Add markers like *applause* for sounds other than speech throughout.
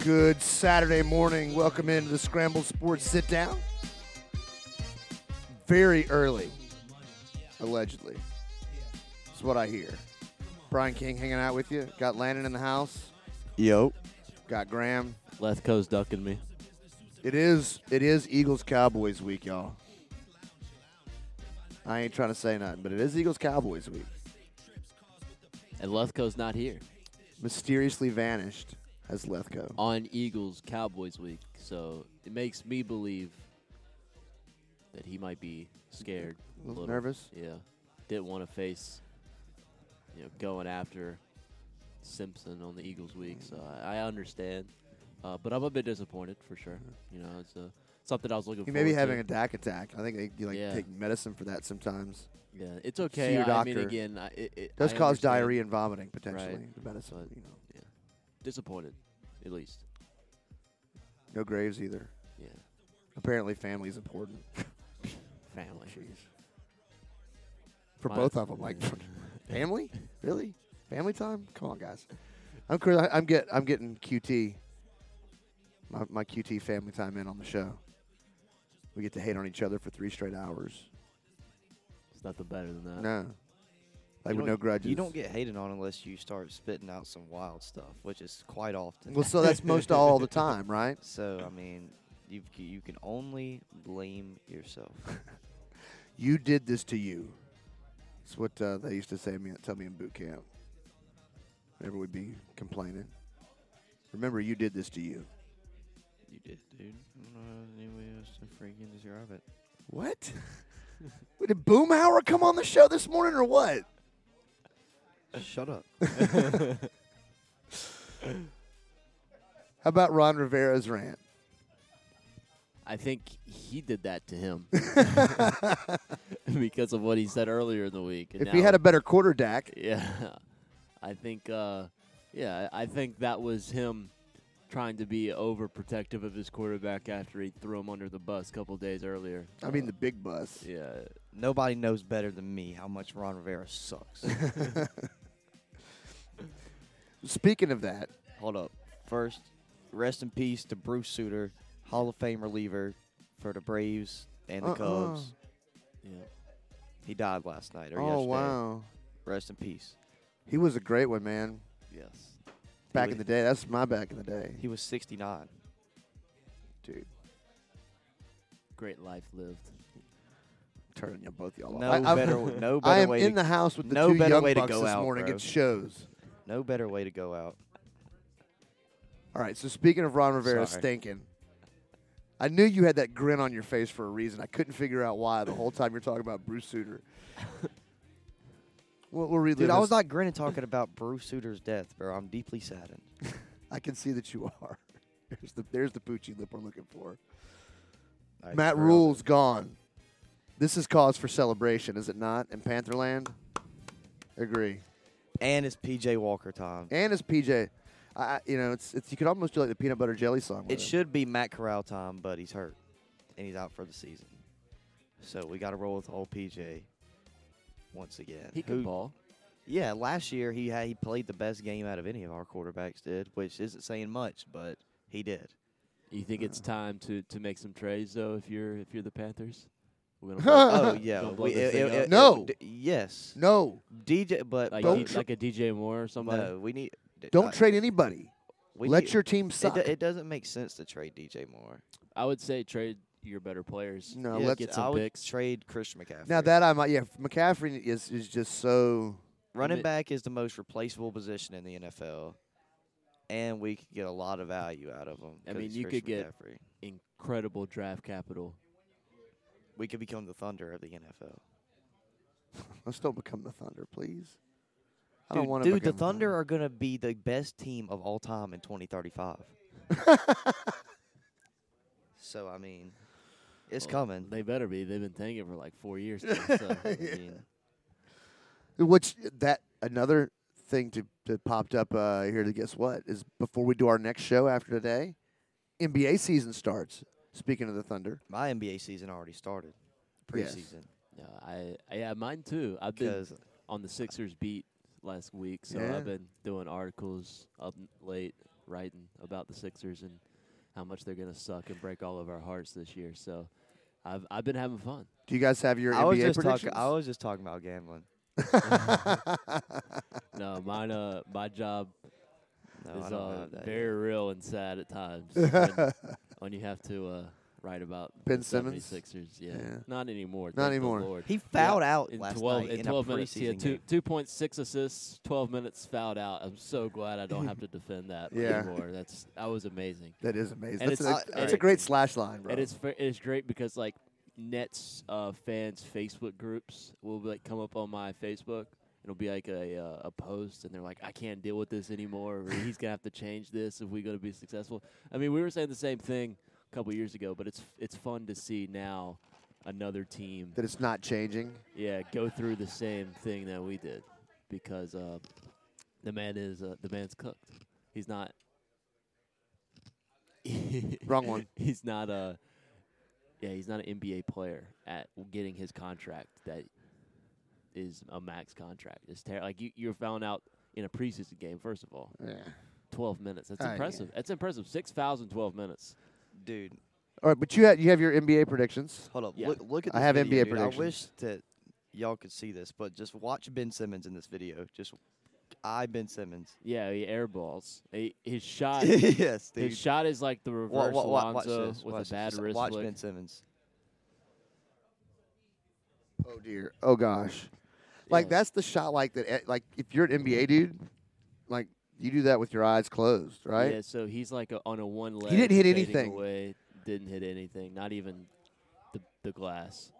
Good Saturday morning. Welcome into the Scramble Sports Sit Down. Very early, allegedly. That's what I hear. Brian King hanging out with you. Got Landon in the house. Yo. Got Graham. Lethco's ducking me. It is. It is Eagles Cowboys week, y'all. I ain't trying to say nothing, but it is Eagles Cowboys week. And Lethco's not here Mysteriously vanished as Lethco. on Eagles Cowboys week. So it makes me believe that he might be scared. A little nervous? Yeah. Didn't want to face, you know, going after Simpson on the Eagles week. So Mm. I, I understand. Uh, but I'm a bit disappointed for sure. You know, it's uh, something I was looking He for. may be having a DAC attack. I think they you like Yeah. take medicine for that sometimes. Yeah, it's okay. your I mean, doctor. again, I, it, it does I cause understand. diarrhea and vomiting potentially. Right. The medicine, But- you know, Disappointed, at least. no graves either. Yeah. Apparently, family's important. Family. For My- both of them, like *laughs* *laughs* family, really, family time. Come on, guys. I'm cur- I- I'm get I'm getting QT. My my QT family time in on the show. We get to hate on each other for three straight hours. It's nothing better than that. No, like You with don't- no grudges. You don't get hated on unless you start spitting out some wild stuff, which is quite often. Well, so that's most all the time, right? *laughs* so I mean, you c- you can only blame *laughs* yourself. You did this to you. That's what uh, they used to say me, tell me in boot camp. Whenever we'd be complaining. Remember, you did this to you. you did, dude. I don't know any way else to freaking describe it. What? *laughs* Wait, did Boomhauer come on the show this morning or what? Shut up. *laughs* How about Ron Rivera's rant? I think he did that *laughs* to him *laughs* because of what he said earlier in the week. And If he had a now- better quarterback, *laughs* yeah, I think, uh, yeah, I I think that was him trying to be overprotective of his quarterback after he threw him under the bus a couple days earlier. Uh, I Uh, mean the big bus. yeah, Nobody knows better than me how much Ron *laughs* Rivera sucks. Speaking of that, Hold up. First, rest in peace to Bruce Suter, Hall of Fame reliever for the Braves and the Uh-uh. Cubs. yeah. He died last night or oh yesterday. wow, Rest in peace. he was a great one, man. Yes. Back was- in the day, that's my back in the day, He was 69. dude. Great life lived. Turning you both y'all. No off. I- I'm- *laughs* better, w- *laughs* no better I am way. in to, the house with the no two better young way to bucks go this out, morning. bro. It shows. no better way to go out. All right. So speaking of Ron Rivera Sorry. stinking, I knew you had that grin on your face for a reason. I couldn't figure out why the whole time you're talking about Bruce *laughs* Suter. we'll, we'll relive Dude, I this. was not grinning talking about Bruce Suter's death, bro. I'm deeply saddened. I can see that you are. *laughs* There's the there's the poochie lip we're looking for. I Matt screwed up. Rule's gone. This is cause for celebration, is it not? In Pantherland, agree. And it's PJ Walker time. And it's PJ. I- I, you know, it's, it's you could almost do like the peanut butter jelly song. with It him. should be Matt Corral time, but he's hurt. And he's out for the season. So we got to roll with old PJ once again. He could Who- ball. Yeah, last year he had, he played the best game out of any of our quarterbacks did, which isn't saying much, but he did. You think it's time to, to make some trades though? If you're if you're the Panthers, *laughs* we're Oh blow- *laughs* yeah, gonna blow we- this it- thing it- up. it- No. d- yes, No, DJ, but like, don't D- tr- like a DJ Moore or somebody. no, we need d- don't uh, trade anybody. we Let need- your team It, suck. do- it doesn't make sense to trade DJ Moore. I would say trade your better players. No, yeah, let's- get I some would picks. trade Christian McCaffrey. now that I might, yeah, McCaffrey is is just so. running mi- back is the most replaceable position in the NFL, and we could get a lot of value out of him. I 'cause mean, he's you could Christian get- McCaffrey. incredible draft capital. we could become the Thunder of the NFL. Let's don't become the Thunder, please. I don't Dude, want to. dude the Thunder are gonna be the best team of all time in 2035. so I mean, it's Well, coming. They better be. They've been tanking for like four years. *laughs* Now, so, I mean, Which that another thing to that popped up uh, here to guess what is before we do our next show after today, NBA season starts. Speaking of the Thunder, My NBA season already started, Yes. preseason. no, I, I yeah, mine too. I've been Because on the Sixers beat last week, so Yeah. I've been doing articles up n- late writing about the Sixers and how much they're gonna suck and break all of our hearts this year. So I've I've been having fun. Do you guys have your I was NBA just talking. predictions? I was just talking about gambling. No, mine uh my job No, I is don't uh, have that. very real and sad at times when, when you have to uh, write about Ben the Simmons? 76ers. Yeah. Yeah. not anymore. Not thank the anymore. Lord. He fouled out in last 12, night in in 12 a minutes, he preseason had two, game. 2.6 assists, 12 minutes fouled out. I'm so glad I don't have to defend that Yeah. anymore. That's that was amazing. that is amazing. And That's, it's- an, uh, that's a and- great slash line, bro. And it's fa- it's great because like Nets uh, fans Facebook groups will like come up on my Facebook. and It'll be like a uh, a post, and they're like, "I can't deal with this anymore. Or he's gonna have to change this if we're gonna be successful." I mean, we were saying the same thing a couple years ago, but it's it's fun to see now another team, that it's not changing. yeah, go through the same thing that we did because uh, the man is uh, the man's cooked. He's not. *laughs* Wrong one. he's not a yeah he's not an nba player at getting his contract that is a max contract it's terrible like you, you're found out in a preseason game first of all Yeah. 12 minutes that's Oh, yeah. impressive that's impressive six fouls in 12 minutes Dude, All right, but you had you have your NBA predictions. hold up. Yeah. Look, look at I this have video, NBA dude. I wish predictions. that y'all could see this, but just watch Ben Simmons in this video. Just I Ben Simmons. yeah he airballs he, *laughs* his *laughs* shot yes, dude. his shot is like the Wa- reverse wa- wa- watch Lonzo this. with watch a bad this. wrist Watch flick. Ben Simmons. Oh dear. Oh gosh. Like Yeah. that's the shot. Like that. eh, Like if you're an NBA dude, like you do that with your eyes closed, right? yeah so he's like a, on a one leg didn't hit fading anything. away, didn't hit anything not even the, the glass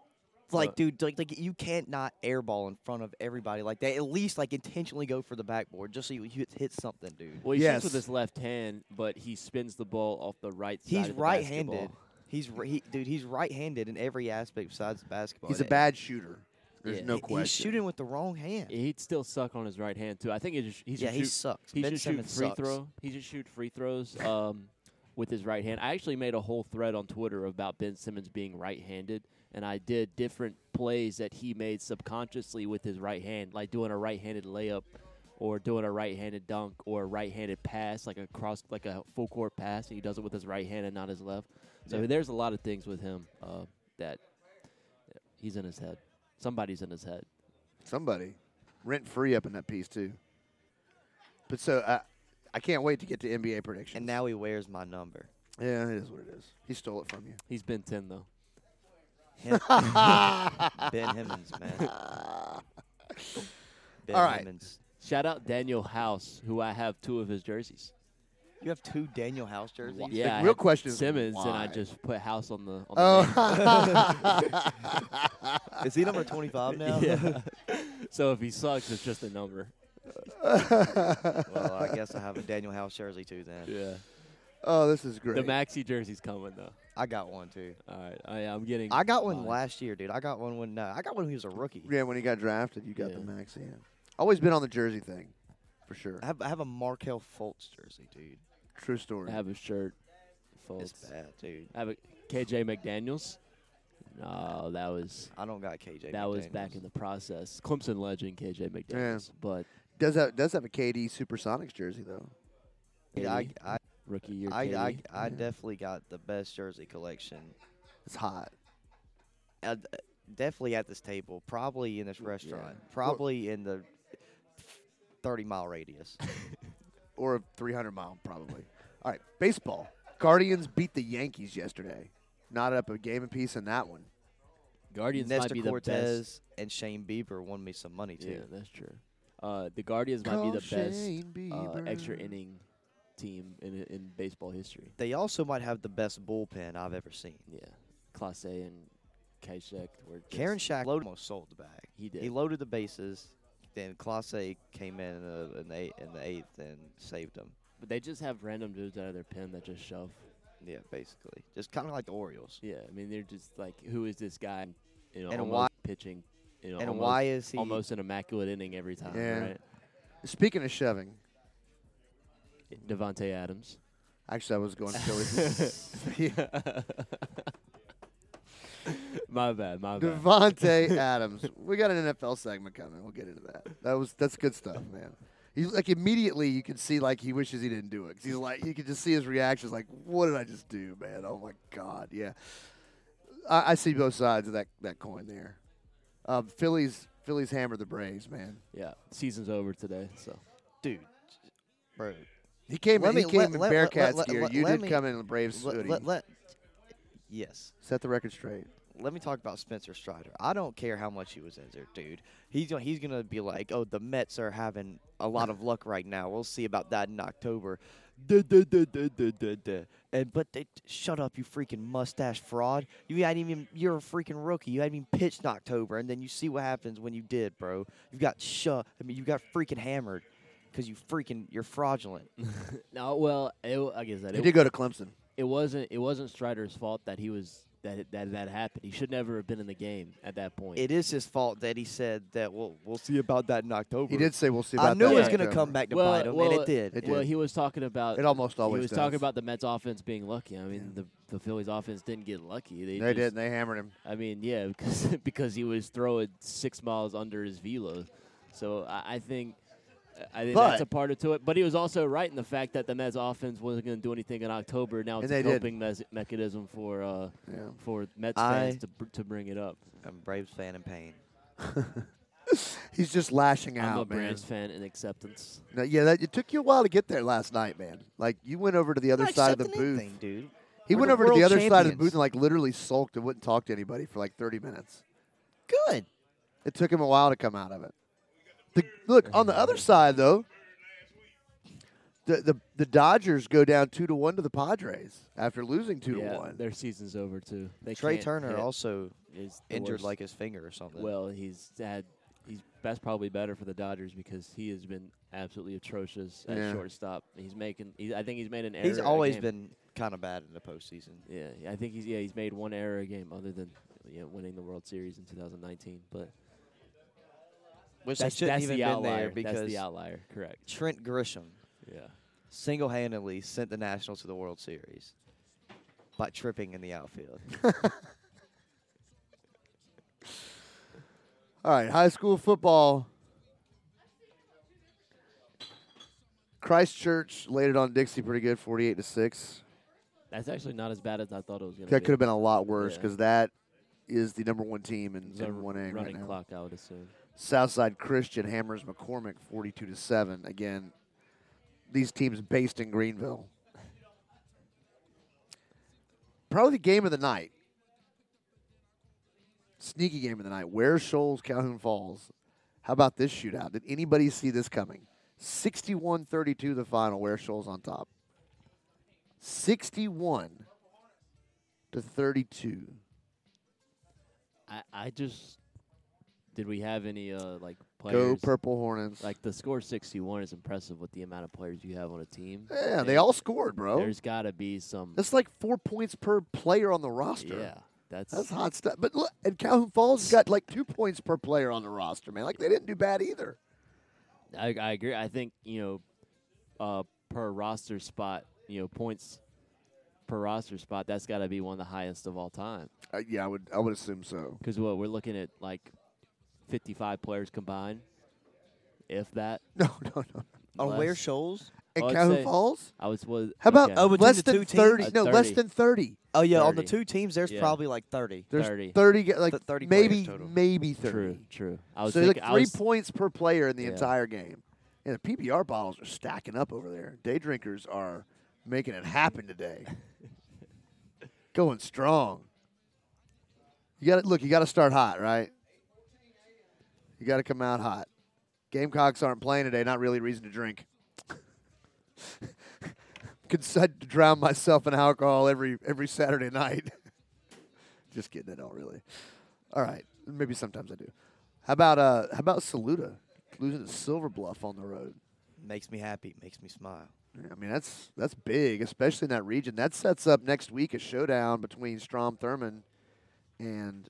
It's like, Look. dude, like, like you can't not airball in front of everybody. Like they at least like intentionally go for the backboard just so you hit, hit something, dude. Well, he shoots with Yes. his left hand, but he spins the ball off the right side. He's of the right-handed. basketball. He's ri- he, dude. He's right-handed in every aspect besides basketball. He's a It- bad shooter. There's Yeah. no he- question. He's shooting with the wrong hand. He'd still suck on his right hand too. I think he just he should yeah, he shoot, sucks. he ben should shoot Simmons free sucks. throw. He should shoot free throws um, with his right hand. I actually made a whole thread on Twitter about Ben Simmons being right-handed, and I did different plays that he made subconsciously with his right hand, like doing a right-handed layup. Or doing a right-handed dunk or a right-handed pass, like a cross, like a full-court pass, and he does it with his right hand and not his left. So Yeah. there's a lot of things with him uh, that he's in his head. Somebody's in his head. Somebody rent free up in that piece too. But so I, I can't wait to get to NBA predictions. And now he wears my number. yeah, it is what it is. He stole it from you. He's been ten though. *laughs* Him- ben Simmons, man. *laughs* Ben All right. Simmons. Shout out Daniel House, who I have two of his jerseys. You have two Daniel House jerseys. Wha- Yeah, I real had question is Simmons, and why? I just put House on the. On the *laughs* Oh. Is he number *laughs* 25 now? name. yeah. *laughs* so if he sucks, it's just a number. well, I guess I have a Daniel House jersey too. Then Yeah. oh, this is great. The maxi jersey's coming though. I got one too. All right, I, I'm getting. I got one mine. last year, dude. I got one when no, I got one when he was a rookie. yeah, when he got drafted, you got the Yeah. max. Yeah, always been on the jersey thing, for sure. I have, I have a Markel Fultz jersey, dude. True story. I have a shirt. Folds. It's bad, dude. I have a KJ McDaniel's. No, that was I don't got KJ. that was back in the process. Clemson legend KJ McDaniel's, but Does have does have a KD Supersonics jersey though? Yeah, I, I, rookie year. I, KD. I, I Yeah. definitely got the best jersey collection. It's hot. Uh, d- definitely at this table. Probably in this restaurant. Probably in the thirty *laughs* mile radius. or a 300 mile probably. All right, baseball. Guardians beat the Yankees yesterday. Not up a game apiece in that one. Guardians might Nestor be the best. Cortez and Shane Bieber won me some money too. Yeah, that's true. Uh, the Guardians might be the best. uh, extra inning team in in baseball history. They also might have the best bullpen I've ever seen. Yeah, Class A and Kajsek were just, Karen Shack almost sold the bag. He did. He loaded the bases. Then Clase came in in the, in the, eight, in the eighth and saved him. but they just have random dudes out of their pen that just shove. Yeah, basically, just kind of like the Orioles. Yeah, I mean they're just like, who is this guy? You know, And almost why- pitching? You know, and almost, why is he? *laughs* almost an immaculate inning every time? Yeah. Right? Speaking of shoving, Devonte Adams. *laughs* actually, I was going to Joey. My bad. My bad. *laughs* Devonte Adams. We got an NFL segment coming. We'll get into that. That was that's good stuff, man. He's like immediately you can see like he wishes he didn't do it. 'Cause he's like you can just see his reactions like, what did I just do, man? Oh my god, yeah. I, I see both sides of that that coin there. Um, Phillies Phillies hammered the Braves, man. Yeah, season's over today, so dude, bro. He came. Let in, me- he came let- in let- let- Bearcats let- gear. let- you let did me- come in the Braves Let, hoodie. let, let, yes. Set the record straight. Let me talk about Spencer Strider. I don't care how much he was injured, dude. He's gonna, he's gonna be like, oh, the Mets are having a lot of luck right now. We'll see about that in October. Duh, duh, duh, duh, duh, duh, duh. And but they, shut up, you freaking mustache fraud. You hadn't even you're a freaking rookie. You hadn't even pitched in October, and then you see what happens when you did, bro. You got shut. I mean, you got freaking hammered because you freaking you're fraudulent. Mm-hmm. no. Well, it, wa- I guess that He it, did go to Clemson. it wasn't it wasn't Strider's fault that he was that it- that that happened. He should never have been in the game at that point. It is his fault that he said that we'll we'll see about that in October. He did say we'll see. About I knew that it in was going to October." come back to well, bite him, well, and it did. it well, did. he was talking about It almost always. he was does. talking about the Mets offense being lucky. I mean, Yeah. the the Phillies offense didn't get lucky. They, They just- did. They hammered him. I mean, yeah, *laughs* because because he was throwing six miles under his velo. So I, I think I think that's But- a part of to it. But he was also right in the fact that the Mets offense wasn't going to do anything in October. Now And it's they a did. coping mes- mechanism for uh, Yeah. for Mets I- fans to br- to bring it up. I'm Braves fan in pain. He's just lashing I'm a out, man. Braves fan in acceptance. No, yeah, that, it took you a while to get there last night, man. Like you went over to the other side of the booth. dude. He We're went the over to the world other side of the champions. booth and like literally sulked and wouldn't talk to anybody for like 30 minutes. Good. It took him a while to come out of it. The, look on the other side though, the, the the Dodgers go down two to one to the Padres after losing two yeah, to one. their season's over too. They Trey can't Turner hit also is the injured worst. like his finger or something. Well, he's had he's that's probably better for the Dodgers because he has been absolutely atrocious at Yeah. shortstop. He's making he, I think he's made an error. he's always a game. been kind of bad in the postseason. Yeah, I think he's yeah he's made one error a game other than you know, winning the World Series in 2019. But Which that's, he shouldn't that's even the been there outlier. that's because the outlier. Correct. Trent Grisham Yeah. single handedly sent the Nationals to the World Series by tripping in the outfield. All right, high school football. Christchurch laid it on Dixie pretty good, 48 to six. That's actually not as bad as I thought it was going to That be. could have been a lot worse Yeah. because that is the number one team in, It's a in one A right running now. clock, I would assume. Southside Christian hammers McCormick forty-two to seven. Again, these teams based in Greenville. Probably the game of the night. Sneaky game of the night. Where Shoals Calhoun Falls. How about this shootout? Did anybody see this coming? 61-32 the final. Where Shoals on top. 61 to 32. I I just did we have any uh like players Go Purple Hornets. like the score 61 is impressive with the amount of players you have on a team. yeah, they And- all scored, bro. There's got to be some. Oh. That's like four points per player on the roster. Yeah, that's, That's hot stuff. But look, and Calhoun Falls got like two points per player on the roster, man. Like they didn't do bad either. I, I agree. I think you know, uh, per roster spot, you know, points per roster spot, that's got to be one of the highest of all time. Uh, yeah, I would I would assume so. Because what we're looking at like 55 players combined, if that. *laughs* No, no, no. On Ware less. Shoals? And I'd Calhoun say- Falls? I was was How about okay, oh, between less the than two teams? 30? Uh, No, less 30. than 30. Oh, yeah. On the 30. two teams, there's Yeah. probably like 30. There's 30. 30 ga- like Th- 30 players maybe total. maybe 30. true, true. I was so thinking, like I three was- points per player in the Yeah. entire game. And the PBR bottles are stacking up over there. Day drinkers are making it happen *laughs* today. Going strong. You got to look. You got to start hot, right? You got to come out hot. Gamecocks aren't playing today. Not really a reason to drink. *laughs* Could s- I'd drown myself in alcohol every every Saturday night. *laughs* Just kidding. I don't really. All right. Maybe sometimes I do. How about uh? How about Saluda losing to Silver Bluff on the road? Makes me happy. Makes me smile. I mean, that's that's big, especially in that region. That sets up next week a showdown between Strom Thurmond and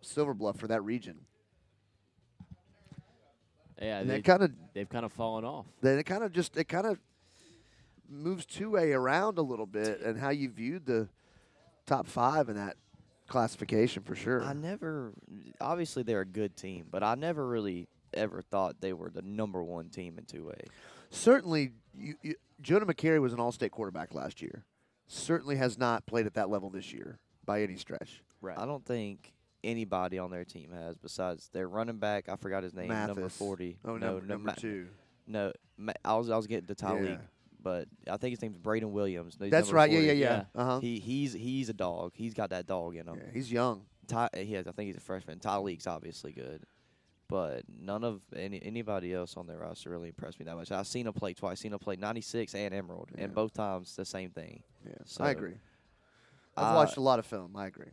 Silver Bluff for that region. yeah, And they, that kind of they've kind of fallen off. then it kind of just it kind of moves two A around a little bit and how you viewed the top five in that classification for sure. I never. Obviously, they're a good team, but I never really ever thought they were the number one team in 2A. Certainly, you, you, Jonah McCary was an all-state quarterback last year. Certainly has not played at that level this year by any stretch. Right. I don't think anybody on their team has besides their running back. I forgot his name, number Mathis. 40. Oh, no, number, no, number Ma- two. No, Ma- I was I was getting to Tyler, Yeah. but I think his name's Braden Williams. He's That's number right. Yeah, 40. yeah, yeah. Uh huh. He he's he's a dog. He's got that dog in him. Yeah, he's young. Ty, he has. I think he's a freshman. Ty League's obviously good, but none of any anybody else on their roster really impressed me that much. I've seen him play twice. Seen him play '96 and Emerald, Yeah. and both times the same thing. Yeah, So, I agree. I've uh, watched a lot of film. I agree.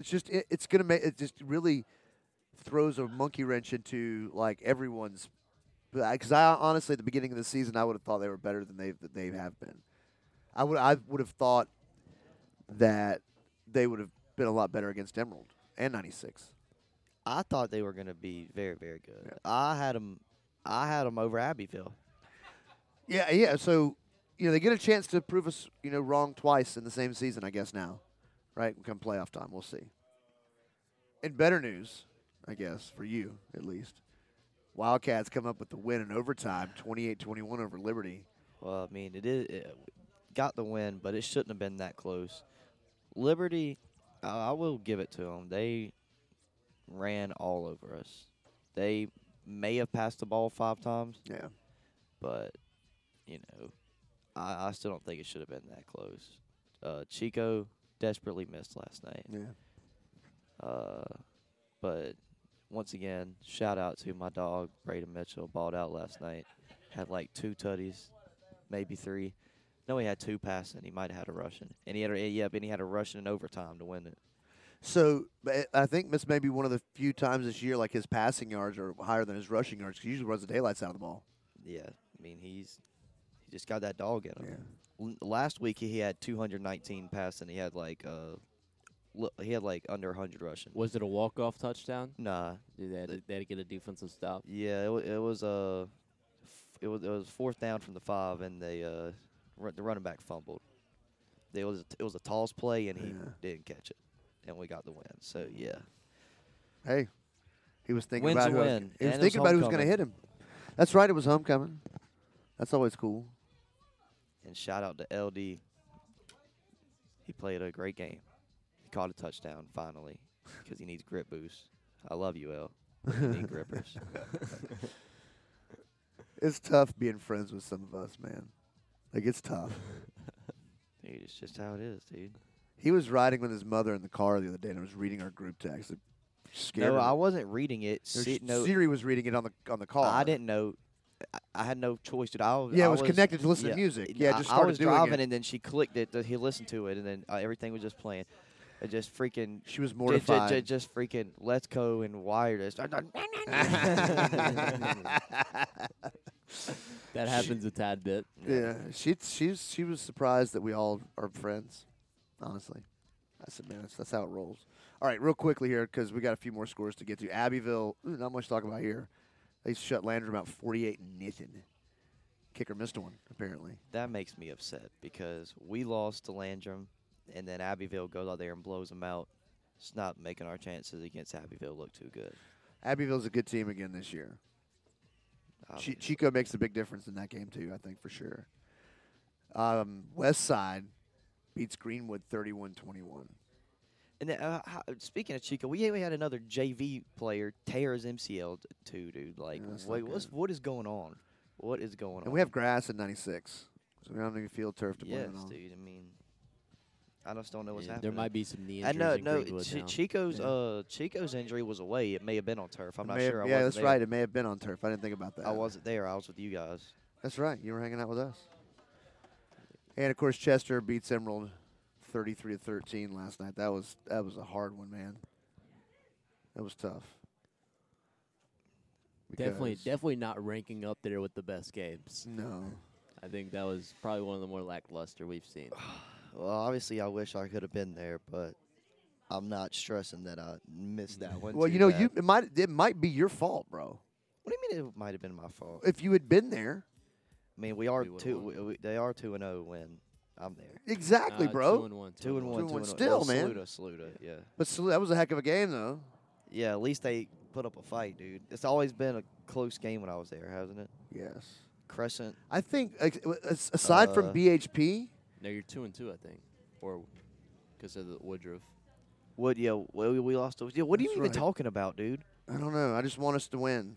It's just it, it's gonna make it just really throws a monkey wrench into like everyone's because I honestly at the beginning of the season I would have thought they were better than they that they have been. I would I would have thought that they would have been a lot better against Emerald and '96. I thought they were going to be very very good. Yeah. I had them. I had them over Abbeville. Yeah, yeah. So you know they get a chance to prove us you know wrong twice in the same season. I guess now, right? Come playoff time, we'll see. And better news, I guess for you at least, Wildcats come up with the win in overtime, 28-21 over Liberty. Well, I mean, it is it got the win, but it shouldn't have been that close. Liberty, I I will give it to them. They ran all over us. They may have passed the ball five times, Yeah. but you know, I, I still don't think it should have been that close. Uh, Chico desperately missed last night, Yeah. uh, but once again, shout out to my dog Braden Mitchell. Balled out last night, had like two tutties, maybe three. No, he had two passing. He might have had a Russian, and he had a, yeah, but he had a Russian in overtime to win it. So but I think this may be one of the few times this year like his passing yards are higher than his rushing yards. 'cause he usually runs the daylights out of the ball. Yeah, I mean he's he just got that dog in him. L- last week he had 219 passing. He had like uh, l- he had like under 100 rushing. Was it a walk-off touchdown? Nah, Did they, had to, they had to get a defensive stop? yeah, it, wa- it was uh, f- it was it was fourth down from the five, and they uh, ru- the running back fumbled. It was it was a toss play, and he Yeah. didn't catch it, and we got the win. So yeah, Hey, he was thinking Win's about a who I was- win, he was and it was thinking about who was going to homecoming. hit him. That's right. It was homecoming. That's always cool. and shout out to LD. He played a great game. He caught a touchdown finally because he needs grip boost. I love you, L. You need grippers. It's tough being friends with some of us, man. Like it's tough. Dude, it's just how it is, dude. He was riding with his mother in the car the other day, and I was reading our group text. It scared. No, her. I wasn't reading it. Or Si- s- no, Siri was reading it on the on the car. I didn't know. I, I had no choice, dude. I was, Yeah, I it was, connected to listen yeah. to music. Yeah, I- just I, started was doing it. driving, and then she clicked it. He listened to it, and then uh, everything was just playing. It just freaking She was ju- ju- ju- mortified. Just, freaking Let's Go and *laughs* Wired us. *laughs* That happens a tad bit. yeah, she she's she was surprised that we all are friends. Honestly, I said, man, that's, that's how it rolls. All right, real quickly here because we got a few more scores to get to. Abbeville, ooh, not much to talk about here. They shut Landrum out forty-eight nothing. Kicker missed one apparently. that makes me upset because we lost to Landrum, and then Abbeville goes out there and blows them out. It's not making our chances against Abbeville look too good. Abbeville's a good team again this year. Chi obviously. Chico makes a big difference in that game too, I think for sure. Um, West Side beats Greenwood 31-21. And then, uh, how, speaking of Chico, we, we had another JV player tear his MCL t- too, dude. Like, Yeah, that's not wait, what's good. what is going on? What is going on? And we have grass in 96. So we don't have any field turf to yes, blame it on. dude. I mean, I just don't know what's Yeah, happening. there might be some knee I injuries know, in no, Greenwood Chi now. Chico's Yeah. uh Chico's injury was away. It may have been on turf. I'm It not may have- sure. I yeah, wasn't that's there. right. It may have been on turf. I didn't think about that. I wasn't there. I was with you guys. That's right. You were hanging out with us. And of course, Chester beats Emerald 33 to 13 last night. That was that was a hard one, man. That was tough. Definitely, Because- definitely not ranking up there with the best games. No. I think that was probably one of the more lackluster we've seen. Uh, Well, obviously, I wish I could have been there, but I'm not stressing that I missed that one. Well, too you know, bad. you it might it might be your fault, bro. What do you mean it might have been my fault? If you had been there, I mean, we are We would've two. won. We, we, they are two and zero when I'm there. exactly, Uh, Two bro. and one. Two, Two and one. one. Two and Still, one. man. Saluda, saluda. Yeah. But Salu- that was a heck of a game, though. Yeah. At least they put up a fight, dude. It's always been a close game when I was there, hasn't it? Yes. Crescent. I think like, w- as- aside Uh, from BHP, No, you're two and two, I think, or because of the Woodruff. What? Yeah. We, we lost. To, yeah. What are you That's even right. talking about, dude? I don't know. I just want us to win.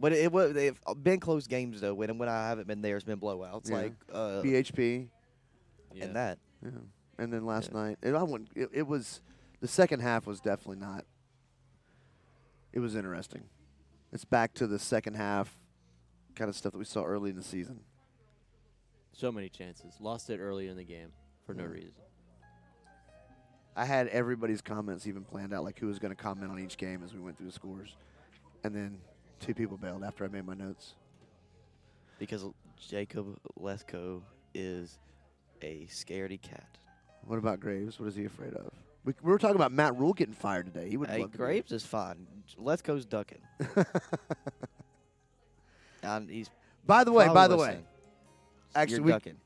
But it, was they've uh, been close games though. When when I haven't been there, it's been blowouts Yeah. like uh, BHP, Yeah. and that. yeah. and then last Yeah. night, and I wouldn't. It, it was the second half was definitely not. It was interesting. It's back to the second half kind of stuff that we saw early in the season. So many chances. Lost it earlier in the game for no Mm. reason. I had everybody's comments even planned out, like who was going to comment on each game as we went through the scores, and then two people bailed after I made my notes. because L- Jacob Lesko is a scaredy cat. What about Graves? What is he afraid of? We, we were talking about Matt Rule getting fired today. He would Hey, love to do it. Graves is fine. *laughs* Lesko's ducking. and he's By the way, probably by the way, listening. actually, You're we- ducking.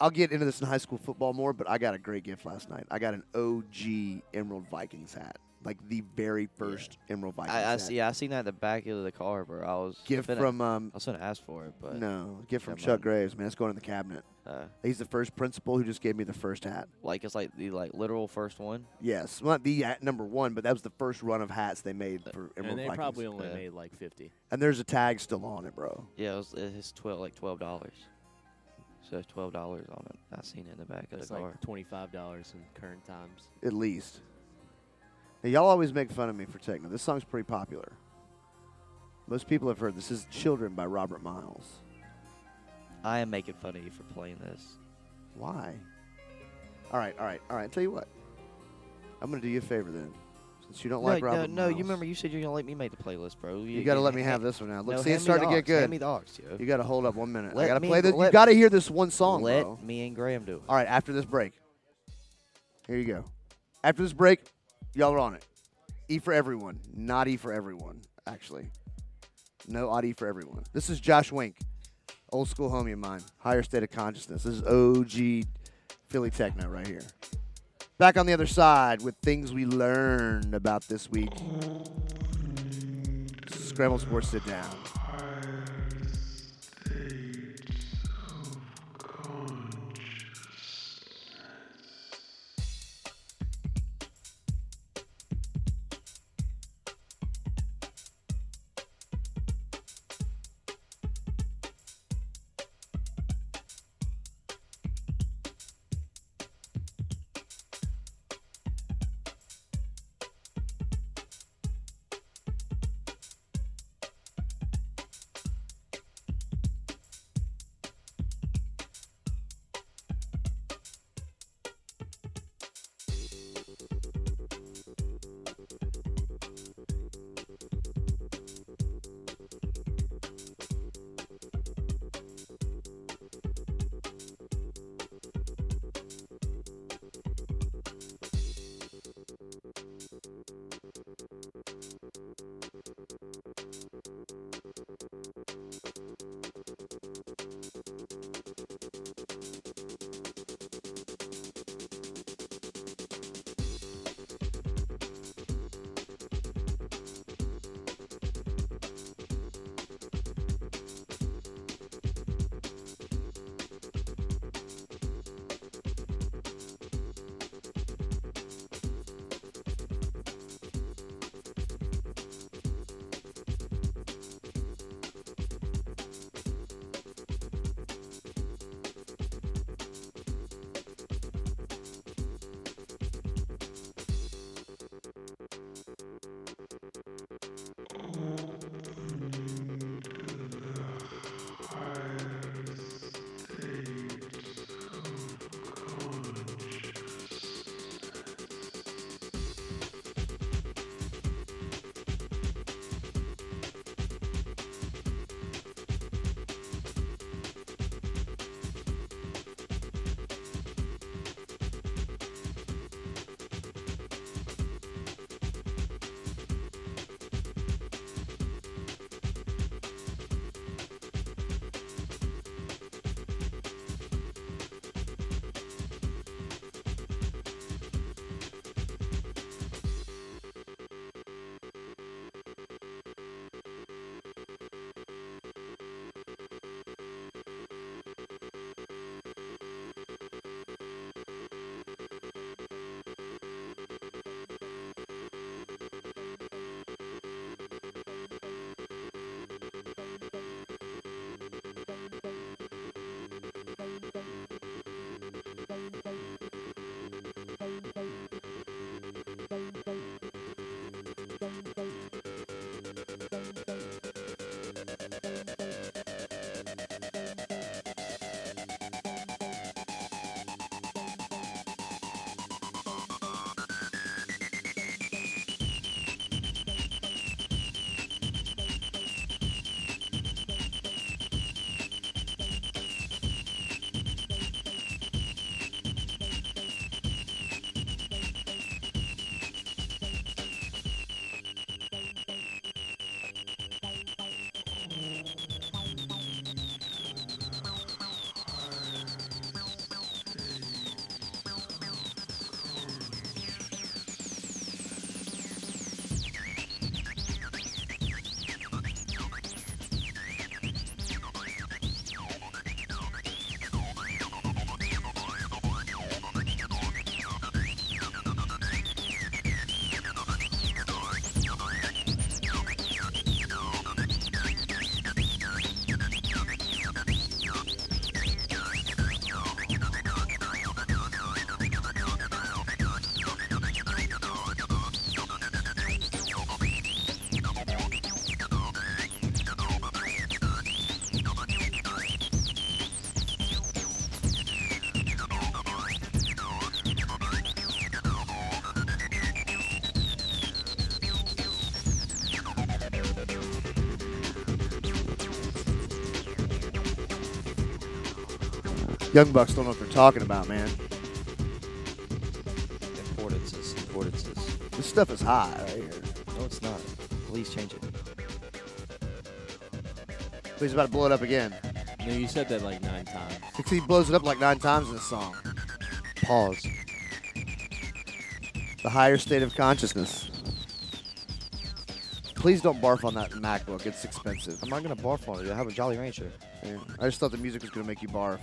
I'll get into this in high school football more, but I got a great gift last night. I got an OG Emerald Vikings hat, like the very first Emerald Vikings I, I hat. see. I seen that at the back of the car, bro. I was Gift finna- from um, I was gonna ask for it, but no, gift from never Chuck mind. Graves. Man, it's going in the cabinet. uh, He's the first principal who just gave me the first hat. like it's like the like literal first one. Yes, well, not the hat number one, but that was the first run of hats they made for Emerald and they Vikings. probably only Yeah. made like 50. and there's a tag still on it, bro. Yeah, it was it's twelve like twelve dollars. So it's twelve dollars on it. I seen it in the back of That's the car. like $25 in current times. At least. Now, y'all always make fun of me for techno. This song's pretty popular. Most people have heard this. This is "Children" by Robert Miles. I am making fun of you for playing this. Why? All right, all right, all right. Tell you what. I'm gonna do you a favor then, since you don't like no, Robert. no, no, Miles, you remember you said you're gonna let me make the playlist, bro. You, gotta let me *laughs* have this one now. Look, see, it's starting to get Hand me good. the ox, yo. You gotta hold up one minute. I Let gotta me- play this. You let- gotta hear this one song, let bro. me and Graham do it. All right, after this break. Here you go. After this break, y'all are on it. E for everyone, not E for everyone, actually. No odd E for everyone. This is Josh Wink, old school homie of mine, higher state of consciousness. This is OG Philly Techno right here. Back on the other side with things we learned about this week. Scramble Sports Sit Down. Young Bucks don't know what they're talking about, man. Importances, importances. This stuff is high right here. No, it's not. Please change it. But he's about to blow it up again. No, you said that like nine times. He blows it up like nine times in this song. Pause. The higher state of consciousness. Please don't barf on that MacBook. It's expensive. I'm not gonna barf on it. I have a Jolly Rancher. Yeah. I just thought the music was gonna make you barf.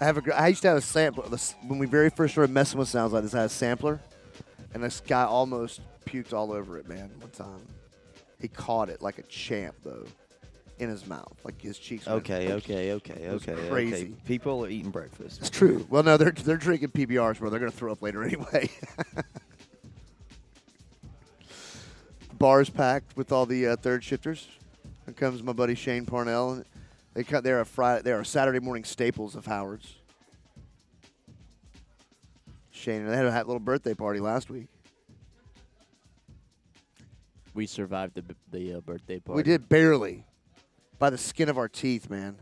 I have a. gr- I used to have a sampler. The s- When we very first started messing with sounds like this, I had a sampler, and this guy almost puked all over it, man. One time, he caught it like a champ though, in his mouth, like his cheeks. went- Okay, okay, okay, was okay. Okay. crazy. People are eating breakfast. It's true. Well, no, they're they're drinking PBRs, bro. They're gonna throw up later *laughs* anyway. Bars packed with all the uh, third shifters. Here comes my buddy Shane Parnell. and They cut. They're a Friday. They're a Saturday morning staples of Howard's. Shane, they had a ha- little birthday party last week. We survived the b- the uh, birthday party. We did barely, by the skin of our teeth, man.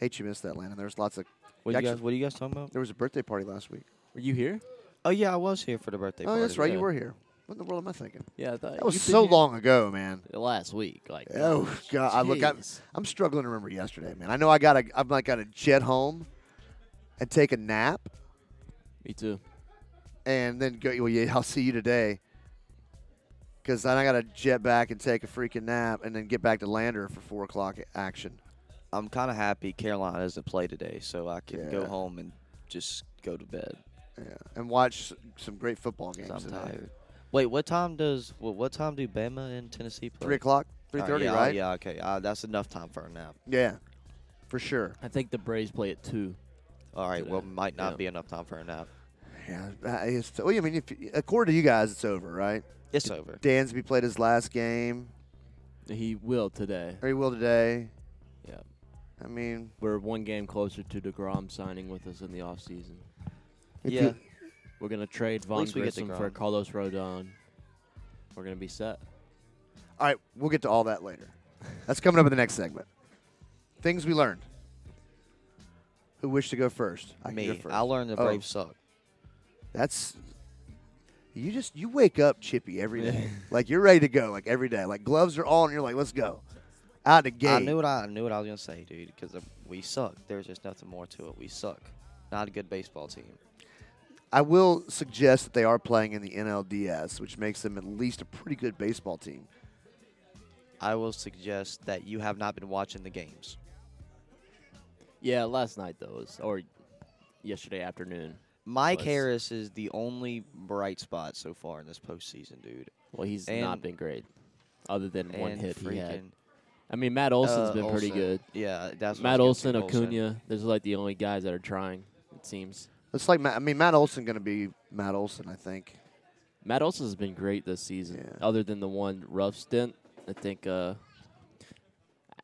Hate you missed that, Landon. There was lots of. What you Actually- guys? What are you guys talking about? There was a birthday party last week. Were you here? Oh yeah, I was here for the birthday oh, party. that's right. You yeah. were here. What in the world am I thinking? Yeah, I thought That was so long ago, man. Last week, like Oh God! I look, I'm, jeez. I'm struggling to remember yesterday, man. I know I got to I've like got to jet home and take a nap, me too. and then go. Well, yeah, I'll see you today. Because then I got to jet back and take a freaking nap, and then get back to Lander for four o'clock action. I'm kind of happy Carolina doesn't play today, so I can go Yeah. home and just go to bed. Yeah, and watch s- some great football 'cause games. I'm tonight. tired. Wait, what time does what, what time do Bama and Tennessee play? Three o'clock, three Oh, thirty, yeah, oh, right? yeah, okay. Uh, that's enough time for a nap. yeah, for sure. I think the Braves play at two. All right, well, Today, might not yeah. be enough time for a nap. Yeah, I- it's, well, I mean, if, according to you guys, it's over, right? It's over. Dansby played his last game. He will today. Or he will today. Yeah, I mean, we're one game closer to Degrom signing with us in the offseason. if Yeah. you- We're gonna trade Von least we get Grissom for DeGrom. Carlos Rodon. We're gonna be set. All right, we'll get to all that later. That's coming up in the next segment. Things we learned. Who wished to go first? I can go Me, first. I learned the Oh. Braves suck. That's you just you wake up chippy every day. *laughs* like you're ready to go like every day. Like gloves are on, you're like, let's go. Out the gate. I knew what I, I knew what I was gonna say, dude. Because we suck. There's just nothing more to it. We suck. Not a good baseball team. I will suggest that they are playing in the NLDS, which makes them at least a pretty good baseball team. I will suggest that you have not been watching the games. Yeah, last night though, was, or yesterday afternoon. Mike Was- Harris is the only bright spot so far in this postseason, dude. Well, he's And- not been great, other than one And hit he had. freaking, I mean, Matt Olson's uh, been pretty Olsen. good. Yeah, that's what I Matt was Olson, gonna say, Acuna, those are like the only guys that are trying. It seems It's like Matt, I mean Matt Olson going to be Matt Olson, I think. Matt Olson has been great this season. Yeah. Other than the one rough stint, I think uh,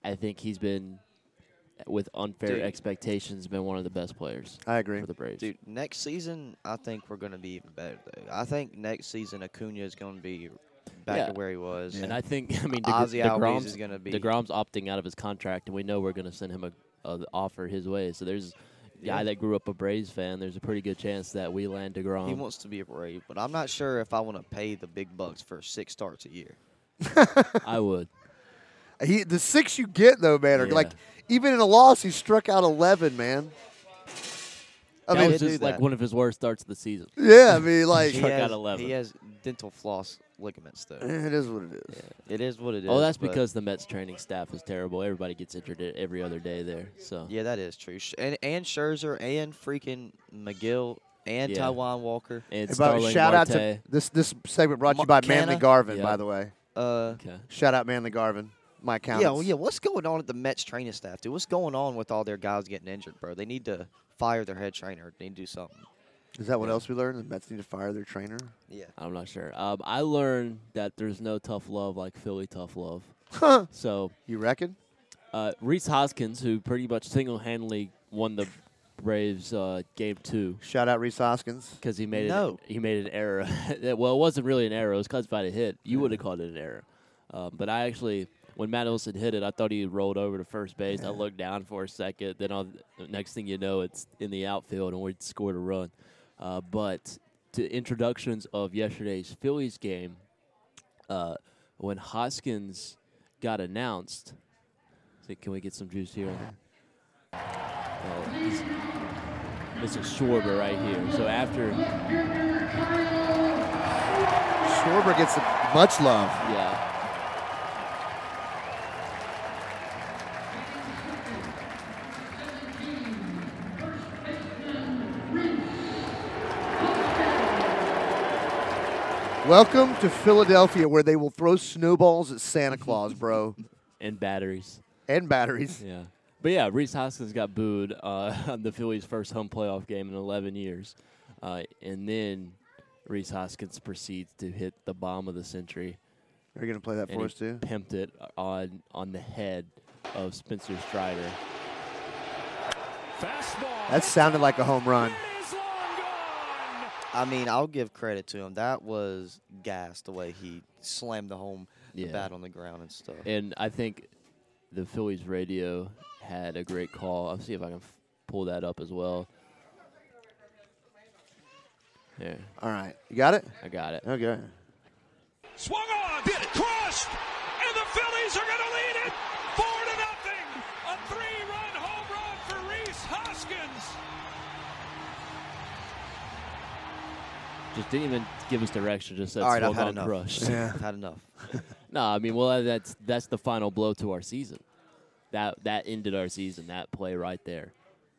I think he's been uh, with unfair Dude. expectations been one of the best players I agree. for the Braves. Dude, next season I think we're gonna be even better. Though. I think next season Acuna is gonna be back Yeah. to where he was. And I think *laughs* I mean De- Ozzy Albies Degrom's is gonna be. Degrom's opting out of his contract, and we know we're going to send him a, a offer his way. So there's a guy Yeah. that grew up a Braves fan. There's a pretty good chance that we land Degrom. He wants to be a Brave, but I'm not sure if I want to pay the big bucks for six starts a year. *laughs* I would. He, the six you get though, man, are Yeah. like even in a loss, he struck out eleven, man. I that mean, was do just like that. one of his worst starts of the season. yeah, I mean, like *laughs* He Struck out has, 11. He has dental floss ligaments though. eh, it is what it is. it is what it is. Eh. Oh, that's but- because the Mets training staff is terrible. Everybody gets injured e- every other day there. So Yeah, that is true. Sh- And and Scherzer and freaking McGill and Yeah. Taiwan Walker. and Hey, by the way, Starling shout out to Marte. this this segment brought to you by Manly Montana. Garvin, Yeah. by the way. Uh, Okay. Shout out Manly Garvin, my account. yeah, well, yeah. What's going on at the Mets training staff, dude? What's going on with all their guys getting injured, bro? They need to fire their head trainer. They need to do something. Is that what else we learned? The Mets need to fire their trainer. Yeah. I'm not sure. Um, I learned that there's no tough love like Philly tough love. Huh? So You reckon? uh, Reese Hoskins, who pretty much single-handedly won the Braves uh, game two, Shout out Reese Hoskins. because he made No. it, he made an *laughs* error. That- well, it wasn't really an error. It was classified a hit. You would have called it an error. Um, but I actually when Matt Olson hit it, I thought he rolled over to first base. I looked down for a second. Then I'll, the next thing you know, it's in the outfield and we'd scored a run. Uh, but to introductions of yesterday's Phillies game, uh, when Hoskins got announced, so can we get some juice here? Uh, this- this is Schwarber right here. So after, Schwarber gets much love. yeah. Welcome to Philadelphia, where they will throw snowballs at Santa Claus, *laughs* bro, and batteries. and batteries. Yeah. But yeah, Reese Hoskins got booed uh, *laughs* on the Phillies' first home playoff game in 11 years. Uh, and then Reese Hoskins proceeds to hit the bomb of the century. They're gonna play that And for us he too. pimped it on, on the head of Spencer Strider. Fastball. That sounded like a home run. is long gone. I mean, I'll give credit to him. That was gas the way he slammed the home Yeah. the bat on the ground and stuff. And I think the Phillies radio had a great call. I'll see if I can f- pull that up as well. There, All right, you got it. I got it. Okay. Swung on, crushed, and the Phillies are going to lead it four to nothing. A three-run home run for Reese Hoskins. Just didn't even give us direction. Just said, All right, I've "Slow had down, enough. crush." *laughs* Yeah. I've *laughs* had enough. No, I mean, well, that's that's the final blow to our season. That that ended our season. That play right there.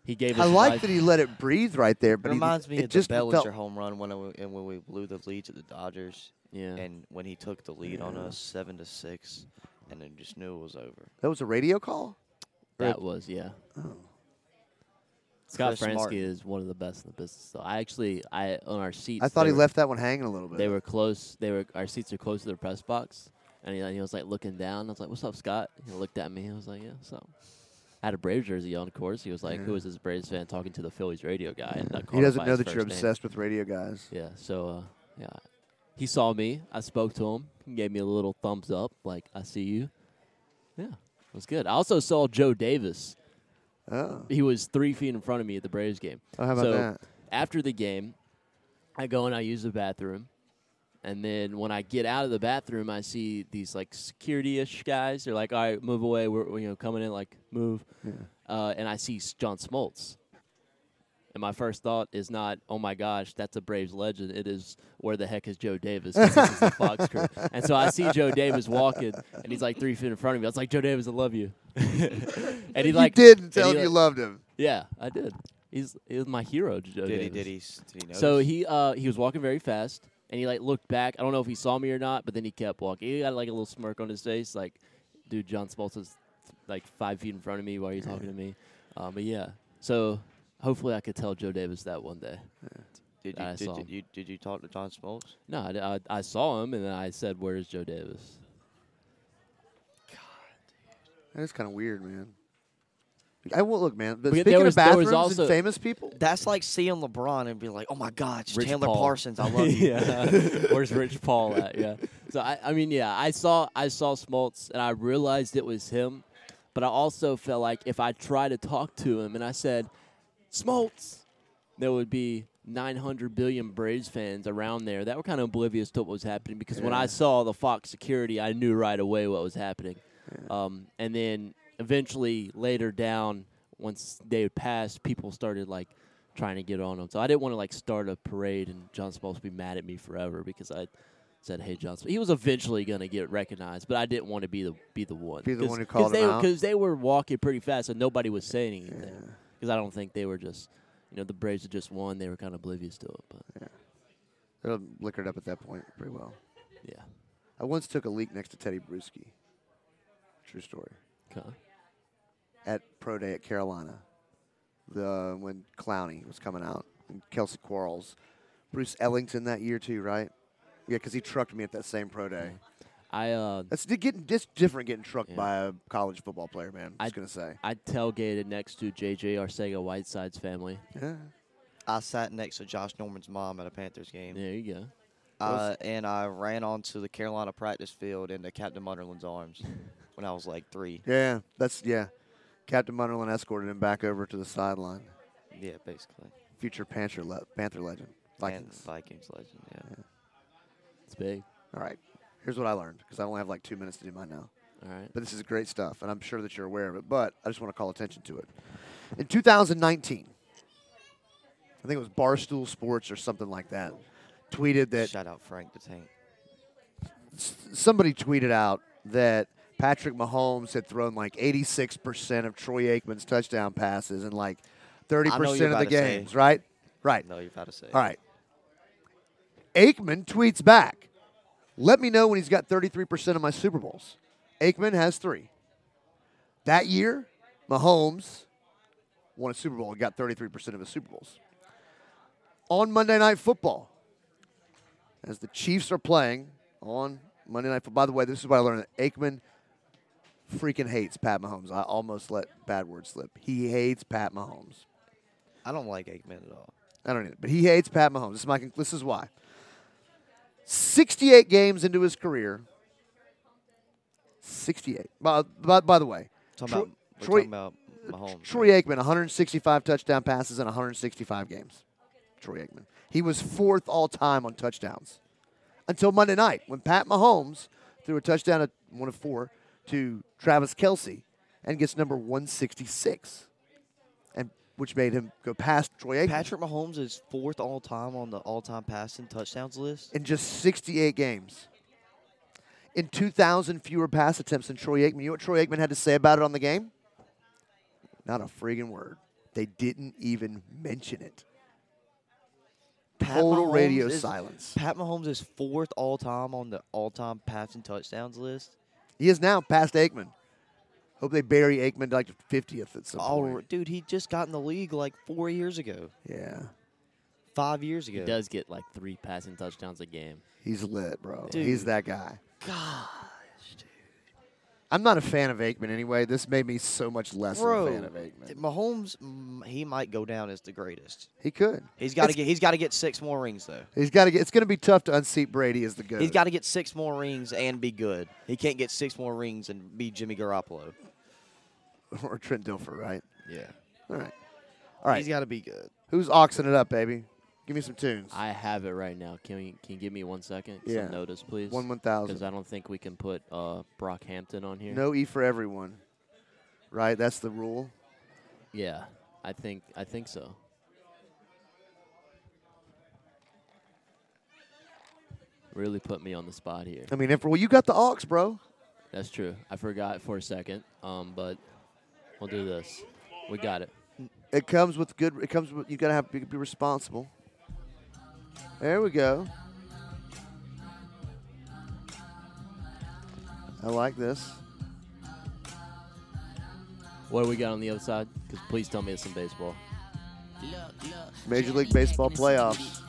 He gave. I us like life- that he let it breathe right there, It but he- reminds me it of the just felt Bellinger home run when I w and when we blew the lead to the Dodgers, Yeah. and when he took the lead on Yeah. us seven to six, and then just knew it was over. that was a radio call. that was yeah. Scott Oh. Chris Fransky Martin. is one of the best in the business. So I actually, I on our seats. I thought they he were- left that one hanging a little bit. They were close. They were our seats are close to the press box, and he, he was like looking down. I was like, "What's up, Scott?" He looked at me. I was like, "Yeah, what's up?" I had a Braves jersey on, of course. He was like, "Who is this Braves fan talking to the Phillies radio guy?" And I called he him doesn't by know his that you're first name. obsessed with radio guys. Yeah. So uh, yeah, he saw me. I spoke to him. He gave me a little thumbs up, like I see you. Yeah, it was good. I also saw Joe Davis. Oh, He was three feet in front of me at the Braves game. Oh, how about so that? After the game, I go and I use the bathroom. And then when I get out of the bathroom, I see these like security-ish guys. They're like, "All right, move away. We're we're, you know coming in. Like move." Uh, and I see S- John Smoltz. And my first thought is not, "Oh my gosh, that's a Braves legend." It is, "Where the heck is Joe Davis?" 'Cause This is *laughs* the Fox crew. And so I see Joe Davis walking, and he's like three feet in front of me. I was like, "Joe Davis, I love you." *laughs* and he you like did and tell he, him you like- loved him. Yeah, I did. He's he was my hero, Joe Did Davis. he? Did he? s- Did he notice? So he uh he was walking very fast and he like looked back. I don't know if he saw me or not, but then he kept walking. He got like a little smirk on his face, like, dude, John Smoltz is like five feet in front of me while you're talking to *laughs* me. Um, but yeah, so hopefully I could tell Joe Davis that one day. did I you, saw him. did, you, did you talk to John Smoltz? No, I, I, I saw him and then I said, "Where is Joe Davis?" That is kind of weird, man. I will look, man. But But there speaking was- of there was bathrooms also- and famous people, That's like seeing LeBron and being like, "Oh my God, it's Rich Chandler Paul. Parsons, I *laughs* *laughs* love you." yeah. Where's Rich Paul at? Yeah. So I, I mean, yeah, I saw I saw Smoltz and I realized it was him, but I also felt like if I tried to talk to him and I said, Smoltz, there would be 900 billion Braves fans around there that were kind of oblivious to what was happening because when I saw the Fox security, I knew right away what was happening. Um, and then eventually later down, once they had passed, people started like trying to get on them. So I didn't want to like start a parade and John Smoltz be mad at me forever because I said, "Hey, John." Smoltz. He was eventually going to get recognized, but I didn't want to be the be the one. Be the Cause, one who called cause they, him out? Because they were walking pretty fast and nobody was saying anything. Because I don't think they were just, you know, the Braves had just won. They were kind of oblivious to it. But it'll liquor it up at that point pretty well. yeah, I once took a leak next to Teddy Bruschi. True story. Kinda. At pro day at Carolina, the when Clowney was coming out, and Kelsey Quarles, Bruce Ellington that year too, right? Yeah, because he trucked me at that same pro day. I uh, That's di- getting just different getting trucked Yeah. by a college football player, man. I was I- gonna say. I tailgated next to JJ Arcega Whiteside's family. Yeah. I sat next to Josh Norman's mom at a Panthers game, There you go. uh, and I ran onto the Carolina practice field into Captain Munderland's arms. when I was like three. Yeah, that's yeah. Captain Munderland escorted him back over to the sideline. Yeah, basically. Future Panther le- Panther legend. Vikings. And Vikings legend. Yeah. It's big. All right. Here's what I learned because I only have like two minutes to do mine now. All right. But this is great stuff, and I'm sure that you're aware of it. But I just want to call attention to it. In 2019, I think it was Barstool Sports or something like that, tweeted that Shout out Frank the Tank. somebody tweeted out that Patrick Mahomes had thrown like 86% of Troy Aikman's touchdown passes and like 30% of about the to say. games, right? Right. No, you're about to say. All right. Aikman tweets back, let me know when he's got 33% of my Super Bowls. Aikman has three. That year, Mahomes won a Super Bowl and got 33% of his Super Bowls. On Monday Night Football, as the Chiefs are playing on Monday Night Football, by the way, this is what I learned that Aikman freaking hates Pat Mahomes. I almost let bad words slip. He hates Pat Mahomes. I don't like Aikman at all. I don't either. But he hates Pat Mahomes. This is, my, this is why. 68 games into his career. 68. By, by, by the way, Talking Troy- about, Troy- we're talking about Mahomes. Troy Aikman, 165 touchdown passes in 165 games. Troy Aikman. He was fourth all time on touchdowns until Monday night when Pat Mahomes threw a touchdown at one of four to Travis Kelsey and gets number 166, and which made him go past Troy Aikman. Patrick Mahomes is fourth all time on the all time passing touchdowns list. in just 68 games. In 2,000 fewer pass attempts than Troy Aikman. You know what Troy Aikman had to say about it on the game? Not a friggin' word. They didn't even mention it. Pat Total Mahomes radio is- silence. Pat Mahomes is fourth all time on the all time passing touchdowns list. He is now past Aikman. Hope they bury Aikman to like 50th at some Oh, point. dude, he just got in the league like four years ago, Yeah, five years He ago. does get like three passing touchdowns a game. he's lit, bro. Dude. He's that guy. God, I'm not a fan of Aikman anyway. This made me so much less bro, of a fan of Aikman. Mahomes, mm, he might go down as the greatest. He could. He's got to It's- get. He's got to get six more rings though. He's got to get. It's going to be tough to unseat Brady as the good. He's got to get six more rings and be good. He can't get six more rings and be Jimmy Garoppolo. *laughs* or Trent Dilfer, right? Yeah. All right. All right. He's got to be good. Who's oxing it up, baby? Give me some tunes. I have it right now. Can we? Can you give me one second? Some Yeah. notice, please. One one Because thousand. I don't think we can put uh, Brockhampton on here. No E for everyone. Right? That's the rule. Yeah, I think I think so. Really put me on the spot here. I mean, if well, you got the aux, bro. That's true. I forgot for a second. Um, but we'll do this. We got it. It comes with good. It comes with you gotta have be be responsible. There we go. I like this. What do we got on the other side? Because please tell me it's in baseball. Major League Baseball playoffs.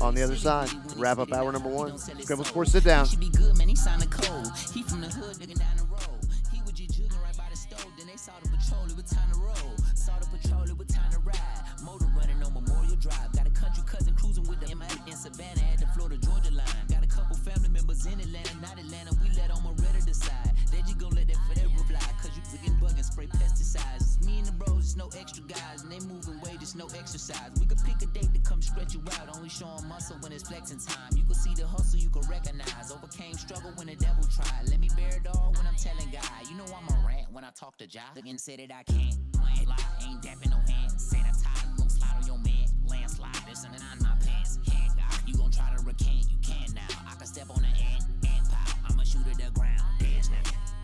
On the other side, wrap up hour number one. Scramble Sports, sit down. Should be good, man. He signed a code. He from the hood, looking down the road. He was just jugging right by the stove. Then they saw the patrol. It was time to roll. Saw the patrol. It was time to ride. Motor running on Memorial Drive. Got a country cousin cruising with the MI in Savannah at the Florida Georgia line. Got a couple family members in Atlanta, not Atlanta. We let on Moretta decide. They just gon' let that forever fly. Cause you freaking bug and spray pesticides. It's me and the bros, it's no extra guys. And they moving weight, it's no exercise. We could pick a date to come stretch you out. Only showing muscle when it's flexing time. You can see the hustle, you can recognize. Overcame struggle when the devil tried. Let me bear it all when I'm telling God. You know I'm a rant when I talk to Jah. Look and say that I can't. Playing lie, ain't dapping no hand. Sanitize, won't slide on your man. Landslide, there's something on my pants. Hand out. You gon' try to recant, you can now. I can step on the ant, ant pile. I'ma shoot at the ground. Dance now.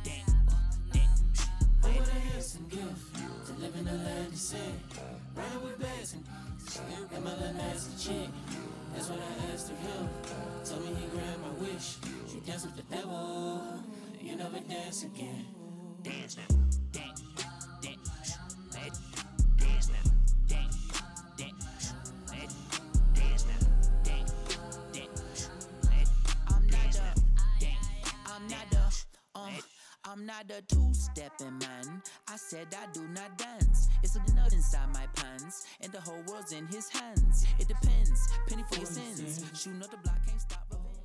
Dance. uh, dance. Psh, dance. dance now, dance, dance, let dance now, dance, dance, let dance now, dance, dance, let I'm not a, dance, I'm not a, uh, I'm not a two-stepping man. I said I do not dance. It's a nut inside my pants, and the whole world's in his hands. It depends, penny for your sins. Shooting up the block, can't stop revenge.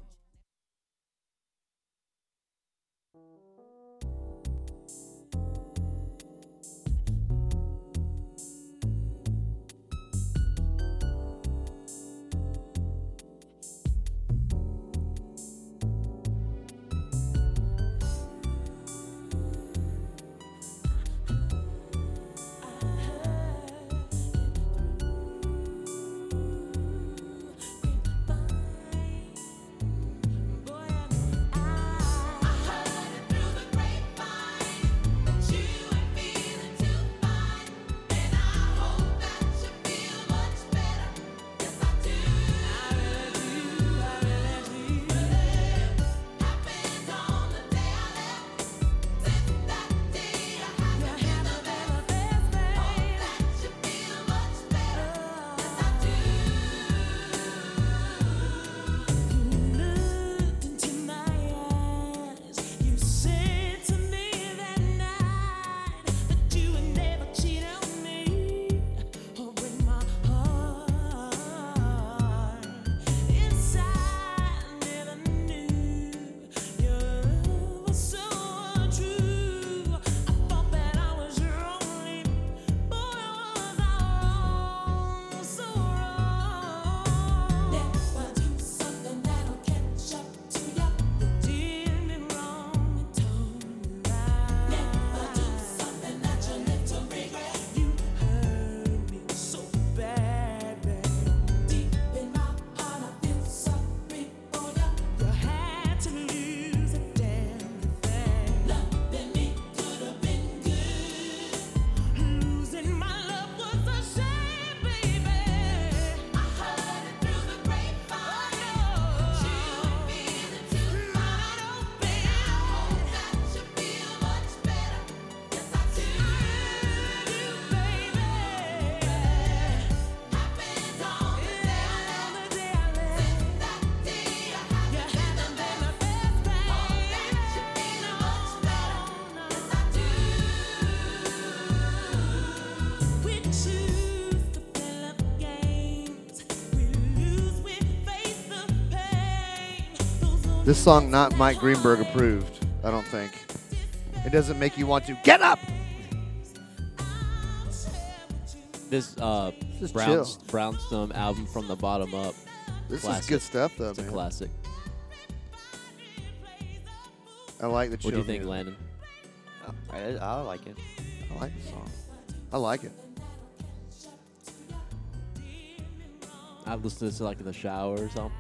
This song not Mike Greenberg approved, I don't think. It doesn't make you want to get up. This uh, Just Browns, chill. Brownstone album from the bottom up. This is Classic. good stuff though, It's a man. classic. I like the chill. What do you think, music. Landon? I, I like it. I like the song. I like it. I've listened to this like in the shower or something.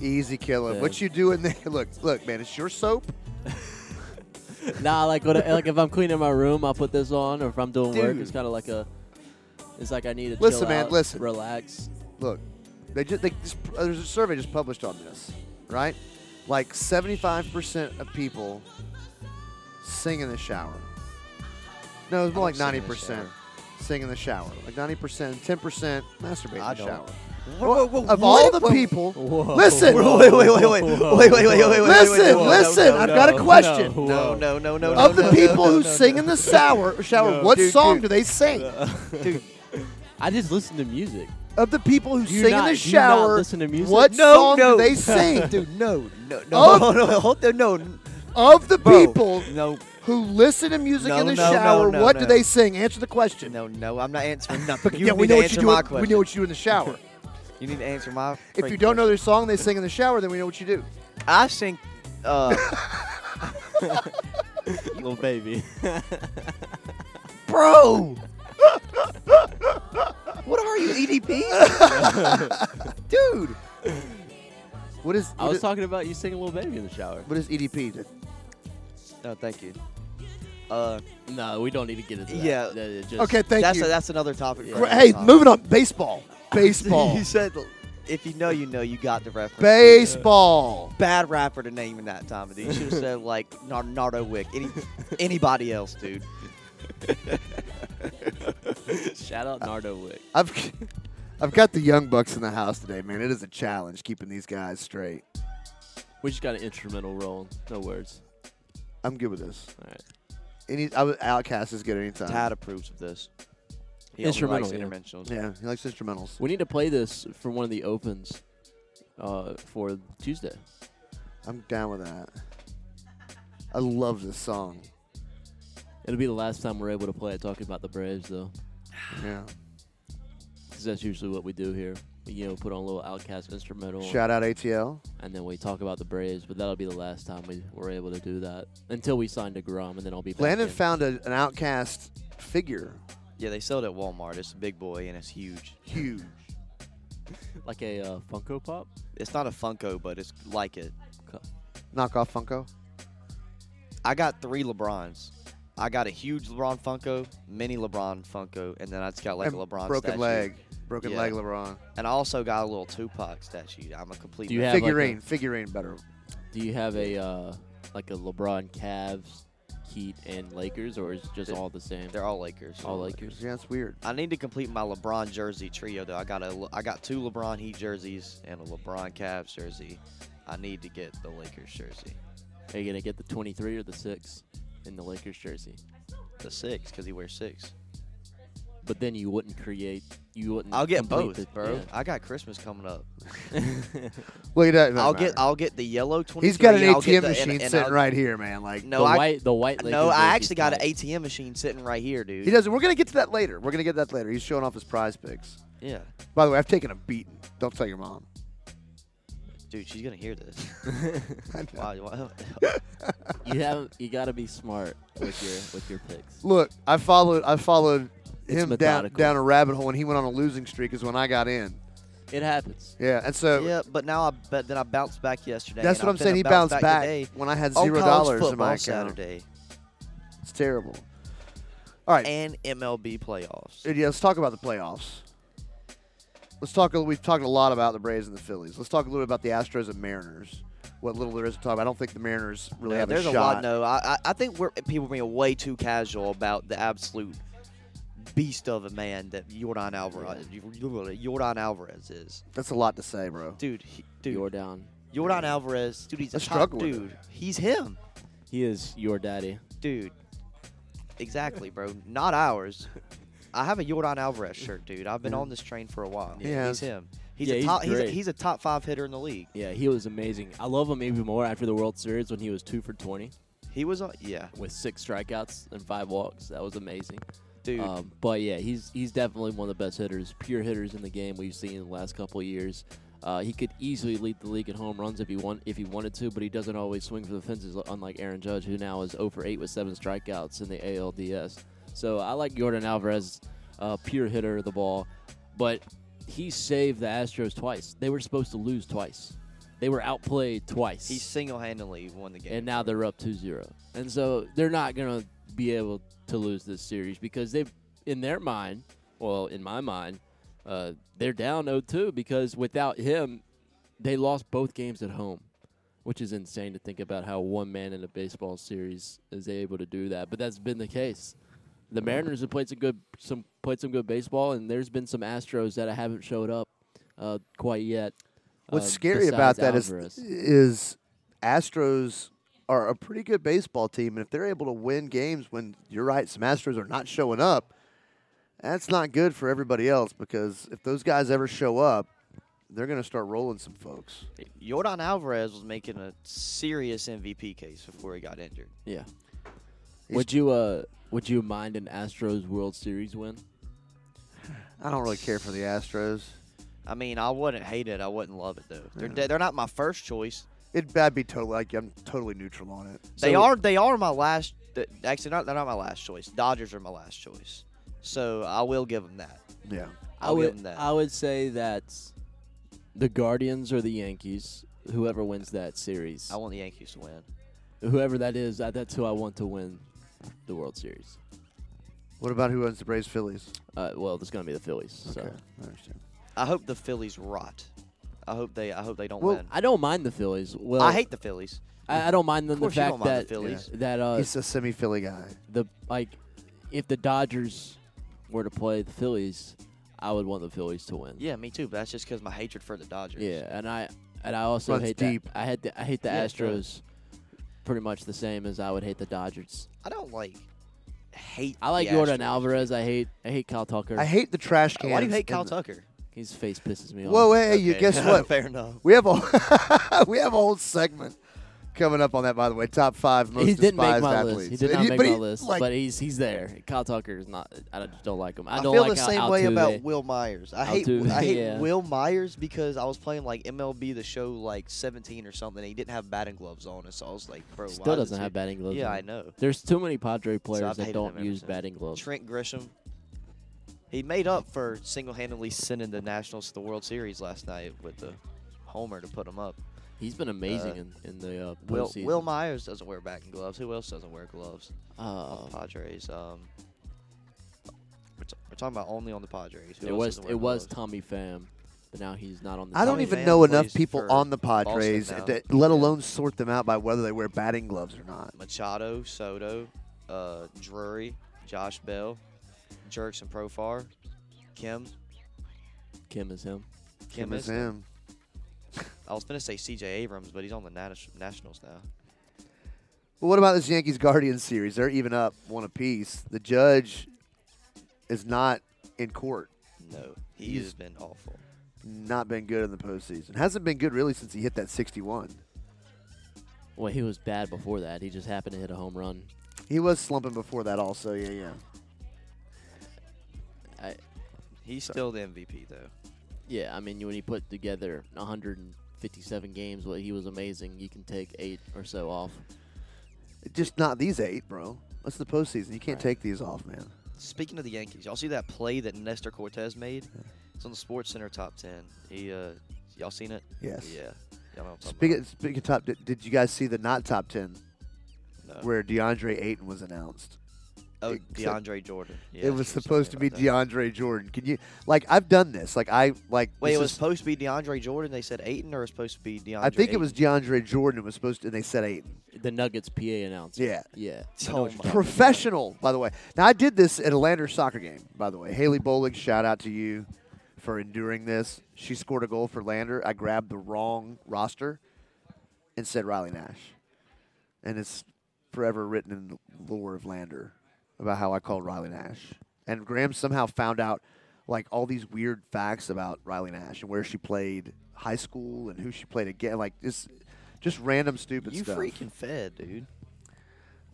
Easy killer. Yeah. What you doing there? *laughs* Look, look, man. It's your soap. nah, like what? like if I'm cleaning my room, I'll put this on, or if I'm doing work, it's Dude. kind of like a. It's like I need to Listen, chill man, out, listen. relax. Look, they just they just, uh, there's a survey just published on this, right? Like 75% of people sing in the shower. No, it's more like I don't sing in 90% the shower. sing in the shower. Like 90%, 10% masturbate I in the don't. shower. Whoa, whoa, Of what? all the Whoa. people, Whoa. listen, Whoa. Wait, wait, wait, wait, wait, wait, wait, wait, wait, wait. Listen, wait, wait, wait, listen, no, no, I've *laughs* got a no, question. no. No, no, no, no. of the no, no, people no, who no, sing no. in the *laughs* shower, shower, No. what Dude, song dude. do Uh, they sing? Dude, I just listen to music. Of the people who Do you sing not- in do the you not shower, listen to music? what No, song no. *laughs* do they sing? dude, no, no, no, Of- no, no, hold the no, n- of the bro, people No, who listen to music No, in the no, no, shower, no, what do no. they sing? Answer the question. no, no. I'm *laughs* not answering nothing. You yeah, need we to know what you answer do. my we question. know what you do in the shower. You need to answer my. if you freaking don't know question. their song they sing in the shower, then we know what you do. I sing. *laughs* Uh, Little baby. bro. *laughs* what are you, *laughs* E EDP? Dude, what is? I what was is- talking about you singing "Little Baby" in the *laughs* shower. What is E EDP? no, thank you. Uh, No, we don't need to get into that. Yeah. That- that just- Okay, thank that's you. a, that's another topic. for Gr- another hey, time. *laughs* moving on. Baseball. Baseball. you said if you know, you know. You got the reference. Baseball. Bad rapper to name in that time, dude. You should have said like Nar- Nardo Wick. *laughs* Any, anybody else, dude. Shout out Nardo Wick. I've *laughs* I've got the young bucks in the house today, man. It is a challenge keeping these guys straight. We just got an instrumental roll. No words. I'm good with this. All right. Any I was, Outcast is good anytime. Tad approves of this. He only Instrumental, likes yeah. interventionals. Yeah, he likes instrumentals. We need to play this for one of the opens uh, for Tuesday. I'm down with that. I love this song. It'll be the last time we're able to play it talking about the Braves, though, Yeah. because that's usually what we do here. We, you know, put on a little Outcast instrumental, Shout out ATL. and then we talk about the Braves. But that'll be the last time we were able to do that until we signed a Grom, and then I'll be back. Landon in. found a, an Outcast figure. Yeah, they sell it at Walmart. It's a big boy and it's huge. Huge. like a uh, Funko Pop. It's not a Funko, but it's like it. Knockoff Funko. I got three LeBrons. I got a huge LeBron Funko, mini LeBron Funko, and then I just got like And a LeBron broken statue. leg. Broken Yeah. leg LeBron. And I also got a little Tupac statue. I'm a complete. Do you mess. have like, a- Figurine. figurine better. Do you have a uh, like a LeBron Cavs, Heat, and Lakers, or is it just They're- all the same? They're all Lakers. all Lakers. Yeah, it's weird. I need to complete my LeBron jersey trio though. I got a Le- I got two LeBron Heat jerseys and a LeBron Cavs jersey. I need to get the Lakers jersey, Are you gonna get the 23 or the six in the Lakers jersey? the six, because he wears six. But then you wouldn't create. You wouldn't. I'll get complete both, the- bro. yeah. I got Christmas *laughs* coming up. *laughs* Look at that. I'll get I'll get the yellow twenty. He's got an I'll ATM get the- and- machine and I'll- sitting right here, man. Like No, the I white. The white. Lakers no, I jersey's actually got an tight. ATM machine sitting right here, dude. he doesn't. We're gonna get to that later. We're gonna get that later. He's showing off his prize picks. Yeah, By the way, I've taken a beating. Don't tell your mom. dude, she's gonna *laughs* hear this. Wow, wow. *laughs* You have. You gotta be smart with your with your picks. Look, I followed. I followed It's him down methodical. down a rabbit hole, and he went on a losing streak. Is when I got in. It happens. Yeah, and so yeah, but now I bet then I bounced back yesterday. that's and what I'm saying. finna He bounce bounced back, today when I had on zero college dollars in football my account. Saturday It's terrible. All right, and MLB playoffs. Yeah, let's talk about the playoffs. Let's talk. We've talked a lot about the Braves and the Phillies. Let's talk a little bit about the Astros and Mariners. What little there is to talk about. I don't think the Mariners really No, have there's a a, shot. lot. No, I I- I think we're people are being way too casual about the absolute beast of a man that Jordan Alvarez, Jordan Alvarez is. That's a lot to say, bro. Dude, he, dude, You're down. Jordan Alvarez, dude, he's a I top struggle with dude. He's him, He is your daddy. dude. Exactly, bro. Not ours. I have a Jordan Alvarez shirt, dude. I've been on this train for a while. He has. He's him. He's Yeah, a he's top. He's, a, great. he's a top five hitter in the league. Yeah, he was amazing. I love him even more after the World Series when he was two for 20 He was on. Yeah, with six strikeouts and five walks. That was amazing. dude. Um, but yeah, he's he's definitely one of the best hitters, pure hitters in the game we've seen in the last couple of years. Uh, he could easily lead the league in home runs if he want if he wanted to, but he doesn't always swing for the fences, unlike Aaron Judge, who now is 0 for 8 with seven strikeouts in the ALDS. So I like Jordan Alvarez, uh, pure hitter of the ball, but he saved the Astros twice. They were supposed to lose twice. They were outplayed twice he single-handedly won the game. and now they're up 2-0 and so they're not going to be able to lose this series because they've in their mind well in my mind uh, they're down 0-2 because without him they lost both games at home which is insane to think about how one man in a baseball series is able to do that but that's been the case the Mariners have played some good some played some good baseball and there's been some Astros that I haven't showed up uh, quite yet What's uh, scary about besides that is Alvarez. is Astros are a pretty good baseball team, and if they're able to win games when you're right, some Astros are not showing up, that's not good for everybody else because if those guys ever show up, they're going to start rolling some folks. Jordan Alvarez was making a serious MVP case before he got injured. Yeah. He's- would you uh would you mind an Astros World Series win? I don't really care for the Astros. I mean, I wouldn't hate it. I wouldn't love it though. They're they're not my first choice. It'd I'd be totally like I'm totally neutral on it. they So- are they are my last. th- Actually, not they're not my last choice. Dodgers are my last choice. So I will give them that. Yeah, I'll give would them that. I would say that the Guardians or the Yankees, whoever wins that series, I want the Yankees to win. whoever that is, that- that's who I want to win the World Series. What about who owns the Braves Phillies? Uh, well, it's gonna be the Phillies. Okay, So I understand. I hope the Phillies rot. I hope they I hope they don't Well, win. I don't mind the Phillies. Well, I hate the Phillies. I, I don't mind them. Of The course you fact don't mind the that Phillies. that uh, He's a semi Philly guy. the like if the Dodgers were to play the Phillies, I would want the Phillies to win. Yeah, me too. But that's just because my hatred for the Dodgers. Yeah, and I and I also Runs hate deep. That, I hate the, I hate the Yeah, it Astros pretty much the same as I would hate the Dodgers. I don't like hate. I like the Jordan Astros. Alvarez. I hate I hate Kyle Tucker. I hate the trash cans. Why do you hate Kyle and- Tucker? His face pisses me Whoa, off. hey, you *laughs* Okay. guess what? Fair enough. We have a *laughs* we have a whole segment coming up on that. By the way, top five most he didn't make despised my athletes. list. He did And not he- make but my he- list, like, but he's he's there. Kyle Tucker is not. I just don't like him. I I don't feel like the how same way Altuve- about Will Myers. I hate Altuve, I hate yeah. Will Myers because I was playing like MLB the show like 17 or something. and He didn't have batting gloves on, and so I was like, bro, why Still is doesn't this have dude- batting gloves. Yeah, on. I know. There's too many Padre I've players that hated him don't ever use since. batting gloves. Trent Grisham. He made up for single-handedly sending the Nationals to the World Series last night with the homer to put him up. He's been amazing Uh, in, in the uh, Will postseason. Will Myers doesn't wear batting gloves. Who else doesn't wear gloves? Uh, Padres. Um, we're, t- we're talking about only on the Padres. Who it else was doesn't wear it was gloves? Tommy Pham, but now he's not on the. I don't Tommy even Pham know enough plays people for on the Boston Padres, now. that, let Yeah. alone sort them out by whether they wear batting gloves or not. Machado, Soto, uh, Drury, Josh Bell, Jerks and Profar, Kim. e Kim is him. Kim, is is. him. I was gonna say C.J. Abrams, but he's on the Nat- Nationals now. But what about this Yankees Guardians series? They're even up one apiece. The judge is not in court. No, he He's- has been awful. Not been good in the postseason. Hasn't been good really since he hit that 61. Well, he was bad before that. He just happened to hit a home run. He was slumping before that also. Yeah, yeah. I, He's still the MVP though. yeah, I mean, when he put together 157 games, well, he was amazing. You can take eight or so off. Just not these eight, bro. That's the postseason. You can't take these off, man. Speaking of the Yankees, y'all see that play that Nestor Cortez made? It's on the Sports Center top ten. He, uh, y'all seen it? Yes. Yeah. Y'all know what I'm talking Speaking about. speaking of top, did, did you guys see the not top ten No. where DeAndre Ayton was announced? Oh, Except- DeAndre Jordan. Yeah, it was she was supposed to talking be about that. DeAndre Jordan. Can you like I've done this? Like I like Wait, this it was is- supposed to be DeAndre Jordan. They said Ayton, or it was supposed to be DeAndre. I think it was DeAndre Jordan. It was supposed to, and they said Ayton. The Nuggets PA announced. it. Yeah. yeah. Ayton? Oh my Professional, by the way. Now I did this at a Lander soccer game, by the way. Haley Bowling, shout out to you for enduring this. She scored a goal for Lander. I grabbed the wrong roster and said Riley Nash, and it's forever written in the lore of Lander about how I called Riley Nash. And Graham somehow found out like all these weird facts about Riley Nash and where she played high school and who she played again. Like just just random stupid You stuff. freaking fed, dude.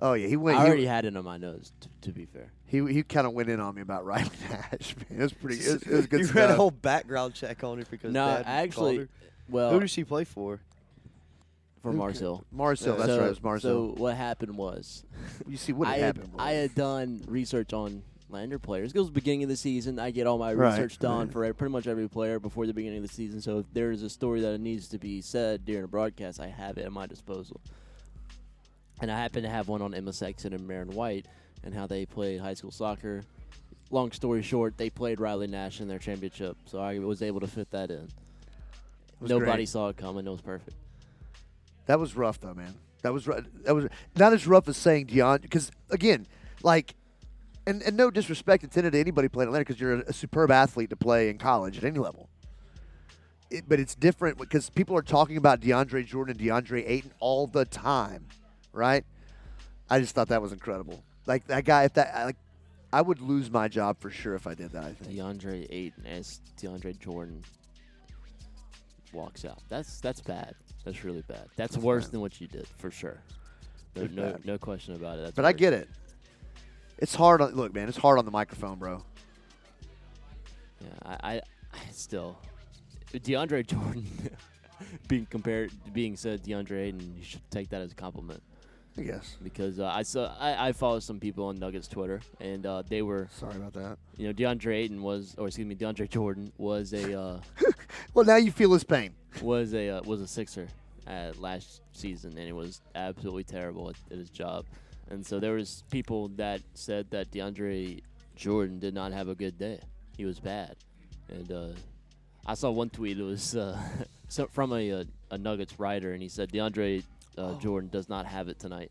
Oh yeah, he went. I already He, had it on my nose. T- to be fair, he, he kind of went in on me about *laughs* Riley Nash. Man, it was pretty. *laughs* It was, it was good *laughs* you stuff. ran a whole background check on her because no, Dad called actually, her. well, who does she play for? for Mars Hill. Mars Hill, Yeah. that's so, right. It was Mars Hill. So what happened was, You see what I had had, happened. I was- had done research on Lander players. It was the beginning of the season. I get all my Right, research done right. for e, pretty much every player before the beginning of the season. So if there is a story that needs to be said during a broadcast, I have it at my disposal. And I happen to have one on Emma Sexton and Marin White and how they played high school soccer. Long story short, they played Riley Nash in their championship, so I was able to fit that in. was Nobody great. saw it coming. It was perfect. That was rough though, man. That was ru- that was not as rough as saying Deion because again, like, and and no disrespect intended to anybody playing Atlanta because you're a, a superb athlete to play in college at any level. It, but it's different because people are talking about DeAndre Jordan and DeAndre Ayton all the time, right? I just thought that was incredible. Like that guy, if that I- like, I would lose my job for sure if I did that. I think. DeAndre Ayton as DeAndre Jordan walks out. That's that's bad. That's really bad. That's, worse bad. than what you did for sure. No, It's no, bad. no question about it. That's But I worse. get it. It's hard. On, look, man, it's hard on the microphone, bro. Yeah, I, I, I still DeAndre Jordan *laughs* being compared, being said DeAndre Ayton, you should take that as a compliment I guess. because uh, I saw I, I follow some people on Nuggets Twitter and uh, they were Sorry about that. you know DeAndre Ayton was or excuse me DeAndre Jordan was a uh, Well, now you feel his pain. was a uh, was a Sixer uh, last season, and it was absolutely terrible at, at his job. And so there was people that said that DeAndre Jordan did not have a good day. He was bad. And uh, I saw one tweet. It was uh, *laughs* so- from a, a a Nuggets writer, and he said DeAndre uh, Jordan does not have it tonight.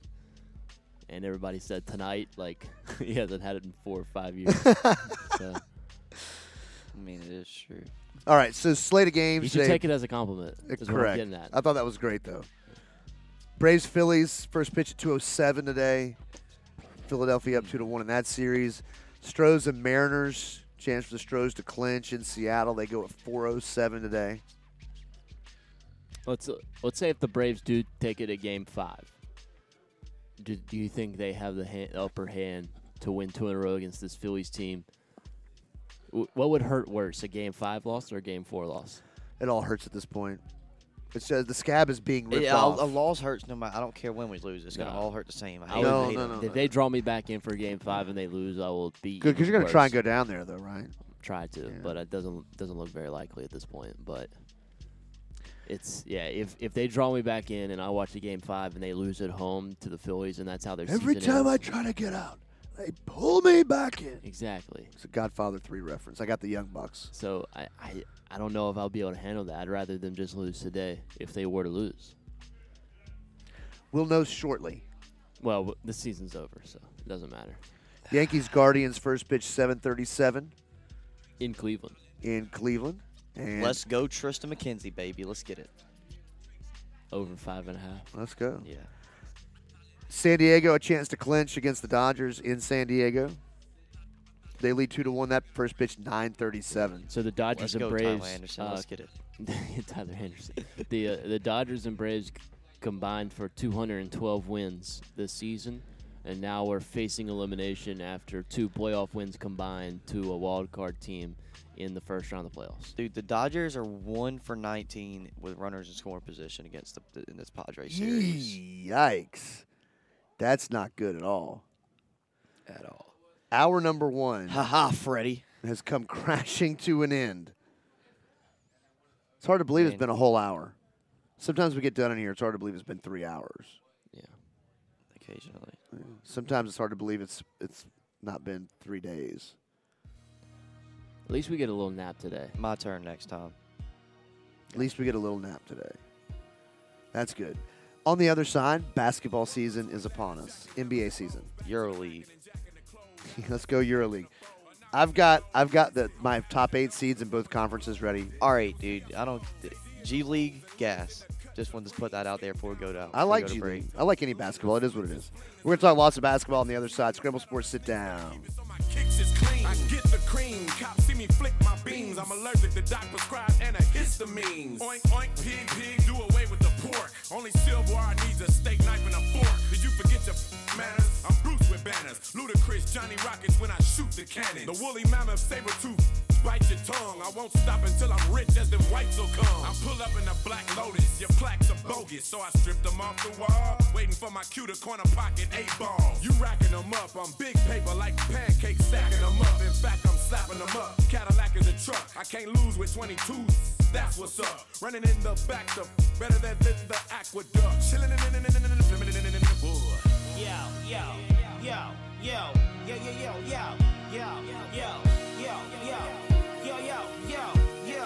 And everybody said tonight, like *laughs* he hasn't had it in four or five years. so I mean, it is true. All right, so slate of games. you should today- take it as a compliment. Uh, Is what I'm correct. getting at. I thought that was great though. Braves Phillies first pitch at 2:07 today. Philadelphia up two to one in that series. Stros and Mariners chance for the Stros to clinch in Seattle. They go at 4:07 today. Let's let's say if the Braves do take it at Game Five, do, do you think they have the hand, upper hand to win two in a row against this Phillies team? W- What would hurt worse, a Game Five loss or a Game Four loss? It all hurts at this point. It says the scab is being ripped Yeah, a, off. a loss hurts no matter. I don't care when we lose. It's gonna No. all hurt the same. I I hate would to No, hate no, it. no. If they draw me back in for Game Five and they lose, I will be Good, because you're gonna even try worse. and go down there though, right? try to, Yeah. but it doesn't doesn't look very likely at this point. But it's yeah, if if they draw me back in and I watch the Game Five and they lose at home to the Phillies and that's how their Every season time I ends- try to get out, they pull me back in. exactly. It's a Godfather three reference. I got the Young Bucks. So I, I I don't know if I'll be able to handle that. I'd rather them just lose today if they were to lose. We'll know shortly. Well, w- the season's over, so it doesn't matter. Yankees Guardians first pitch 7:37 In Cleveland, in Cleveland. And Let's go, Tristan McKenzie, baby. Let's get it. over five and a half. let's go. Yeah. San Diego a chance to clinch against the Dodgers in San Diego. They lead two to one. That first pitch 9:37. So the Dodgers Let's go, and Braves. Tyler Anderson. uh, Let's get it. *laughs* Tyler Anderson. the uh, the Dodgers and Braves c- combined for 212 wins this season, and now we're facing elimination after two playoff wins combined to a wild card team in the first round of the playoffs. Dude, the Dodgers are one for 19 with runners in scoring position against the, the in this Padres series Yikes, that's not good at all. at all. Our number one Haha, Freddie. has come *laughs* crashing to an end. It's hard to believe it's Man. been a whole hour. Sometimes we get done in here. It's hard to believe it's been three hours. Yeah. Occasionally. Sometimes it's hard to believe it's it's not been three days. At least we get a little nap today. My turn next time. At least we get a little nap today. That's good. On the other side, basketball season is upon us. NBA season. *laughs* EuroLeague. Let's go EuroLeague. I've got I've got the my top eight seeds in both conferences ready. All right, dude. I don't. G League gas. Just wanted to put that out there before we go down. I like G League. I like any basketball. It is what it is. We're gonna talk lots of basketball on the other side. Scramble Sports, sit down. on my kicks is clean. I get the cream. Cops see me flick my beams. I'm allergic to doc prescribed antihistamines. Oink, oink, pig, pig, do away with the pork. Only silverware needs a steak knife and a fork. Did you forget your manners? I'm Bruce with banners. Ludacris, Johnny Rockets when I shoot the cannon. The woolly mammoth saber tooth bite your tongue. I won't stop until I'm rich as them whites will come. I pull up in a black lotus, your plaques are bogus. So I strip them off the wall, waiting for my cue to corner pocket eight ball. You racking them up, I'm big paper like pancakes, stacking them up. In fact, I'm slapping them up. Cadillac is a truck, I can't lose with 22s. That's what's up. Running in the back, the better than the, the aqueduct. Chilling in in in in in in in in in in in yo, yo, yo, yo, yo, yo, yo, yo, yo, yo, yo, yo, yo, yo, yo, yo, yo,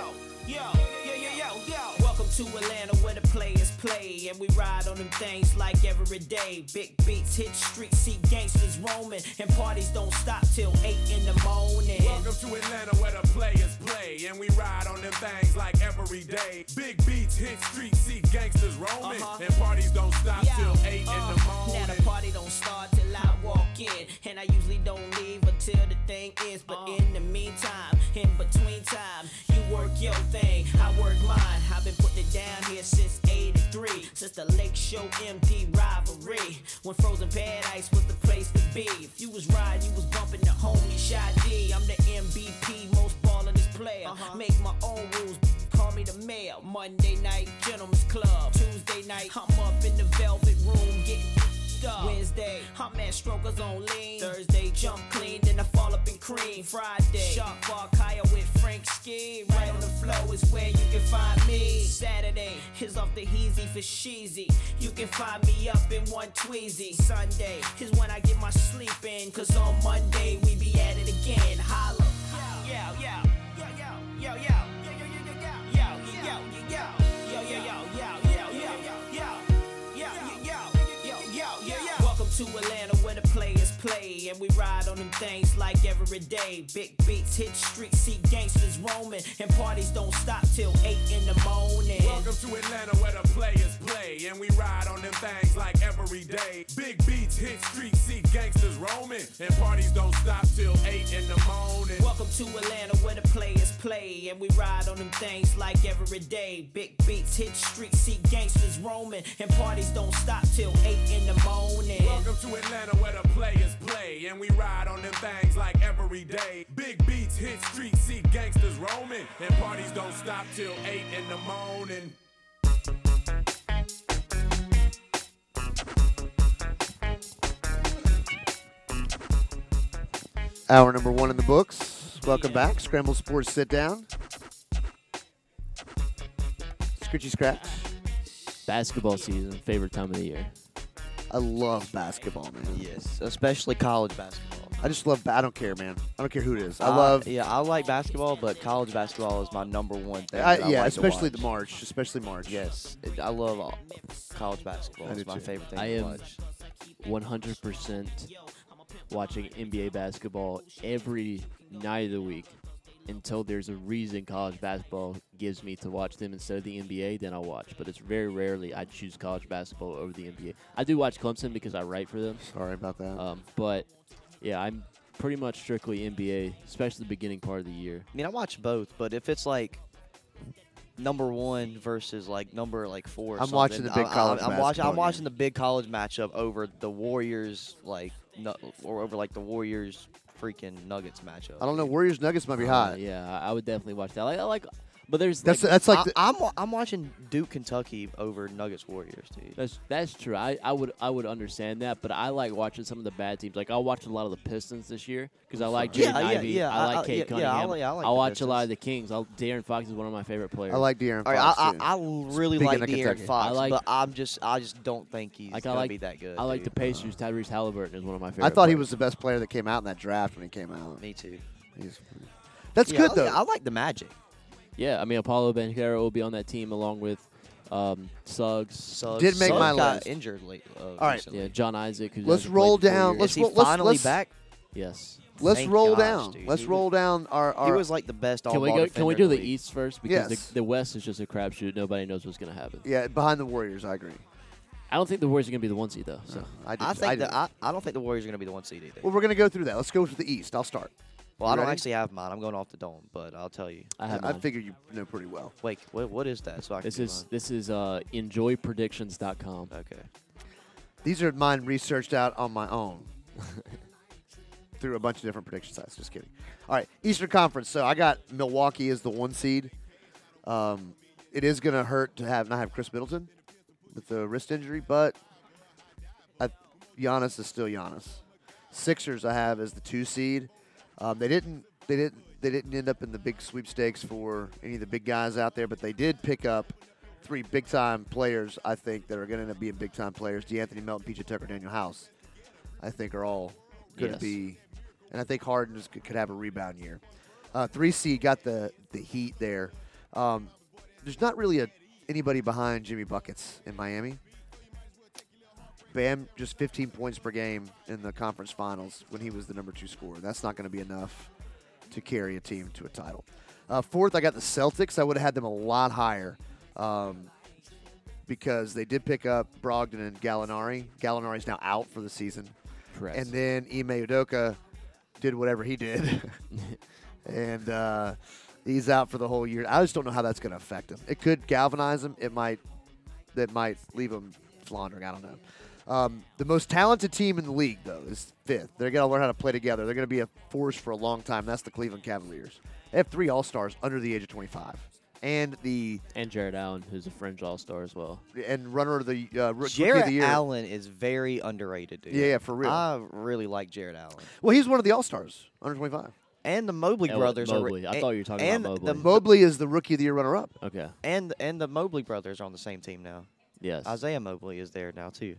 yo, yo, yo, yo. Welcome to Atlanta where the players play and we ride on them things like every day. Big beats hit streets, see gangsters roaming and parties don't stop till eight in the morning. Welcome to Atlanta where the players play and we ride on them things like every day. Big beats hit streets, see gangsters roaming Uh-huh. and parties don't stop Yeah, till eight uh, in the morning. Now the party don't start till I walk in, and I usually don't leave until the thing is. But in the meantime, in between time, you work your thing, I work mine. I've been putting it down here since '83, since the Lake Show MD rivalry, when Frozen Paradise was the place to be. If you was riding, you was bumping the homie Shot D. I'm the MVP, most ballin' player. Make my own rules call me the mayor. Monday night, gentlemen's club. Tuesday night, I'm up in the velvet room getting f***ed up. Wednesday, I'm at Strokers on lean. Thursday, jump clean, then I fall up in cream. Friday, shark bar kaya with Frank Ski. Right on the flow is where you can find me. Saturday, is off the heezy for sheezy. You can find me up in one tweezy. Sunday is when I get my sleep in. Cause on Monday, we be at it again. Holla. Yeah, yeah, yeah, yeah, yeah, yeah, yeah, yeah, yeah, yeah, yeah. Yo, yo, yo, yo, yo, yo, yo, yo, yo, yo, yo, yo, yo, yo, yo, yo. Welcome to Atlanta where the players play and we ride on them things like every day. Big beats hit streets, see gangsters roaming and parties don't stop till eight in the morning. Welcome to Atlanta where the players play and we ride on them things like every day. Big beats hit streets, see gangsters roaming and parties don't stop till eight in the morning. Welcome to Atlanta where the players play and we ride on them things like every day. Big beats hit streets, see gangsters roaming and parties don't stop till eight in the morning. Welcome to Atlanta where the players play and we ride on them things like every day. Big beats hit streets, see gangsters roaming and parties don't stop till eight in the morning. Hour number one in the books. Welcome back. Scramble Sports Sit Down. Scritchy Scratch. Basketball season, favorite time of the year. I love basketball, man. Yes, especially college basketball. I just love. ba- I don't care, man. I don't care who it is. I Uh, love. Yeah, I like basketball, but college basketball is my number one thing. I, that I yeah, like to especially the watch. March. Especially March. Yes, it- I love all, college basketball. I do It's my too. favorite thing I to am watch. 100% watching NBA basketball every night of the week until there's a reason college basketball gives me to watch them instead of the NBA, then I'll watch. But it's very rarely I choose college basketball over the NBA. I do watch Clemson because I write for them. Sorry about that. Uh, Um, but yeah, I'm pretty much strictly NBA, especially the beginning part of the year. I mean, I watch both, but if it's like number one versus like number like four, or I'm watching something, the big I- I- college I'm, watching. basketball I'm game. watching the big college matchup over the Warriors, like nu- or over like the Warriors freaking Nuggets matchup. I don't know. Warriors Nuggets might be Uh, hot. yeah, I I would definitely watch that. Like, I like, but there's That's like, that's like. the- I, am I'm watching Duke Kentucky over Nuggets Warriors, dude. That's that's true. I, I would I would understand that, but I like watching some of the bad teams. Like I watch a lot of the Pistons this year because I like Yeah, Jaden yeah, Ivey. yeah. I I- I- like Kate yeah, yeah, I Cunningham. like- I like the watch a lot Pistons. of the Kings. I'll, Darren Fox is one of my favorite players. I like De'Aaron All right, Fox. I, too. I, I really Speaking like of De'aaron Kentucky. Fox, I like- but I'm just I just don't think he's Like, I gonna like be that good. I like the dude. Pacers. Tyrese Halliburton is one of my favorite. I thought he players. was the best player that came out in that draft when he came out. Me too. He's- that's Yeah, good I- though. I like the Magic. Yeah, I mean Apollo Banchero will be on that team along with um, Suggs. Suggs, Did make Suggs my got list. injured late. Uh, All right. Yeah, John Isaac. Who Let's hasn't roll played in four down. years. Let's Is he roll- let's- finally let's- back? yes. let's Thank roll gosh, down. dude. Let's He roll was- down our. our He was like the best all Can we ball go? Can we defender do in the league. East first because Yes. the, the West is just a crapshoot. Nobody knows what's going to happen. yeah, behind the Warriors. I agree. I don't think the Warriors are going to be the one seed though. So I, did, I think did. that I, I don't think the Warriors are going to be the one seed either. Well, we're gonna go through that. Let's go to the East. I'll start. Well, You I don't ready? actually have mine. I'm going off the dome, but I'll tell you. I have I mine. figured you know pretty well. Wait, what, what is that? So I can This do is this is uh, enjoypredictions.com. mine. okay. These are mine researched out on my own *laughs* through a bunch of different prediction sites. Just kidding. All right, Eastern Conference. So I got Milwaukee as the one seed. Um, it is going to hurt to have not have Chris Middleton with the wrist injury, but I, Giannis is still Giannis. Sixers I have as the two seed. Um, they didn't they didn't they didn't end up in the big sweepstakes for any of the big guys out there, but they did pick up three big time players. I think that are going to end up being big time players: DeAnthony Melton, PJ Tucker, Daniel House. I think are all going to Yes. be, and I think Harden is, could have a rebound year. Uh, three seed got the the Heat there. Um, there's not really a anybody behind Jimmy buckets in Miami. Bam just 15 points per game in the conference finals when he was the number two scorer. That's not going to be enough to carry a team to a title. Uh, fourth, I got the Celtics. I would have had them a lot higher um, because they did pick up Brogdon and Gallinari. Gallinari's now out for the season. Correct. And then Ime Udoka did whatever he did, and uh, he's out for the whole year. I just don't know how that's going to affect him. It could galvanize him. It might. That might leave him floundering. I don't know. Um, the most talented team in the league, though, is fifth. They're going to learn how to play together. They're going to be a force for a long time. That's the Cleveland Cavaliers. They have three All Stars under the age of 25, and the and Jared Allen, who's a fringe all star as well. and runner of the uh, Rook- rookie of Jared the year. Allen is very underrated, dude. Yeah, yeah, for real. I really like Jared Allen. Well, he's one of the All Stars under 25. And the Mobley Elliot brothers Mobley. are. I thought you were talking about and Mobley. The, Mobley is the rookie of the year runner up. Okay. and and the Mobley brothers are on the same team now. Yes. Isaiah Mobley is there now too.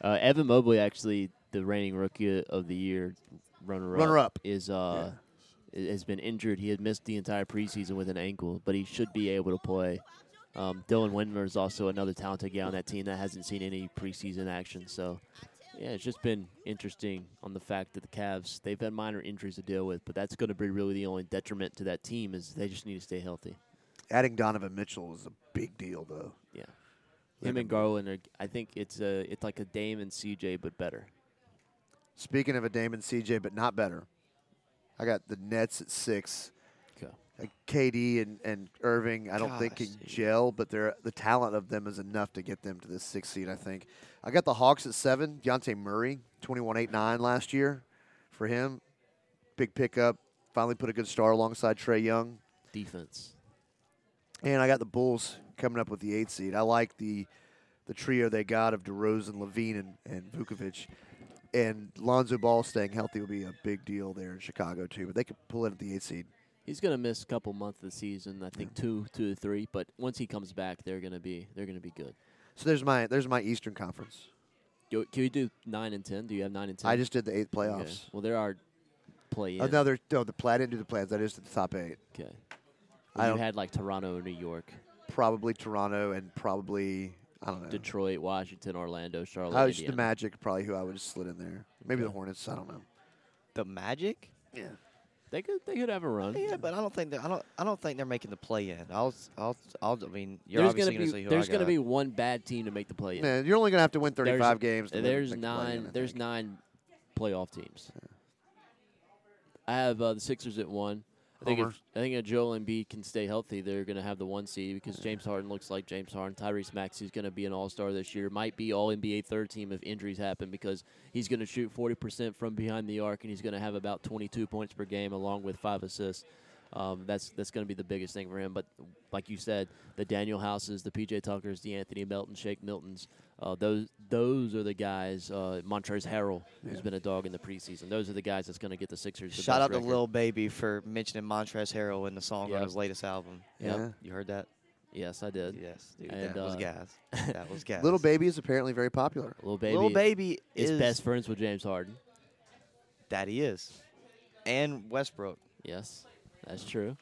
Uh, Evan Mobley, actually the reigning rookie of the year, runner up, Runner-up. is uh, i- has been injured. He had missed the entire preseason with an ankle, but he should be able to play. Um, Dylan Windler is also another talented guy on that team that hasn't seen any preseason action. So, yeah, it's just been interesting on the fact that the Cavs they've had minor injuries to deal with, but that's going to be really the only detriment to that team is they just need to stay healthy. adding Donovan Mitchell is a big deal, though. Yeah, him and Garland are. I think it's a it's like a Dame and CJ, but better. Speaking of a Damon CJ, but not better. I got the Nets at six. Okay. Like KD and, and Irving, I don't think can Gosh, dude. gel, but they're, the talent of them is enough to get them to this sixth seed, I think. I got the Hawks at seven. Deontay Murray, 21 8 9 last year for him. Big pickup. Finally put a good star alongside Trey Young. Defense. And I got the Bulls coming up with the eight seed. I like the the trio they got of DeRozan, Levine, and, and Vukovic. And Lonzo Ball staying healthy will be a big deal there in Chicago, too. But they could pull in at the eight seed. He's gonna miss a couple months of the season. I think two, two to three. But once he comes back, they're gonna be they're gonna be good. So there's my there's my Eastern Conference. Yo, can we do nine and ten? Do you have nine and ten? I just did the eighth Okay. playoffs. Well, there are play in. Another no, the play, I didn't do the plans. I just did the top eight. Okay. I Well, you don't- had like Toronto, New York, Probably Toronto and probably I don't know. Detroit, Washington, Orlando, Charlotte. I was the Indiana. Magic, probably who I would have slid in there. Maybe the Hornets. I don't know. The Magic? Yeah. They could they could have a run. Yeah, but I don't think they're, I don't I don't think they're making the play in. I'll s- I'll I'll I mean you're there's obviously gonna be see who there's I gonna got. be one bad team to make the play in. Man, you're only gonna have to win 35 there's, games. to There's make the play-in, nine. I There's think. nine playoff teams. I have uh, the Sixers at one. I think Homer. if, I think if Joel Embiid can stay healthy, they're going to have the one seed because James Harden looks like James Harden. Tyrese Maxey's going to be an All Star this year. Might be All NBA third team if injuries happen because he's going to shoot 40% from behind the arc and he's going to have about 22 points per game along with five assists. Um, that's that's going to be the biggest thing for him. But like you said, the Daniel Houses, the PJ Tuckers, the Anthony Melton, Shake Miltons, uh, those those are the guys. Uh, Montrezl Harrell, who's been a dog in the preseason, those are the guys that's going to get the Sixers. The Shout best out to record. Lil Baby for mentioning Montrezl Harrell in the song Yep. on his latest album. Yep. Yeah. You heard that? Yes, I did. Yes, dude. And, that was uh, gas. That *laughs* was gas. Little baby is apparently very popular. Little baby. Lil Baby is, is, best friends with James Harden. That he is. And Westbrook. Yes, that's true.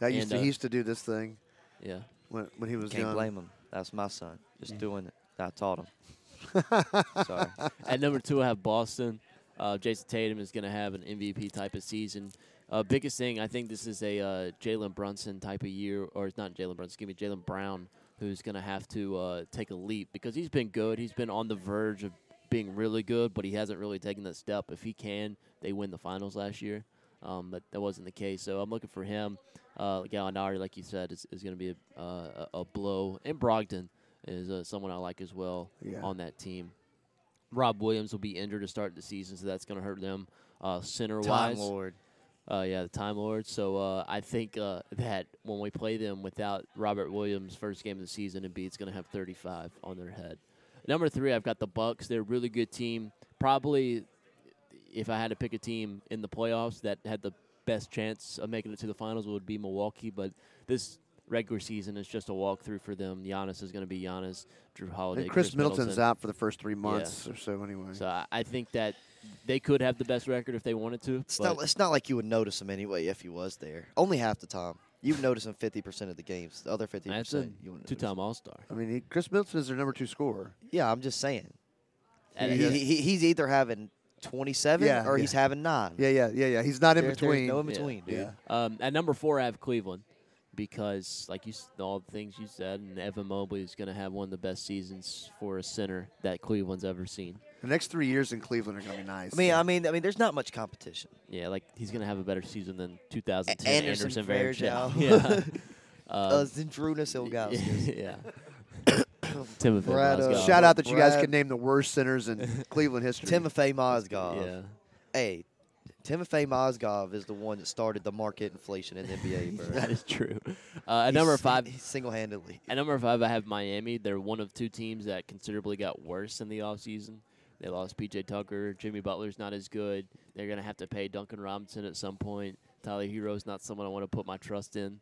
That used And, to, uh, he used to do this thing Yeah. when, when he was Can't young. blame him. That's my son. Just doing it. I taught *laughs* him. Sorry. At number two, I have Boston. Uh, Jason Tatum is going to have an MVP type of season. Uh, biggest thing, I think this is a uh, Jalen Brunson type of year, or it's not Jalen Brunson, excuse me, Jalen Brown, who's going to have to uh, take a leap because he's been good. He's been on the verge of being really good, but he hasn't really taken that step. If he can, they win the finals last year. um, but that wasn't the case. So I'm looking for him. Uh, Gallinari, like you said, is, is going to be a, uh, a a blow. And Brogdon is uh, someone I like as well Yeah. on that team. Rob Williams will be injured to start the season, so that's going to hurt them uh, center Time wise. Lord. Uh, yeah, the Time Lords. So uh, I think uh, that when we play them without Robert Williams, first game of the season, and beat's going to have 35 on their head. Number three, I've got the Bucks. They're a really good team. Probably, if I had to pick a team in the playoffs that had the best chance of making it to the finals, would be Milwaukee. But this regular season is just a walkthrough for them. Giannis is going to be Giannis. Drew Holiday. And Chris, Middleton's Middleton. out for the first three months or so anyway. So I, I think that they could have the best record if they wanted to. It's but- not, it's not like you would notice him anyway if he was there. Only half the time. You would notice him 50% of the games. The other 50%. That's a you wouldn't notice. two-time All-Star. I mean, he, Chris Middleton is their number two scorer. Yeah, I'm just saying. And He, I guess- he, he's either having 27 Yeah, or yeah. he's having 9. Yeah, yeah, yeah, yeah. He's not in There- there's between. no in Yeah. between, dude. yeah. Um, at number four, I have Cleveland because, like you, s- all the things you said, and Evan Mobley is going to have one of the best seasons for a center that Cleveland's ever seen. The next three years in Cleveland are gonna be nice. I mean, I mean, I mean, there's not much competition. Yeah, like he's going to have a better season than 2010 A- Anderson Varejao. *laughs* *laughs* Varejao. Yeah. Uh, Um, Zendrunas *laughs* *laughs* Ilgauskas. *coughs* yeah. Timothy. Brad, uh, Mozgov. Shout out that you guys Brad- can name the worst centers *laughs* in Cleveland history. Timofey Mozgov. Yeah. Hey, Timofey Mozgov is the one that started the market inflation in the NBA, bro. *laughs* That *laughs* is true. Uh, at number He's- five, he single-handedly. At number five, I have Miami. They're one of two teams that considerably got worse in the offseason. They lost PJ Tucker. Jimmy Butler's not as good. They're going to have to pay Duncan Robinson at some point. Tyler Hero's not someone I want to put my trust in.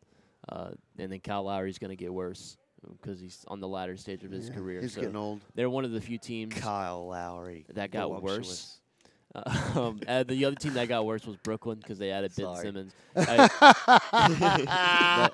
Uh, and then Kyle Lowry's going to get worse because he's on the latter stage of his Yeah, career. He's so getting old. They're one of the few teams. Kyle Lowry. That got voluptuous. um, uh, the other team that got worse was Brooklyn because they added Ben Sorry. *laughs* Simmons. I, But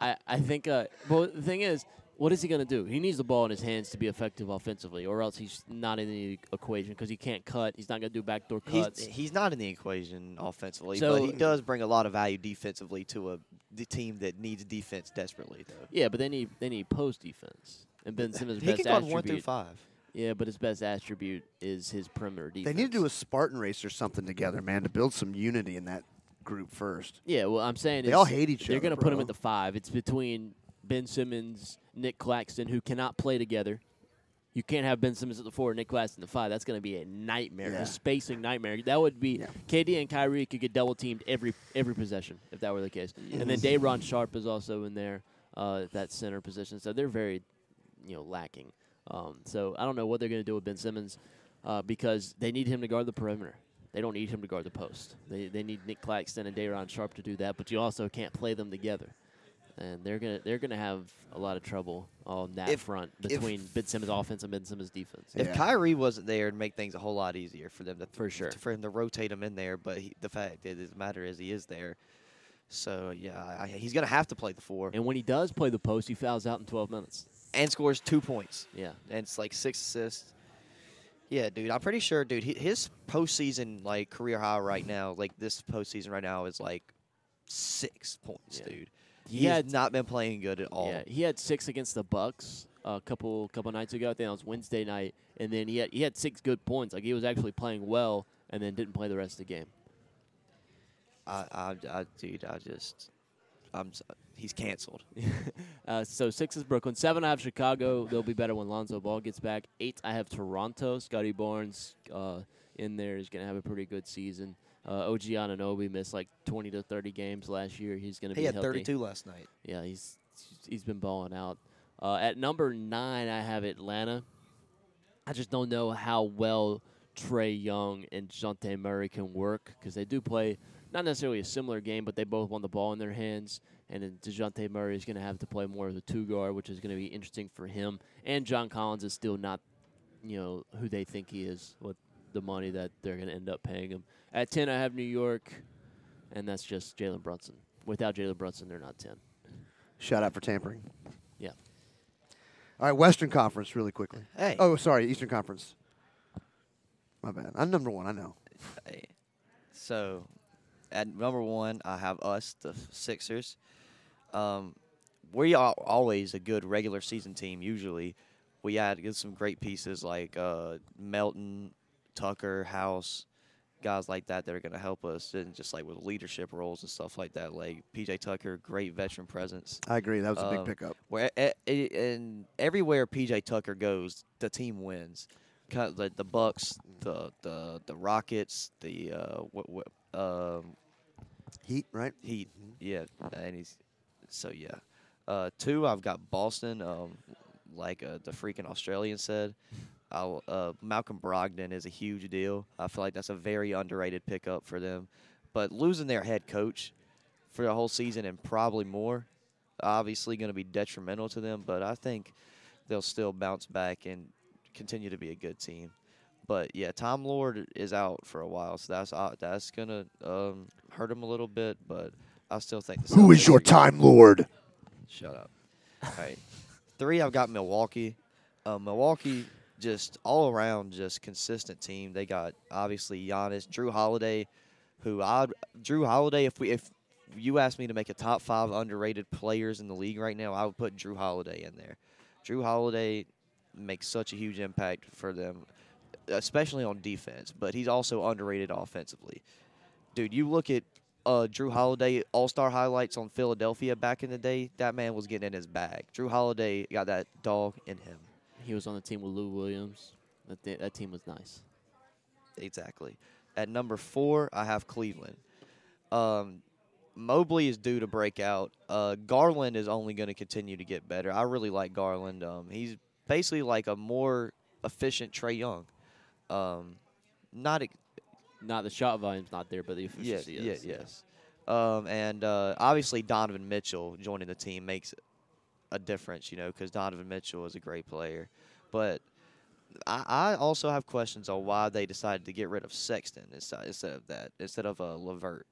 I, I think. Uh, well, the thing is, what is he going to do? He needs the ball in his hands to be effective offensively, or else he's not in the equation because he can't cut. He's not going to do backdoor cuts. He's, he's not in the equation offensively, but So- he does bring a lot of value defensively to a the team that needs defense desperately, though. yeah, but they need they need post defense. And Ben Simmons' He best can go on attribute. one through five. Yeah, but his best attribute is his perimeter They defense. need to do a Spartan race or something together, man, to build some unity in that group first. Yeah, well, I'm saying They is all hate each They're other, gonna put him bro. at the five. It's between Ben Simmons, Nick Claxton, who cannot play together. You can't have Ben Simmons at the four, Nick Claxton at the five. That's going to be a nightmare, Yeah. a spacing nightmare. That would be Yeah. KD and Kyrie could get double teamed every every possession if that were the case. And then Dayron Sharp is also in there uh, at that center position, so they're very you know lacking. Um, so I don't know what they're going to do with Ben Simmons uh, because they need him to guard the perimeter. They don't need him to guard the post. They, they need Nick Claxton and Dayron Sharp to do that, but you also can't play them together. And they're gonna they're gonna have a lot of trouble on that If- front if- between Ben Simmons offense and Ben Simmons defense. If Yeah. Kyrie wasn't there, it'd make things a whole lot easier for them to For sure. for him to rotate him in there. But he, the fact that the matter is, he is there. So yeah, I, he's gonna have to play the four and, And when he does play the post, he fouls out in 12 minutes. scores two points. Yeah. and it's like six assists. Yeah, dude, I'm pretty sure, dude. hi- His postseason like career high right now, like this postseason right now, is like six points, Yeah. dude. He He has had- not been playing good at all. Yeah, he had six against the Bucks a couple couple nights ago. I think that was Wednesday night, and then he had he had six good points. Like he was actually playing well, and then didn't play the rest of the game. I, I, I, dude, I just, I'm, s- he's canceled. Uh, so six is Brooklyn. Seven I have Chicago. They'll be better when Lonzo Ball gets back. Eight I have Toronto. Scotty Barnes uh, in there is going to have a pretty good season. Uh, OG Ananobi missed like 20 to 30 games last year. He's going to be He had healthy. 32 last night. Yeah, he's he's been balling out. Uh, at number nine, I have Atlanta. I just don't know how well Trey Young and Jante Murray can work because they do play not necessarily a similar game, but they both want the ball in their hands. And then DeJounte Murray is going to have to play more of the two guard, which is going to be interesting for him. And John Collins is still not, you know, who they think he is with the money that they're going to end up paying him. At 10, I have New York, and that's just Jalen Brunson. Without Jalen Brunson, they're not 10. Shout out for tampering. Yeah. All right, Western Conference, really quickly. Hey. Oh, sorry, Eastern Conference. My bad. I'm number one. I know. Hey, So, at number one, I have us, the Sixers. Um, we are always a good regular season team. Usually, we add get some great pieces like uh, Melton, Tucker, House, guys like that that are going to help us, and just like with leadership roles and stuff like that. Like PJ Tucker, great veteran presence. I agree. That was a big Um, pickup. Where e- e- and everywhere PJ Tucker goes, the team wins. Kind of like the Bucks, the the the Rockets, the uh, what, what, um, Heat, right? Heat. Yeah, and he's so yeah. Uh, two, I've got Boston. Um, like uh, the freaking Australian said, I'll, uh, Malcolm Brogdon is a huge deal. I feel like that's a very underrated pickup for them. But losing their head coach for the whole season and probably more, obviously going to be detrimental to them. But I think they'll still bounce back and continue to be a good team. But yeah, Tom Lord is out for a while, so that's uh, that's gonna um, hurt him a little bit. But I still think the Who Celtics is your are gonna- time lord? Shut up. All right. Three, I've got Milwaukee. Uh, Milwaukee, just all around, just consistent team. They got obviously Giannis, Drew Holiday, who I Drew Holiday. If we if you asked me to make a top five underrated players in the league right now, I would put Drew Holiday in there. Drew Holiday makes such a huge impact for them, especially on defense. But he's also underrated offensively dude, you look at uh, Drew Holiday All Star highlights on Philadelphia back in the day. That man was getting in his bag. Drew Holiday got that dog in him. He was on the team with Lou Williams. That, th- that team was nice. Exactly. At number four, I have Cleveland. Um, Mobley is due to break out. Uh, Garland is only going to continue to get better. I really like Garland. Um, he's basically like a more efficient Trey Young. Um, not ex- Not the shot volume's not there, but the Yes, efficiency yes, is. yeah. yes. Um, and uh, obviously Donovan Mitchell joining the team makes a difference, you know, because Donovan Mitchell is a great player. But I, I also have questions on why they decided to get rid of Sexton instead, instead of that, instead of uh, Levert.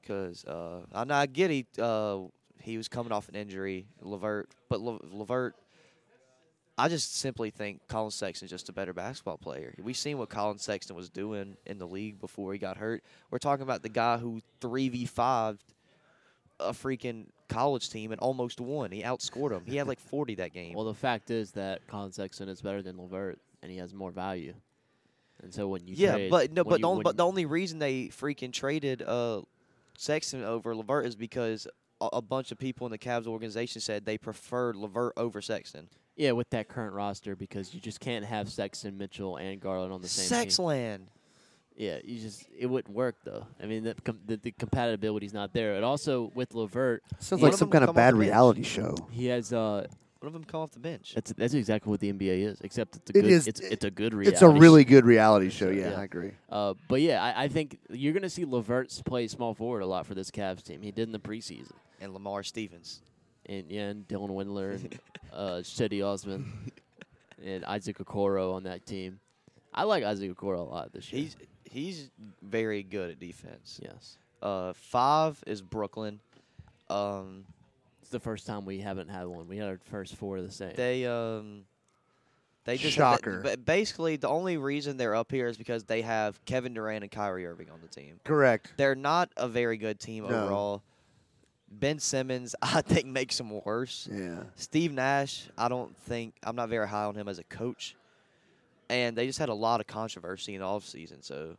Because uh, I know I get he uh, he was coming off an injury, Levert, but Le- Levert. I just simply think Colin Sexton's just a better basketball player. We've seen what Colin Sexton was doing in the league before he got hurt. We're talking about the guy who 3v5'd a freaking college team and almost won. He outscored him. He had like 40 that game. Well, the fact is that Colin Sexton is better than Levert, and he has more value. And so when you yeah, trade- but no, when but you- the, only, when- but the only reason they freaking traded uh, Sexton over Levert is because a, a bunch of people in the Cavs organization said they preferred Levert over Sexton. yeah, with that current roster, because you just can't have Sexton, Mitchell, and Garland on the same team. Sexland. Yeah, you just it wouldn't work though. I mean, the, com- the, the compatibility's not there. And also with Levert, Sounds One like of some them kind come of off bad the bench. reality show. he has uh, One of them come off the bench. that's that's exactly what the NBA is. Except it's a It good, is- it's it- it's a good reality. It's a really show. good reality show. Yeah, yeah. I agree. Uh, but yeah, I, I think you're gonna see Levert's play small forward a lot for this Cavs team. He did in the preseason, And Lamar Stevens. and yeah, and Dylan *laughs* Windler, and, uh, Shetty Osman, and Isaac Okoro on that team. I like Isaac Okoro a lot this year. He's he's very good at defense. yes, Uh, five is Brooklyn. Um, it's the first time we haven't had one. We had our first four of the same. they um, they just Shocker. But basically, the only reason they're up here is because they have Kevin Durant and Kyrie Irving on the team. Correct. They're not a very good No. team overall. Ben Simmons, *laughs* I think, makes them worse. Yeah. Steve Nash, I don't think I'm not very high on him as a coach. And they just had a lot of controversy in the offseason, so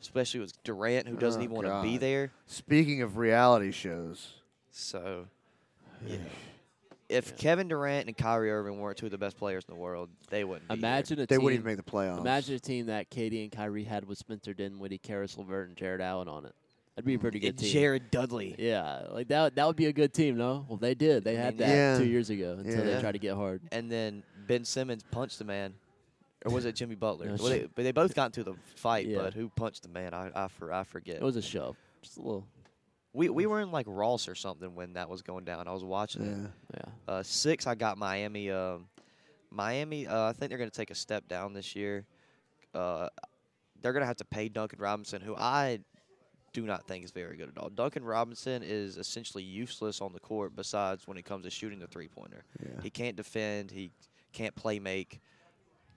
especially with Durant who doesn't Oh, even want to be God. there. Speaking of reality shows, *sighs* So yeah. If Kevin Durant and Kyrie Irving weren't two of the best players in the world, they wouldn't be here. Imagine a they team wouldn't even make the playoffs. Imagine a team that Katie and Kyrie had with Spencer Dinwiddie, Karis LeVert, and Jared Allen on it. That'd be a pretty good And team. Jared Dudley. Yeah, like that. That would be a good team, no? Well, they did. They had that mean, yeah. two years ago until Yeah. they tried to get hard. And then Ben Simmons punched the man. Or was it Jimmy Butler? No, Well, it's- they, but they both got into the fight, Yeah. but who punched the man? I, I, for, I forget. It was a shove, just a little. we, we were in like Ross or something when that was going down. I was watching it. Yeah. Yeah, Uh, six, I got Miami. Um, Miami, uh, I think they're going to take a step down this year. Uh, they're going to have to pay Duncan Robinson, who I do not think is very good at all. Duncan Robinson is essentially useless on the court besides when it comes to shooting the three pointer. Yeah. He can't defend, he can't play make.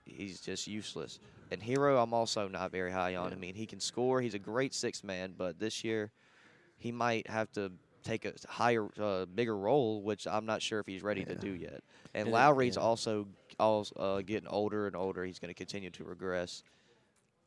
He's just useless. And Hero, I'm also not very high on. I mean, he can score. He's a great six man, but this year he might have to take a s- higher, uh, bigger role, which I'm not sure if he's ready to do yet. And And it- Lowry's yeah. also also uh, getting older and older. He's going to continue to regress.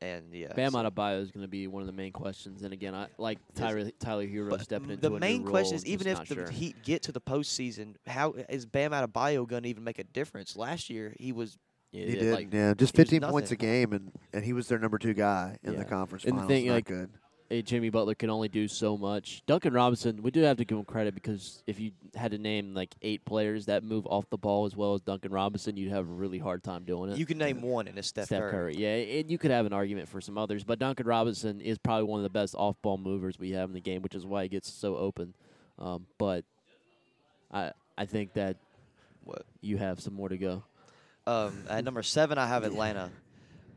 And yeah, Bam so- Adebayo is going to be one of the main questions. And again, I like Tyler, Tyler Hero But stepping into the a new main question role, is even just not if the sure. Heat get to the postseason, how is Bam Adebayo going to even make a difference? Last year he was Yeah, He yeah, did, like, yeah. Just he was 15 points a nothing. game, and, and he was their number two guy in Yeah. the conference And the finals. thing, Not like, good. eh, Jimmy Butler can only do so much. Duncan Robinson, we do have to give him credit because if you had to name like eight players that move off the ball as well as Duncan Robinson, you'd have a really hard time doing it. you can name one and it's Steph, Uh, Steph Curry. Yeah, and you could have an argument for some others, but Duncan Robinson is probably one of the best off-ball movers we have in the game, which is why he gets so open. Um, but I I think that What? you have some more to go. Um, at number seven, I have Atlanta.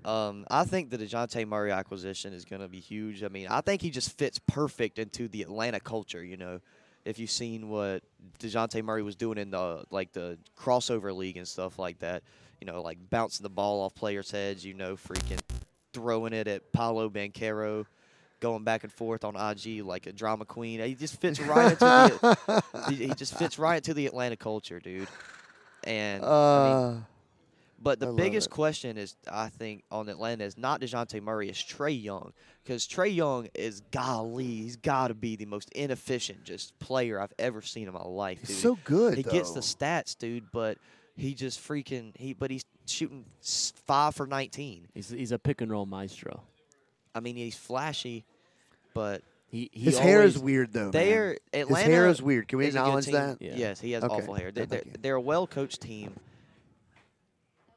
Um, I think the DeJounte Murray acquisition is going to be huge. I mean, I think he just fits perfect into the Atlanta culture, you know. If you've seen what DeJounte Murray was doing in the like the crossover league and stuff like that, you know, like bouncing the ball off players' heads, you know, freaking throwing it at Paolo Banquero, going back and forth on IG like a drama queen. He just fits right into the he, he just fits right into the Atlanta culture, dude. And I mean, Uh, but the I love biggest it. question is, I think, on Atlanta is not DeJounte Murray, it's Trey Young. Because Trey Young is, golly, he's got to be the most inefficient just player I've ever seen in my life, dude. he's so good. he gets the though. stats, dude, but he just freaking, he. but he's shooting s- 5 for 19. He's he's a pick and roll maestro. I mean, he's flashy, but He, he His hair is always- weird though. Oh, man. they're His Atlanta. hair is weird. Can we is a good acknowledge team. that? Yeah. Yes, he has Okay. awful hair. They're, Yeah, they're, thank you. they're a well coached team.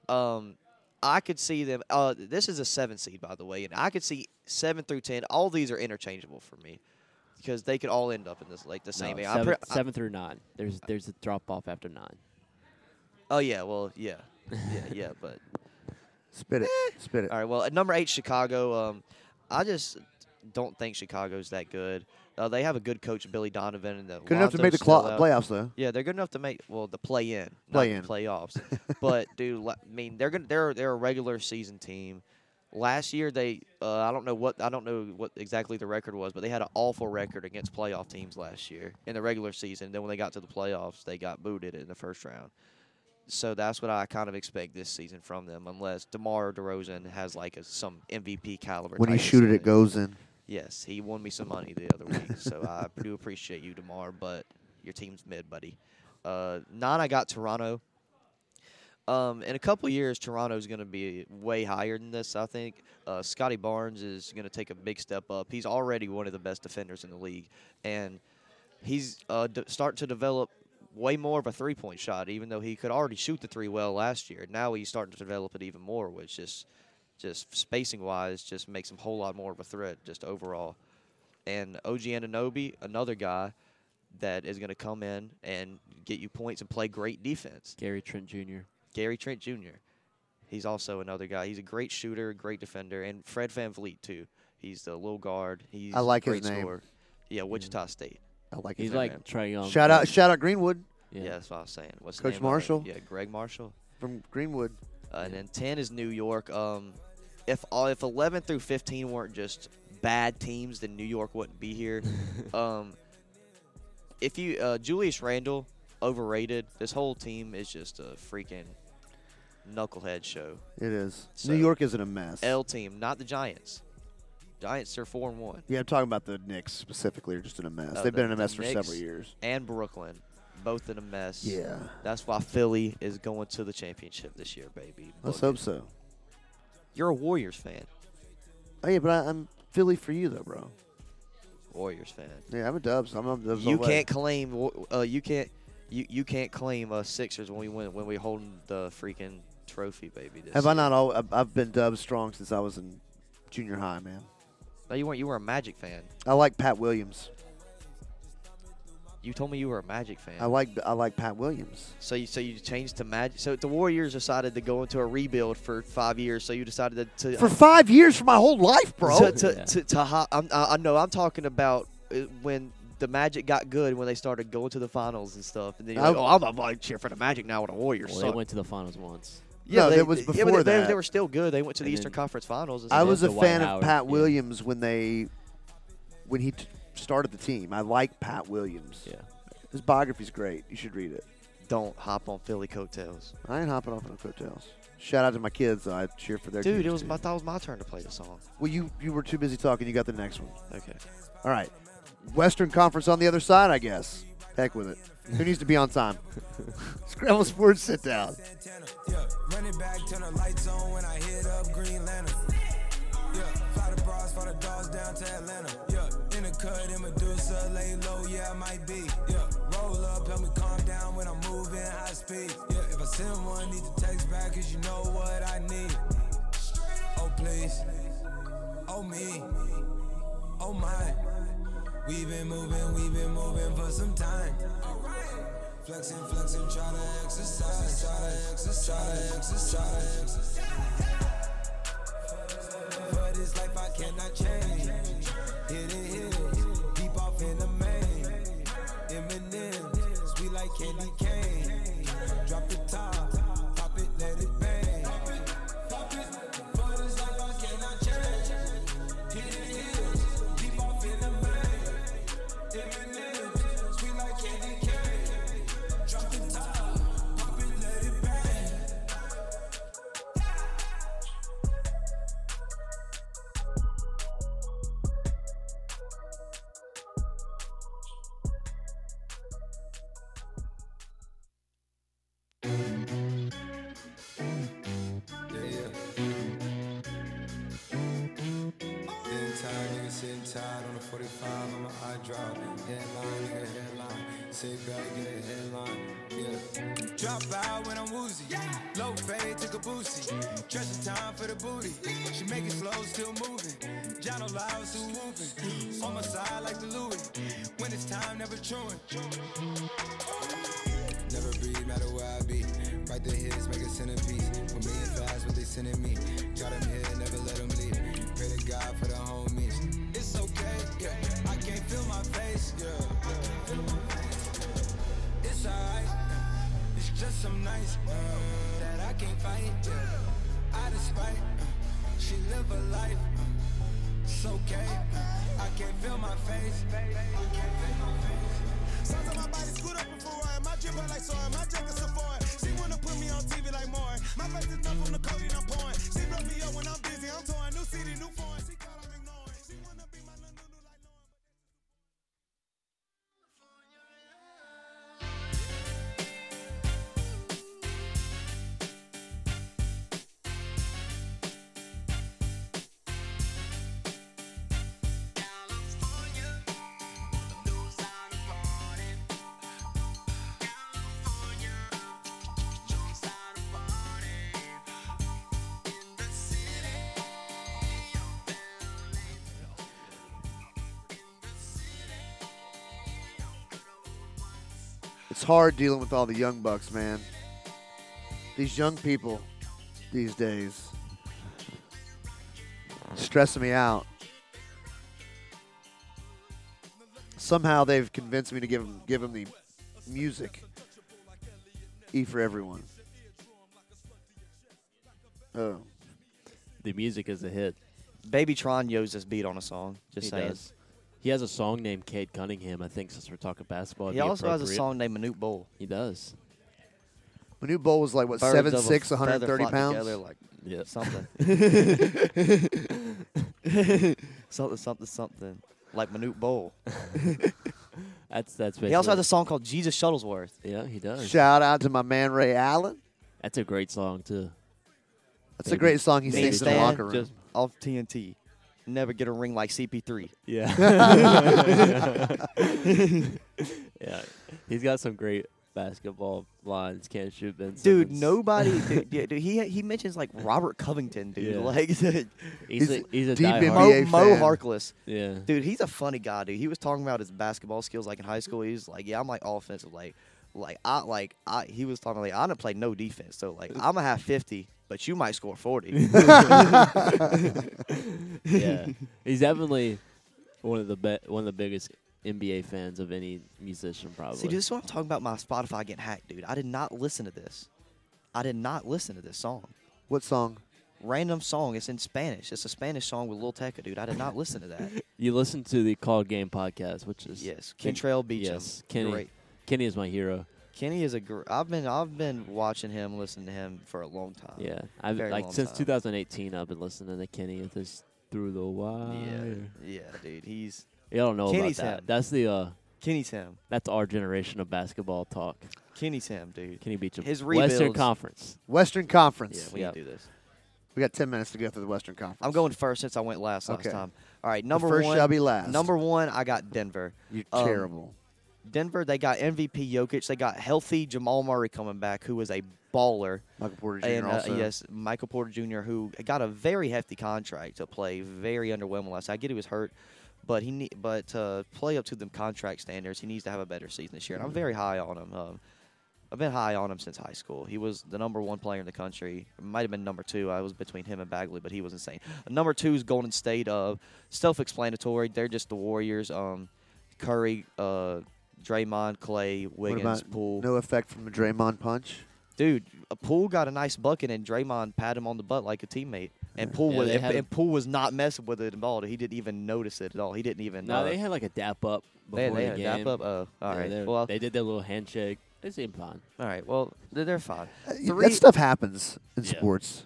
Um, I could see them. Uh, this is a seven seed, by the way, and I could see seven through ten. All these are interchangeable for me because they could all end up in this like the No, same. I'm seven, pre- I- seven through nine. There's there's a drop off after nine. oh yeah, well yeah, yeah, *laughs* yeah. But Spit it. Spit it. all right, well at number eight, Chicago. Um, I just don't think Chicago's that good. Uh, they have a good coach, Billy Donovan, and the Good enough to Lonzo's make the still cla- out. playoffs though. Yeah, they're good enough to make well the play in, Play play in. *laughs* in playoffs. but dude, la- I mean they're gonna they're they're a regular season team. Last year they uh, I don't know what I don't know what exactly the record was, but they had an awful record against playoff teams last year in the regular season. Then when they got to the playoffs, they got booted in the first round. So that's what I kind of expect this season from them, unless DeMar DeRozan has like a, some MVP caliber. When you type of shoot it, it season. goes in. Yes, he won me some money the other week, so I do appreciate you, Demar. But your team's mid, buddy. Uh, nine, I got Toronto. Um, in a couple years, Toronto's going to be way higher than this. I think uh, Scotty Barnes is going to take a big step up. He's already one of the best defenders in the league, and he's uh, d- starting to develop way more of a three-point shot. Even though he could already shoot the three well last year, now he's starting to develop it even more, which just just spacing wise, just makes him a whole lot more of a threat just overall. And OG Ananobi, another guy that is going to come in and get you points and play great defense. Gary Trent Jr. Gary Trent Jr. He's also another guy. He's a great shooter, great defender, and Fred Van Vliet too. He's the little guard. He's a like his great name. Scorer. Yeah, Wichita State. I like He's it. like Trey Young. shout out, shout out Greenwood Yeah. Yeah. that's what I was saying. What's his Coach name already? Marshall? Yeah, Greg Marshall. from Greenwood. Uh, and then 10 is New York. Um, if all, if 11 through 15 weren't just bad teams, then New York wouldn't *laughs* be here. um, if you uh, Julius Randle overrated, this whole team is just a freaking knucklehead show. It is. So- New York isn't a mess. L team, not the Giants. Giants are four and one, yeah, I'm talking about the Knicks specifically. Are just in a mess. Uh, They've been in the- a the mess for several Knicks. years. and Brooklyn, both in a mess. Yeah, That's why Philly is going to the championship this year, baby. let's Book hope so. it. You're a Warriors fan. Oh yeah, but I, I'm Philly for you though, bro. Warriors fan. Yeah, I'm a Dubs. I'm a Dubs. all you the way. can't claim w- uh, you can't you, you can't claim us Sixers when we win when we holding the freaking trophy, baby. This Have I year. not? All I've- I've been Dubs strong since I was in junior high, man. No, you weren't. You were a Magic fan. I like Pat Williams. You told me you were a Magic fan. I like I like Pat Williams. so you so you changed to Magic. So the Warriors decided to go into a rebuild for five years. So you decided to, to For five years, for my whole life, bro. To, to, Yeah. to, to ho- I'm, I I know I'm talking about uh, when the Magic got good when they started going to the finals and stuff. And then you're like, I- oh, I'm about to cheer for the Magic now with the Warriors. Well, they suck." went to the finals once. No, they- that was yeah, but before they, they- that. They were still good. They went to the And Eastern then- Conference Finals. and I stuff. was a Dwight fan of Howard, Pat yeah. Williams when they when he t- started the team. I like Pat Williams. Yeah. His biography's great. You should read it. don't hop on Philly coattails. I ain't hopping off no coattails. Shout out to my kids. though. I cheer for their Dude, teams, it was too. my thought it was my turn to play the song. Well, you you were too busy talking. You got the next one. Okay. All right. Western Conference on the other side, I guess. Heck with it. Who needs to be on *laughs* time? Scramble Sports sit down. Santana. Yeah, run it back, turn the lights on when I hit up Green Lantern. Yeah, fly the bras, fly the dogs down to Atlanta. Yeah, in the cut, in Medusa, lay low, yeah, I might be. Yeah, roll up, help me calm down when I'm moving high speed. Yeah, if I send one, need to text back, cause you know what I need. Oh, please. Oh, me. Oh, my. We've been moving, we've been moving for some time. Flexing, flexing, try to exercise, try to exercise, try to exercise. But it's life I cannot change. Hit it, hit it, deep off in the main. Eminem, sweet like candy cane. Drop the top, pop it, let it bang. Pop it, but it's life I cannot change. Hit it, hit it, deep off in the main. Eminem, sweet like candy cane. Drop the top, pop it, let it bang. Getting tired, nigga, sitting tired on the 45 on my eye drop. Headline, nigga, headline. Sit back, get a headline. Yeah. Drop out when I'm woozy. Low fade, took a boosie. Dressing time for the booty. She make it slow, still moving. John O'Loud, still whooping. On my side like the Louis. When it's time, never chewing. Never breathe, matter where I be. Write the hits, make a centerpiece. For me and fast, what they sending me. Got 'em here, never let 'em leave. Pray to God for the homies. It's okay, yeah. I can't feel my face, yeah. I can't feel my face. It's alright. It's just some nights uh, that I can't fight. Yeah. Out of spite, uh, she live a life. uh, it's okay. uh, I can't feel my face. I can't feel my face. Sometimes my body screwed up before I my drip out like soy, my jacket Sephora. She wanna put me on TV like more. My face is not from the codeine I'm pouring. She blow me up when I'm busy, I'm touring. New city, new foreign. She caught I'm ignoring. She wanna be my new, new, new like Lauren. It's hard dealing with all the young bucks, man. These young people these days stressing me out. Somehow they've convinced me to give them, give them the music. E for everyone. Oh, The music is a hit. Baby Tron yos this beat on a song. Just he saying. does. He has a song named Cade Cunningham, I think, since we're talking basketball. it'd He be also has a appropriate. song named Manute Bowl. He does. Manu Bowl was like what Birds seven of a six, feather 130 flock pounds. Together like *laughs* Yeah. something. *laughs* something, something, something. Like Manute Bowl. That's that's basically. He also has a song called Jesus Shuttlesworth. yeah, he does. Shout out to my man Ray Allen. That's a great song too. That's a Maybe- great song he maybe sings in the Stan locker room. just- Off TNT. Never get a ring like CP3. *laughs* Yeah. *laughs* yeah. He's got some great basketball lines. Can't shoot Ben Dude, Simmons. *laughs* nobody. dude, yeah, dude, he he mentions like Robert Covington, dude. Yeah. Like *laughs* dude, He's, he's a he's a deep in diehard. NBA Mo, Mo fan. Harkless, *laughs* Yeah. dude. He's a funny guy, dude. He was talking about his basketball skills like in high school. He was like, yeah, I'm like offensive, like like I like I. He was talking like I don't play no defense, so like I'm gonna have 50, but you might score 40. yeah, he's definitely one of the be- one of the biggest NBA fans of any musician, probably. See, dude, this is what I'm talking about. My Spotify getting hacked, dude. I did not listen to this. I did not listen to this song. What song? Random song. It's in Spanish. It's a Spanish song with Lil Tecca, dude. I did not listen to that. you listen to the Called Game podcast, which is yes, Kentrell Beachum. Yes, Kenny. Great. Kenny is my hero. Kenny is a. Gr- I've been I've been watching him, listening to him for a long time. Yeah, I've very like long since time. 2018, I've been listening to Kenny with this through the wire. Yeah, yeah, dude. He's Y'all don't know Kenny's about that. him. That's the uh, Kenny's him. that's our generation of basketball talk. Kenny's him, dude. Kenny Beecham. His Western rebuilds. Conference. Western Yeah, Conference. we Yep. can do this. we got 10 minutes to go through the Western Conference. I'm going first since I went last Okay. last time. All right, number first one. shall be last. Number one, I got Denver. You're Um, terrible. Denver, they got MVP Jokic. They got healthy Jamal Murray coming back, who was a baller. Michael Porter Jr. And uh, also. yes, Michael Porter Jr., who got a very hefty contract to play, very underwhelming last. I get he was hurt, but he need, but to play up to them contract standards, he needs to have a better season this year. And I'm very high on him. Um, I've been high on him since high school. He was the number one player in the country. Might have been number two. I was between him and Bagley, but he was insane. Number two is Golden State. Uh, self-explanatory. They're just the Warriors. Um, Curry, uh, Draymond, Clay, What Wiggins, about Poole. no effect from the Draymond punch? Dude, uh, Poole got a nice bucket, and Draymond pat him on the butt like a teammate. And Poole Yeah, was they and, had and Poole was not messing with it at all. He didn't even notice it at all. He didn't even. No, uh, they had like a dap up before they, they the had a game. dap up. Oh, all Yeah, right. they- Well, they did their little handshake. They seemed fine. *laughs* all right. Well, they're, they're fine. Uh, y- Three- That stuff happens in Yeah. sports.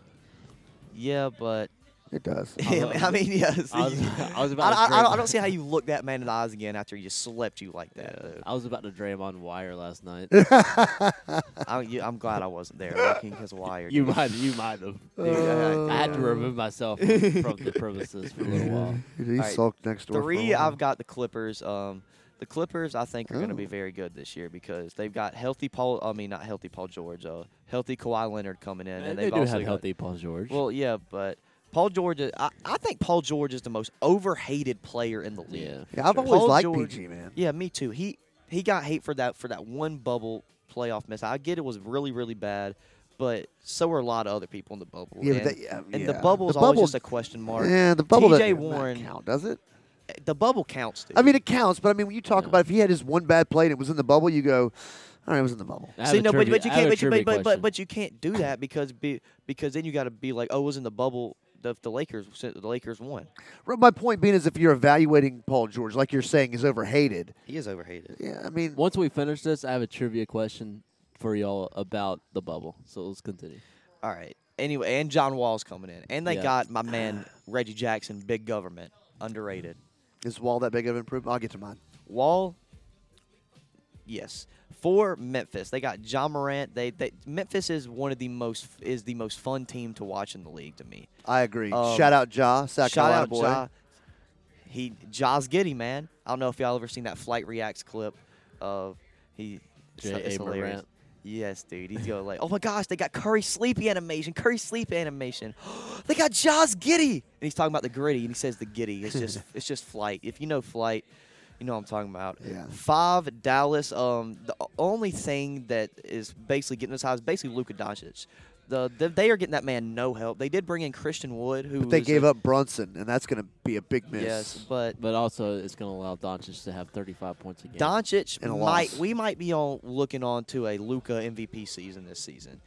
Yeah, but It does. *laughs* I mean, I mean, *laughs* yes. I was, you- I was about. I, to I, I don't, I Draymond- don't see how you look that man in the eyes again after he just slept you like that. Yeah, though. I was about to Draymond Wire last *laughs* night. I, you, I'm glad I *laughs* wasn't there looking his wire. you might, you might *laughs* have. dude. I had to Yeah. remove myself from the premises for a little *laughs* while. he Alright, sulked next door. for a Three, while. I've got the Clippers. Um, the Clippers, I think, are going to be Oh. Ooh. very good this year because they've got healthy Paul. I mean, not healthy Paul George. Uh, healthy Kawhi Leonard coming in, and they they've do also have got- healthy Paul George. Well, yeah, but Paul George. Is, I, I think Paul George is the most overhated player in the league. Yeah. Yeah, I've Sure. always Paul liked George- PG, man. Yeah, me too. He he got hate for that for that one bubble playoff miss. I get it was really really bad, but so were a lot of other people in the bubble. Yeah, but and, that- yeah, and yeah. the bubble The is always bubble- just a question mark. Yeah, the bubble T.J. doesn't Warren- count, does it? The bubble counts. Dude. I mean, it counts, but I mean, when you talk Yeah. about if he had his one bad play and it was in the bubble, you go, all right, it was in the bubble. I have See, a no, but, trivia- but you I have can't, a but, you- trivia but, but, but, question. but you can't do that because be, because then you got to be like, oh, it was in the bubble. The, the Lakers, the Lakers won. Right, My point being is if you're evaluating Paul George, like you're saying, is overhated. He is overhated. Yeah, I mean, Once we finish this, I have a trivia question for y'all about the bubble. So let's continue. All right. Anyway, and John Wall's coming in, and they Yeah. got my man Reggie Jackson, big government, underrated. is Wall that big of an improvement? I'll get to mine. Wall, yes. For Memphis, they got John Morant. They, they Memphis is one of the most is the most fun team to watch in the league to me. I agree. Um, shout out Ja, South Shout Carolina out boy. Ja. He Ja's giddy man. I don't know if y'all ever seen that Flight Reacts clip of he. It's, J.A. it's hilarious. Morant. Yes, dude. He's going like, oh my gosh, they got Curry sleepy animation, Curry sleep animation. *gasps* they got Jaws giddy, and he's talking about the gritty, and he says the giddy. *laughs* It's just it's just flight. If you know flight, you know what I'm talking about. Yeah. Five Dallas. Um, the o- only thing that is basically getting us high is basically Luka Doncic. The, the, they are getting that man no help. They did bring in Christian Wood, who But they was gave a- up Brunson, and that's going to be a big miss. Yes, but But also, it's going to allow Doncic to have 35 points a game. Doncic And a might loss. we might be on looking on to a Luca MVP season this season.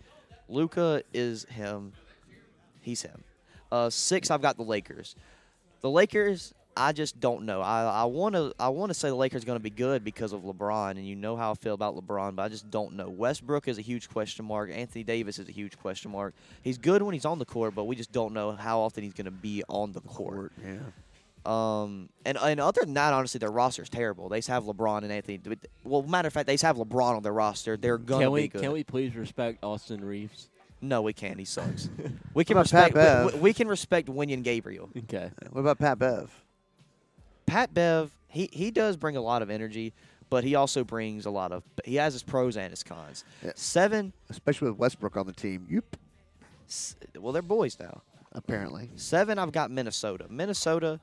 Luca is him. He's him. Uh, six, I've got the Lakers. The Lakers, I just don't know. I, I wanna I wanna say the Lakers gonna be good because of LeBron, and you know how I feel about LeBron, but I just don't know. Westbrook is a huge question mark. Anthony Davis is a huge question mark. He's good when he's on the court, but we just don't know how often he's gonna be on the Court, court. yeah. Um, and, and other than that, honestly, their roster's terrible. They just have LeBron and Anthony. but- Well, matter of fact, they just have LeBron on their roster. They're gonna Can be we good. can we please respect Austin Reeves? No, we can't. *laughs* He sucks. we can about Pat respect. We, Bev? we- we can respect Winion Gabriel. Okay. What about Pat Bev? Pat Bev. He he does bring a lot of energy, but he also brings a lot of. He has his pros and his cons. Yeah. Seven. Especially with Westbrook on the team. Yep. s- Well, they're boys now. Apparently. Seven, I've got Minnesota. Minnesota,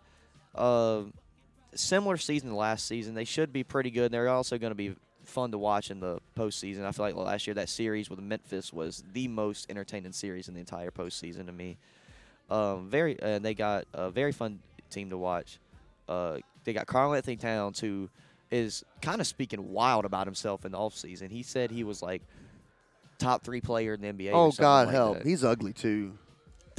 uh, similar season to last season. They should be pretty good. They're also going to be fun to watch in the postseason. I feel like last year that series with Memphis was the most entertaining series in the entire postseason to me. Um, very, and they got a very fun team to watch. Uh, they got Carl Anthony Towns, who is kind of speaking wild about himself in the offseason. He said he was like top three player in the NBA. or Oh, something God like help. that. He's ugly, too.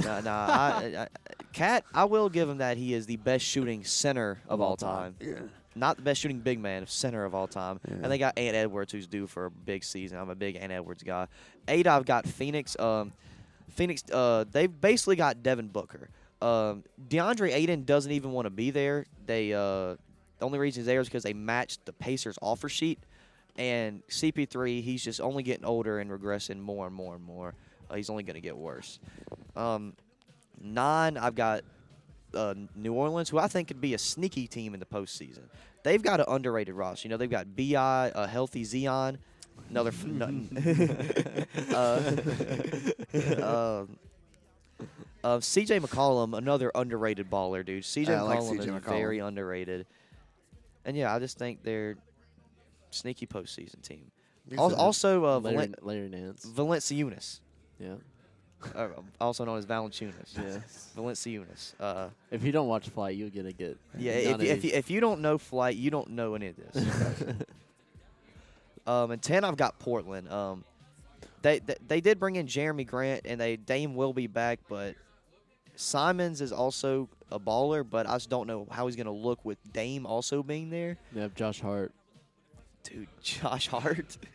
Nah, nah. I, I, I, Cat, I will give him that he is the best shooting center of all time. Yeah. not the best shooting big man, center of all time. Yeah. And they got Ant Edwards, who's due for a big season. I'm a big Ant Edwards guy. Eight, I've got Phoenix. Um, Phoenix, uh, they've basically got Devin Booker. Um, DeAndre Aiden doesn't even want to be there. They uh, the only reason he's there is because they matched the Pacers' offer sheet. And CP3, he's just only getting older and regressing more and more and more. Uh, he's only going to get worse. Um, nine, I've got uh, New Orleans, who I think could be a sneaky team in the postseason. They've got an underrated roster. You know, they've got Bi, a healthy Zion, another. F- n- *laughs* uh, *laughs* um, uh, CJ McCollum, another underrated baller, dude. CJ I like McCollum CJ is McCollum. very underrated. And yeah, I just think they're sneaky postseason team. Yes, Al- it is. Also, uh, Larry, Valen- Larry Nance. Valenciunas, *laughs* Yeah. uh, also known as Valanciunas. Yes. Valenciunas. Uh, If you don't watch Flight, you're gonna get Yeah, if, none of if, you, these. if you don't know flight, you don't know any of this. *laughs* um, and ten, I've got Portland. Um, they, they they did bring in Jeremy Grant, and they Dame will be back, but Simons is also a baller, but I just don't know how he's gonna look with Dame also being there. They have Josh Hart. Dude, *laughs* Josh Hart. *laughs*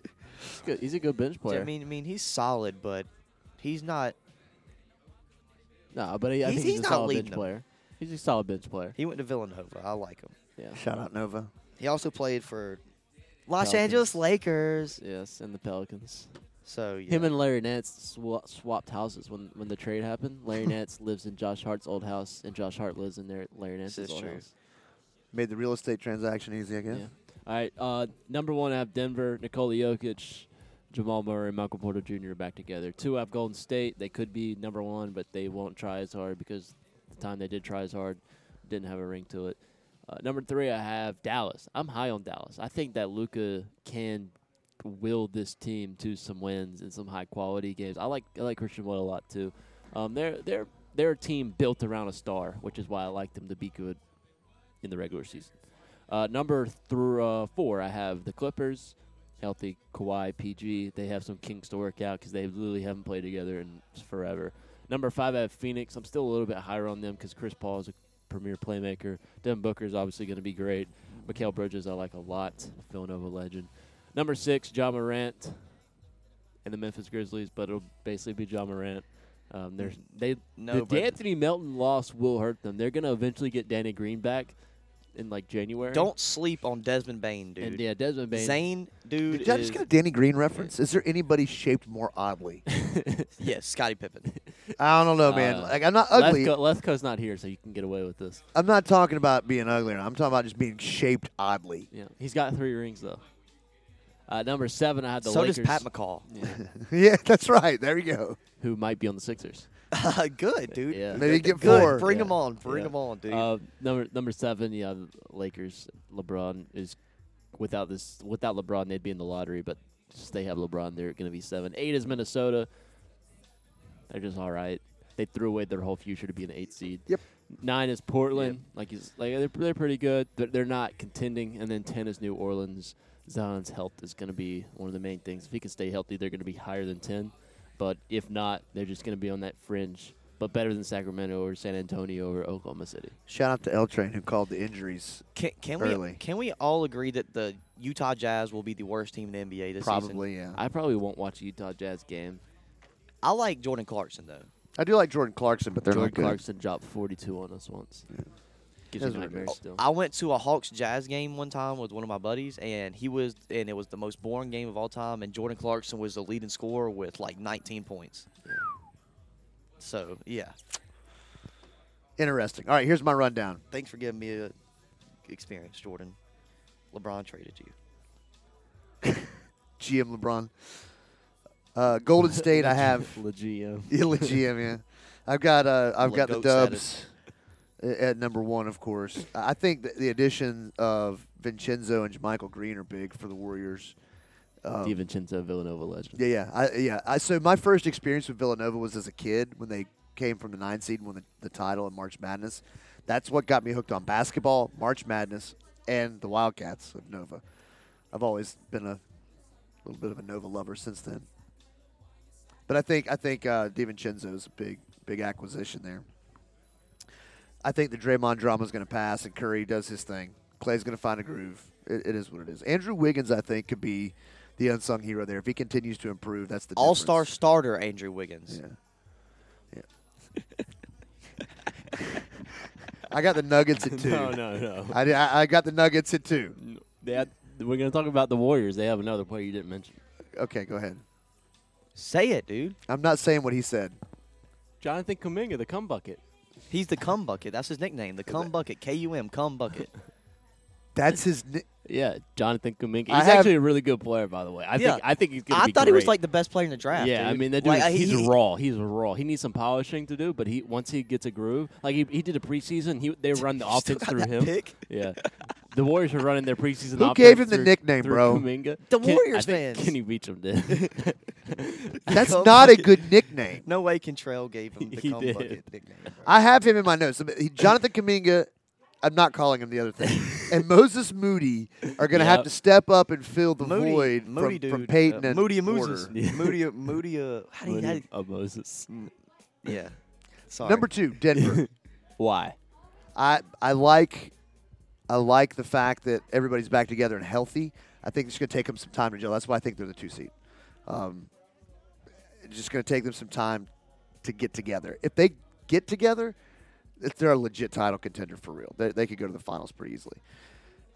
He's, good. he's a good bench player. I mean, I mean, he's solid, but he's not. no, but he, I he's- think he's, he's a not solid leading bench them. player. He's a solid bench player. He went to Villanova. I like him. Yeah. Shout out Nova. He also played for Los Pelicans. Angeles Lakers. Yes, and the Pelicans. So yeah. Him and Larry Nance swa- swapped houses when when the trade happened. *laughs* Larry Nance lives in Josh Hart's old house, and Josh Hart lives in their Larry Nance's is old true. house. Made the real estate transaction easy, I guess. Yeah. All right. Uh, number one, I have Denver, Nikola Jokic, Jamal Murray, and Michael Porter Jr. back together. Two, I have Golden State. They could be number one, but they won't try as hard because the time they did try as hard didn't have a ring to it. Uh, number three, I have Dallas. I'm high on Dallas. I think that Luca can will this team to some wins and some high quality games. I like I like Christian Wood a lot too. Um, they're they're they're a team built around a star, which is why I like them to be good in the regular season. Uh, number thr uh, four, I have the Clippers, healthy Kawhi, PG. They have some kinks to work out because they literally haven't played together in forever. Number five, I have Phoenix. I'm still a little bit higher on them because Chris Paul is a premier playmaker. Devin Booker is obviously going to be great. Mikael Bridges, I like a lot. Villanova legend. Number six, John Morant and the Memphis Grizzlies, but it'll basically be John Morant. Um, there's they No, the but- D'Anthony Melton loss will hurt them. They're going to eventually get Danny Green back in like January. Don't sleep on Desmond Bain, dude. And yeah, Desmond Bain. Zane, dude. Did I is- just get a Danny Green reference? Is there anybody shaped more oddly? *laughs* yes, Scottie Pippen. I don't know, man. Uh, like I'm not ugly. Lethco, Lethco's not here, so you can get away with this. I'm not talking about being ugly. I'm talking about just being shaped oddly. *laughs* Yeah, he's got three rings though. Uh, number seven, I had *laughs* the so Lakers, does Pat McCall. yeah, that's right. There you go. who might be on the Sixers. *laughs* good, dude. Yeah. Maybe get Good. four. Bring Yeah. him on. Bring Yeah. him on, dude. Uh, number number seven, yeah, the Lakers. LeBron is without this without LeBron, they'd be in the lottery, but since they have LeBron, they're going to be seven. Eight is Minnesota. They're just all right. They threw away their whole future to be an eight seed. Yep. Nine is Portland. Like he's like they're, they're pretty good, but they're not contending. And then ten is New Orleans. Zion's health is going to be one of the main things. If he can stay healthy, they're going to be higher than ten. But if not, they're just going to be on that fringe. But better than Sacramento or San Antonio or Oklahoma City. Shout out to L Train who called the injuries. can, can early. we can we all agree that the Utah Jazz will be the worst team in the NBA this season? Probably, yeah. I, I probably won't watch a Utah Jazz game. I like Jordan Clarkson though. do like Jordan Clarkson, but they're Jordan not good. Clarkson dropped 42 on us once. Gives That's me what it nightmares is. still. I went to a Hawks Jazz game one time with one of my buddies, and he was and it was the most boring game of all time. And Jordan Clarkson was the leading scorer with like 19 points. So yeah, Interesting. All right, here's my rundown. thanks for giving me a experience, Jordan. LeBron traded you. GM LeBron. Uh, Golden *laughs* State, I have Le GM. Illa GM, *laughs* yeah. I've got uh, I've Like got the Goat said it. Dubs a- at number one, of course. I I think that the addition of Vincenzo and Michael Green are big for the Warriors. Oh, Um, DiVincenzo Villanova legend. Yeah, yeah, I, yeah. I, so my first experience with Villanova was as a kid when they came from the nine seed and won the, the title in March Madness. That's what got me hooked on basketball, March Madness, and the Wildcats of Nova. I've always been a little bit of a Nova lover since then. But I think I think uh, Divincenzo is a big big acquisition there. I think the Draymond drama is going to pass, and Curry does his thing. Clay's going to find a groove. It, it is what it is. Andrew Wiggins, I think, could be the unsung hero there if he continues to improve. That's the All star difference. starter Andrew Wiggins. Yeah, yeah. *laughs* I got the Nuggets at two. *laughs* No, no, no. I, di- I I got the Nuggets at two. They had, we're going to talk about the Warriors. They have another player you didn't mention. Okay, go ahead. Say it, dude. I'm not saying what he said. Jonathan Kaminga, the cum bucket. He's the cum bucket. That's his nickname. The cum bucket. K U M *laughs* cum bucket. That's his. Ni- Yeah, Jonathan Kaminga. He's I have- actually a really good player, by the way. I Yeah. think I think he's going to I be thought he was great. like the best player in the draft. Yeah, I dude. mean that dude. Like, is- I- he's he- *laughs* raw. He's raw. He needs some polishing to do, but he once he gets a groove, like he, he did a preseason. He they run *laughs* the still offense got through that him. pick? Yeah, the Warriors were running their preseason. Who offense gave him the through- nickname, through bro? Kuminga. The Ken- Warriors I think fans. Kenny Beecham *laughs* did. That's Cum not a bucket. good nickname. No way Cantrell gave him the *laughs* He cum did. bucket nickname. bro. I have him in my notes. He- Jonathan Kaminga, I'm not calling him the other *laughs* thing, and Moses Moody are going to have Yep. to step up and fill the Moody, void Moody from, dude, from Peyton uh, and Moody Porter. *laughs* Mooses. Moody, Moody, uh, how do you, how do William of Moses. you- *laughs* yeah. Sorry. Number two, Denver. Why? I I like I like the fact that everybody's back together and healthy. I think it's going to take them some time to gel. That's why I think they're the two seed. Um, it's just going to take them some time to get together. If they get together, if they're a legit title contender for real. They, they could go to the finals pretty easily.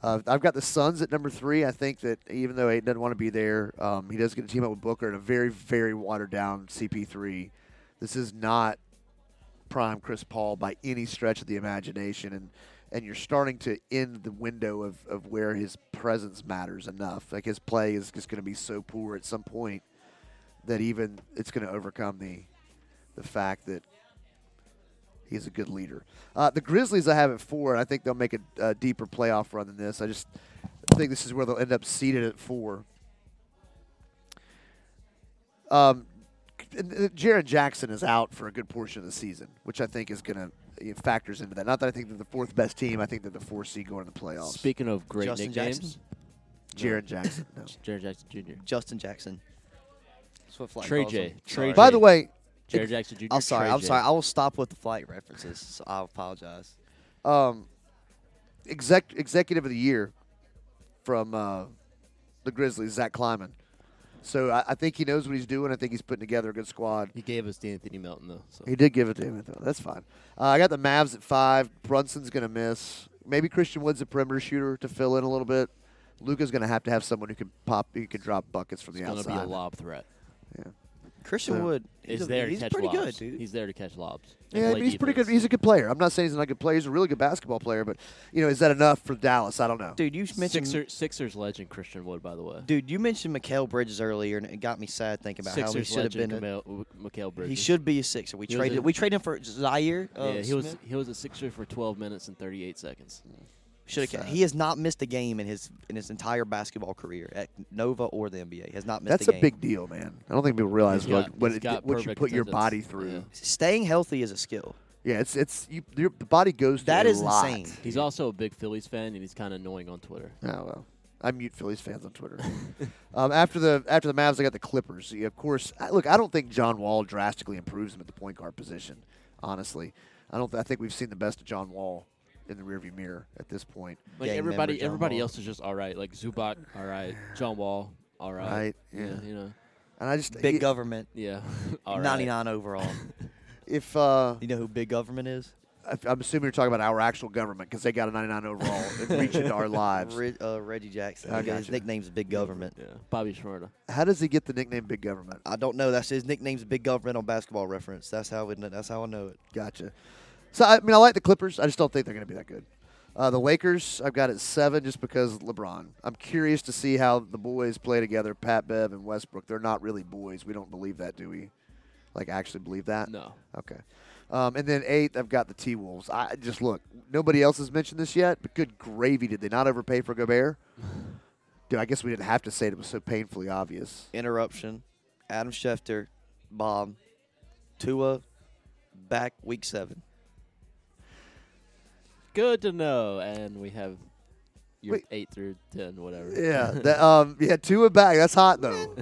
Uh, I've got the Suns at number three. I think that even though Aiden doesn't want to be there, um, he does get to team up with Booker and a very, very watered down CP3. This is not prime Chris Paul by any stretch of the imagination, and and you're starting to end the window of, of where his presence matters enough. Like his play is just going to be so poor at some point that even it's going to overcome the the fact that he's a good leader. Uh, the Grizzlies I have at four, and I think they'll make a, a deeper playoff run than this. I just think this is where they'll end up seated at four. Um, and, uh, Jaron Jackson is out for a good portion of the season, which I think is going to factors into that. Not that I think they're the fourth best team. I think they're the four seed going to the playoffs. Speaking of great Justin nicknames, Jackson? Jaron Jackson. No. *laughs* Jared Jackson Jr. Justin Jackson. That's what Flight Trey calls J. him. Trey Sorry. J. By the way, Jared Jackson Jr. I'm sorry. Trey I'm J. sorry. I will stop with the flight references. So I apologize. um, exec- executive of the year from uh, the Grizzlies, Zach Kleiman. So I, I think he knows what he's doing. I think he's putting together a good squad. He gave us the Anthony Melton though. So. He did give it to him, though. That's fine. Uh, I got the Mavs at five. Brunson's going to miss. Maybe Christian Wood's a perimeter shooter to fill in a little bit. Luca's going to have to have someone who can pop, who can drop buckets from the It's gonna outside. be a lob threat. Christian So- Wood Is he's a- there to He's catch pretty lobs. good, dude. He's there to catch lobs. and Yeah, play he's pretty good. defense. He's a good player. I'm not saying he's not a good player. He's a really good basketball player, but you know, is that enough for Dallas? I don't know. dude, you mentioned. Sixer, Sixers legend Christian Wood, by the way. Dude, you mentioned Mikael Bridges earlier, and it got me sad thinking about how he Sixers should have legend been. A, Kamail- Mikael Bridges. he should be a sixer. We He was traded. a- we traded him for Zaire. Uh, Yeah, he was Smith. he was a Sixer for 12 minutes and 38 seconds. Should Sad. have. He has not missed a game in his in his entire basketball career at Nova or the NBA. He has not missed. That's a, a game. big deal, man. I don't think people realize He's what got- what, he's it, got what you perfect put your attendance. body through. Yeah. Staying healthy is a skill. Yeah, it's it's you, your, the body goes. That through is a lot. insane. He's also a big Phillies fan, and he's kind of annoying on Twitter. Oh well, I mute Phillies fans on Twitter. *laughs* um, after the after the Mavs, I got the Clippers. Yeah, of course, I, look, I don't think John Wall drastically improves him at the point guard position. Honestly, I don't. Th- I think we've seen the best of John Wall in the rearview mirror at this point. Like Gang member everybody, John everybody Wall. else is just all right. Like Zubac, all right. John Wall, all right. Right, Yeah, yeah. you know, And I just Big i- government. yeah. *laughs* all right. 99 overall. if uh, you know who big *laughs* government is? if- I'm assuming you're talking about our actual government because they got a 99 overall and reach into *laughs* our lives. Re- uh, Reggie Jackson. I He got- His gotcha. nickname's Big Government. Yeah, Bobby Schmurda. How does he get the nickname Big Government? I don't know. That's his nickname's Big Government on Basketball Reference. That's how we, kn- That's how I know it. Gotcha. So I mean, I like the Clippers. I just don't think they're going to be that good. Uh, the Lakers, I've got at seven just because LeBron. I'm curious to see how the boys play together, Pat Bev and Westbrook. They're not really boys. We don't believe that, do we? Like actually believe that? No. Okay. Um, and then eighth, I've got the T Wolves. I just look. Nobody else has mentioned this yet, but good gravy, did they not overpay for Gobert? Dude, I guess we didn't have to say it. It was so painfully obvious. Interruption. Adam Schefter, Bob, Tua, back week seven. Good to know. And we have your Wait. eight through ten, whatever. *laughs* Yeah, that, um, yeah, two and back. That's hot though.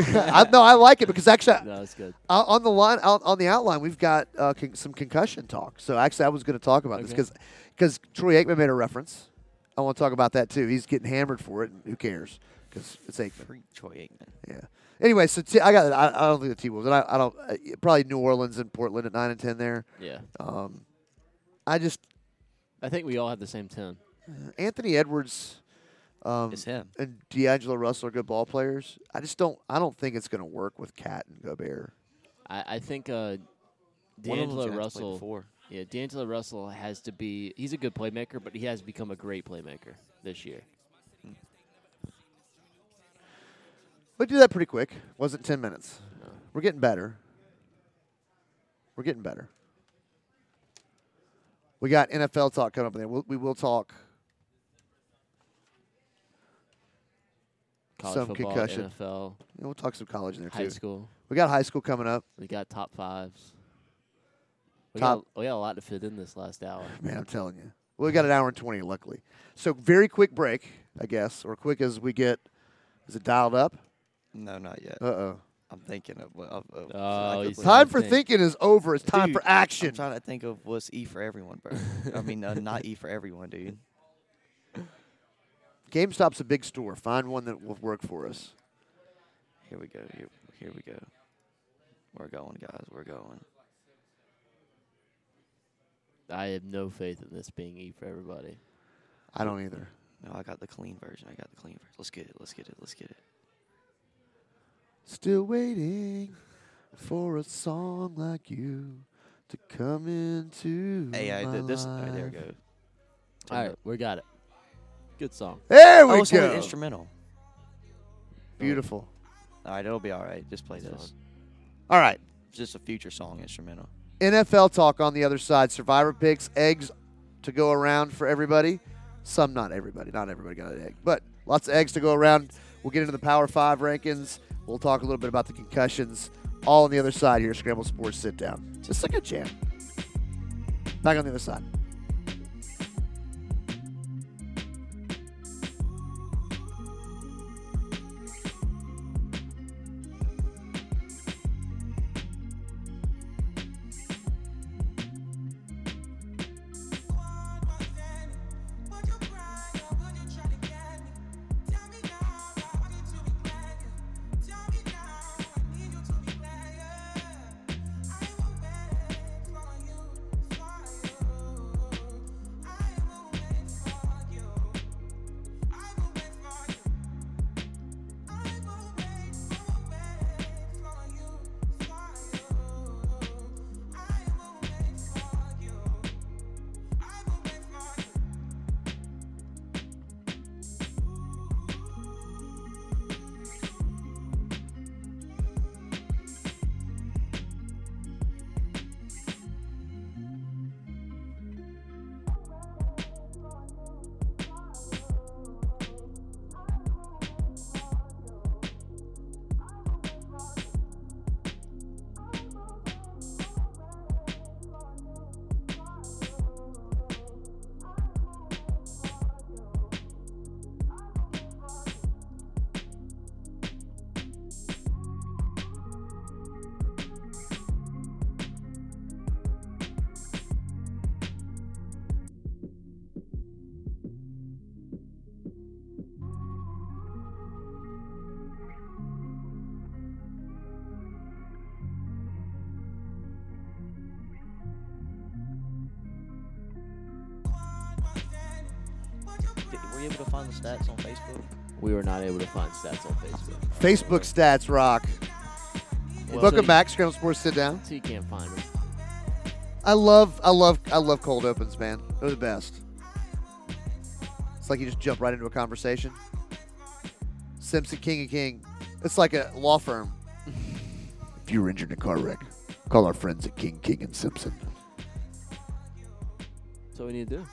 I, no, I like it because actually, no, it's good. Uh, on the line, out on the outline, we've got uh, con- some concussion talk. So actually, I was going to talk about this Okay. because Troy Aikman made a reference I want to talk about that too. He's getting hammered for it. And who cares? Because it's Aikman. Free Troy Aikman. Yeah. Anyway, so T- I got. I, I don't think the T Wolves, and I, I don't. Uh, probably New Orleans and Portland at nine and ten. There. Yeah. Um, I just I think we all had the same 10. Anthony Edwards. Um, It's him. and D'Angelo Russell are good ball players. I just don't. I don't think it's going to work with Cat and Gobert. I, I think uh, One of them's D'Angelo gonna have to play the Russell. four. Yeah, D'Angelo Russell has to be. He's a good playmaker, but he has become a great playmaker this year. We did that pretty quick. Wasn't ten minutes. We're getting better. We're getting better. We got NFL talk coming up in there. We'll, we will talk College Some football, concussion. NFL, You know, we'll talk some college in there high too. school. We got high school coming up. We got top fives. We Top- Got, we got a lot to fit in this last hour. Man, I'm telling you. We got an hour and 20, luckily. So, very quick break, I guess, or quick as we get. Is it dialed up? No, not yet. Uh oh. I'm thinking of. what- of, of Oh, he's- Time for think. thinking is over. It's time for I'm action. trying to think of what's E for everyone, bro. I mean, uh, not E for everyone, dude. GameStop's a big store. Find one that will work for us. Here we go. Here, here we go. We're going, guys. We're going. I have no faith in this being E for everybody. I don't either. No, I got the clean version. I got the clean version. Let's get it. Let's get it. Let's get it. Still waiting for a song like you to come into. Hey, I did this. my all right, there we life. go. All right, we got it. Good song. There we Oh, it's only go. instrumental. Beautiful. All right, it'll be all right. Just play It's this. All right. It's just a future song instrumental. NFL talk on the other side. Survivor picks, eggs to go around for everybody. Some, not everybody. Not everybody got an egg, but lots of eggs to go around. We'll get into the Power Five rankings. We'll talk a little bit about the concussions. All on the other side here, Scramble Sports Sit Down. Just like a jam. Back on the other side. Did, were you able to find the stats on Facebook? We were not able to find stats on Facebook. Facebook stats rock. Well, so Welcome you- back, Scramble Sports Sit Down. So you can't find them. I love, I love, I love cold opens, man. They're the best. It's like you just jump right into a conversation. Simpson King and King. It's like a law firm. if you were injured in a car wreck, call our friends at King King and Simpson. So we need to do.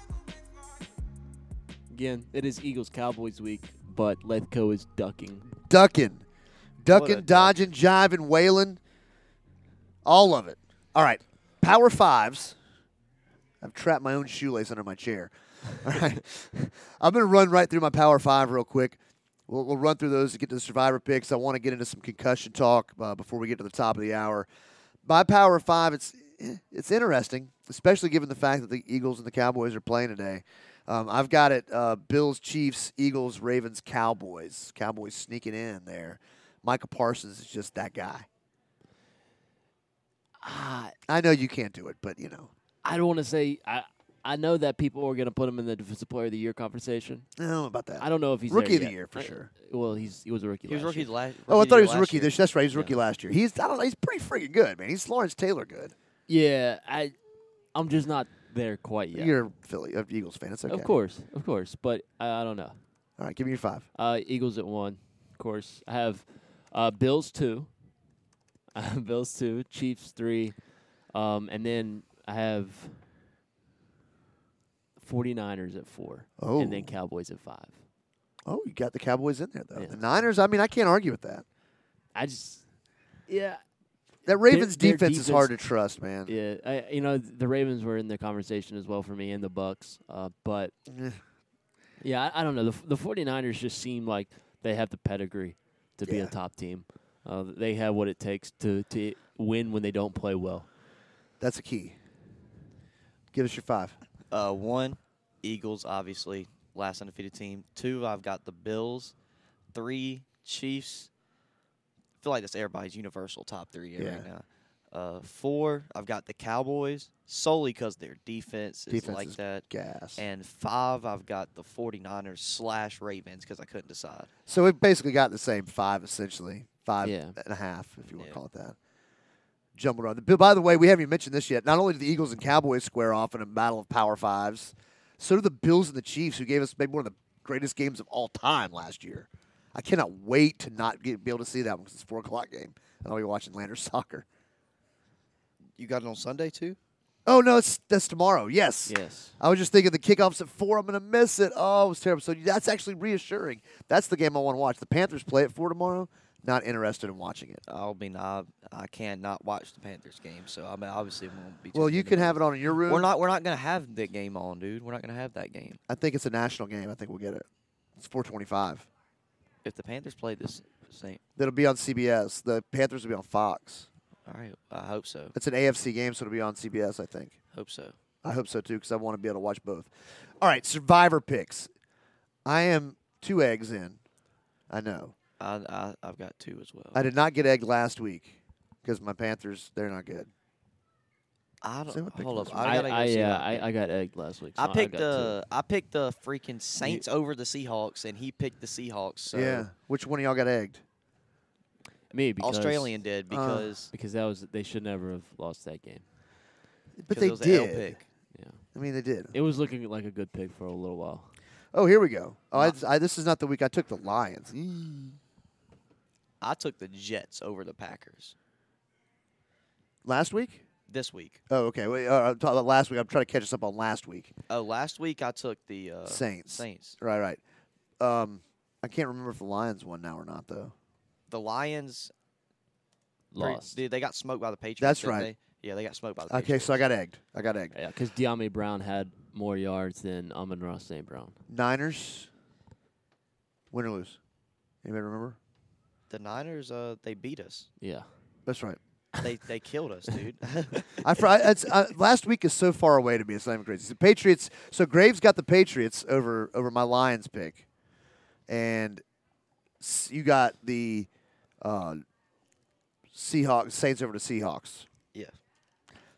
Again, it is Eagles Cowboys week, but Lethco is ducking. Ducking, What ducking, a dodging, jiving, wailing. All of it. All right. Power fives. I've trapped my own shoelace under my chair. All right. *laughs* I'm going to run right through my power five real quick. We'll, we'll run through those to get to the survivor picks. I want to get into some concussion talk uh, before we get to the top of the hour. My power five, it's eh, it's interesting, especially given the fact that the Eagles and the Cowboys are playing today. Um, I've got it uh, Bills, Chiefs, Eagles, Ravens, Cowboys. Cowboys sneaking in there. Michael Parsons is just that guy. Ah, I know you can't do it, but you know. I don't want to say. I I know that people are going to put him in the Defensive Player of the Year conversation. I don't know about that. I don't know if he's Rookie there of the yet. year, for I- sure. Well, he's he was a rookie. He was last rookie year. last. oh, I rookie thought he year was last rookie year. this. That's right. He was rookie Yeah. last year. He's I don't know. He's pretty freaking good, man. He's Lawrence Taylor good. Yeah, I I'm just not there quite yet. You're a Philly, uh, Eagles fan. It's okay. Of course, of course, but I, I don't know. All right, give me your five. Uh, Eagles at one, of course. I have uh, Bills two, *laughs* Bills two, Chiefs three, um, and then I have 49ers at four, and then Oh. Cowboys at five. Oh, you got the Cowboys in there though. Yeah. The Niners. I mean, I can't argue with that. I just, yeah, That Ravens their defense, is defense- hard to trust, man. yeah. I, you know, th- the Ravens were in the conversation as well for me, and the Bucks. Uh, but Eh. yeah, I, I don't know. The f- the 49ers just seem like they have the pedigree to be Yeah. a top team. Uh, they have what it takes to to win when they don't play well. That's a key. Give us your five. Uh, one, Eagles, obviously, last undefeated team. Two, I've got the Bills. Three, Chiefs. I feel like that's everybody's universal top three right Yeah. now. Uh, four, I've got the Cowboys solely because their defense is Defense like is that. Gas. Uh, And five, I've got the 49ers slash Ravens because I couldn't decide. so we basically got the same five, essentially five and a Yeah. half, if you want to Yeah. call it that. Jumbled on. The, but by the way, we haven't even mentioned this yet. Not only do the Eagles and Cowboys square off in a battle of power fives, so do the Bills and the Chiefs, who gave us maybe one of the greatest games of all time last year. I cannot wait to not get, be able to see that one 'cause it's a four o'clock game, and I'll be watching Landers *laughs* soccer. You got it on Sunday too? Oh no, it's that's tomorrow. Yes. Yes. I was just thinking the kickoffs at four. I'm going to miss it. Oh, it was terrible. So that's actually reassuring. That's the game I want to watch. The Panthers play at four tomorrow. Not interested in watching it. I'll be not. I can't not watch the Panthers game, so I mean, obviously won't be. Well, tuned you into can that. have it on in your room. We're not. We're not gonna have that game on, dude. We're not gonna have that game. I think it's a national game. I think we'll get it. It's 4:25. If the Panthers play this same, That'll be on CBS. The Panthers will be on Fox. all right. I hope so. It's an AFC game, so it'll be on CBS. I think. Hope so. I hope so too, because I want to be able to watch both. All right, Survivor picks. I am two eggs in. I know. I, I I've got two as well. I did not get egged last week because my Panthers. They're not good. I Say don't. what pick Hold was up. it? I I gotta go I, see yeah, what I, picked. I got egged last week. So I picked uh, got the I picked the freaking Saints over the Seahawks, and he picked the Seahawks. So yeah. Which one of y'all got egged? two. me because, Australian did because because that was they should never have lost that game. But 'cause they it was a L did. pick. Yeah, I mean, they did. it was looking like a good pick for a little while. Oh, here we go. Oh, I, I- this is not the week I took the Lions. I took the Jets over the Packers Last week? this week. Oh, okay. Wait, uh, I'm talking about last week. I'm trying to catch us up on last week. Oh, last week I took the uh, Saints. Saints. Right, right. Um, I can't remember if the Lions won now or not, though. The Lions pretty- Lost. They, they got smoked by the Patriots. That's didn't right. they? Yeah, they got smoked by the Okay, Patriots. so I got egged. I got egged. Yeah, because De'Ami Brown had more yards than Amon Ross St. Brown. Niners, win or lose? Anybody remember? the Niners, uh, they beat us. Yeah, That's right. They they killed us, *laughs* dude. *laughs* I, fr- I- it's, uh, last week is so far away to me. It's not even crazy. The Patriots. So Graves got the Patriots over over my Lions pick, and s- you got the uh, Seahawks Saints over to Seahawks. yeah.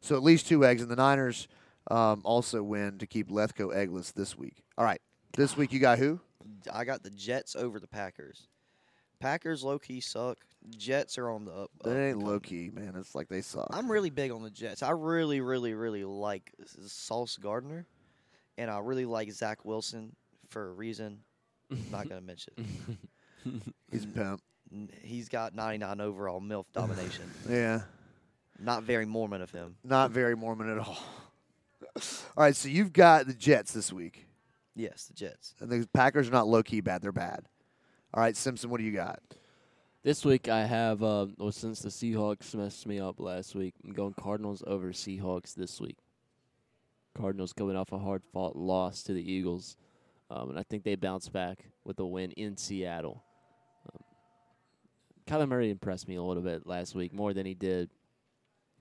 So at least two eggs, and the Niners um, also win to keep Lethko eggless this week. All right, this week you got who? I got the Jets over the Packers. Packers low key suck. Jets are on the up. up That ain't and low coming. key, man. It's like they suck. Oh, I'm really big on the Jets. I really, really, really like Sauce Gardner, and I really like Zach Wilson for a reason. Not gonna mention. He's a pimp. N- He's got 99 overall MILF domination. Yeah, Not very Mormon of him. not very Mormon at all. *laughs* all right, so you've got the Jets this week. Yes, the Jets. And the Packers are not low key bad; they're bad. All right, Simpson, what do you got? this week I have. Um, well, since the Seahawks messed me up last week, I'm going Cardinals over Seahawks this week. Cardinals coming off a hard fought loss to the Eagles, um, and I think they bounce back with a win in Seattle. Um, Kyler Murray impressed me a little bit last week, more than he did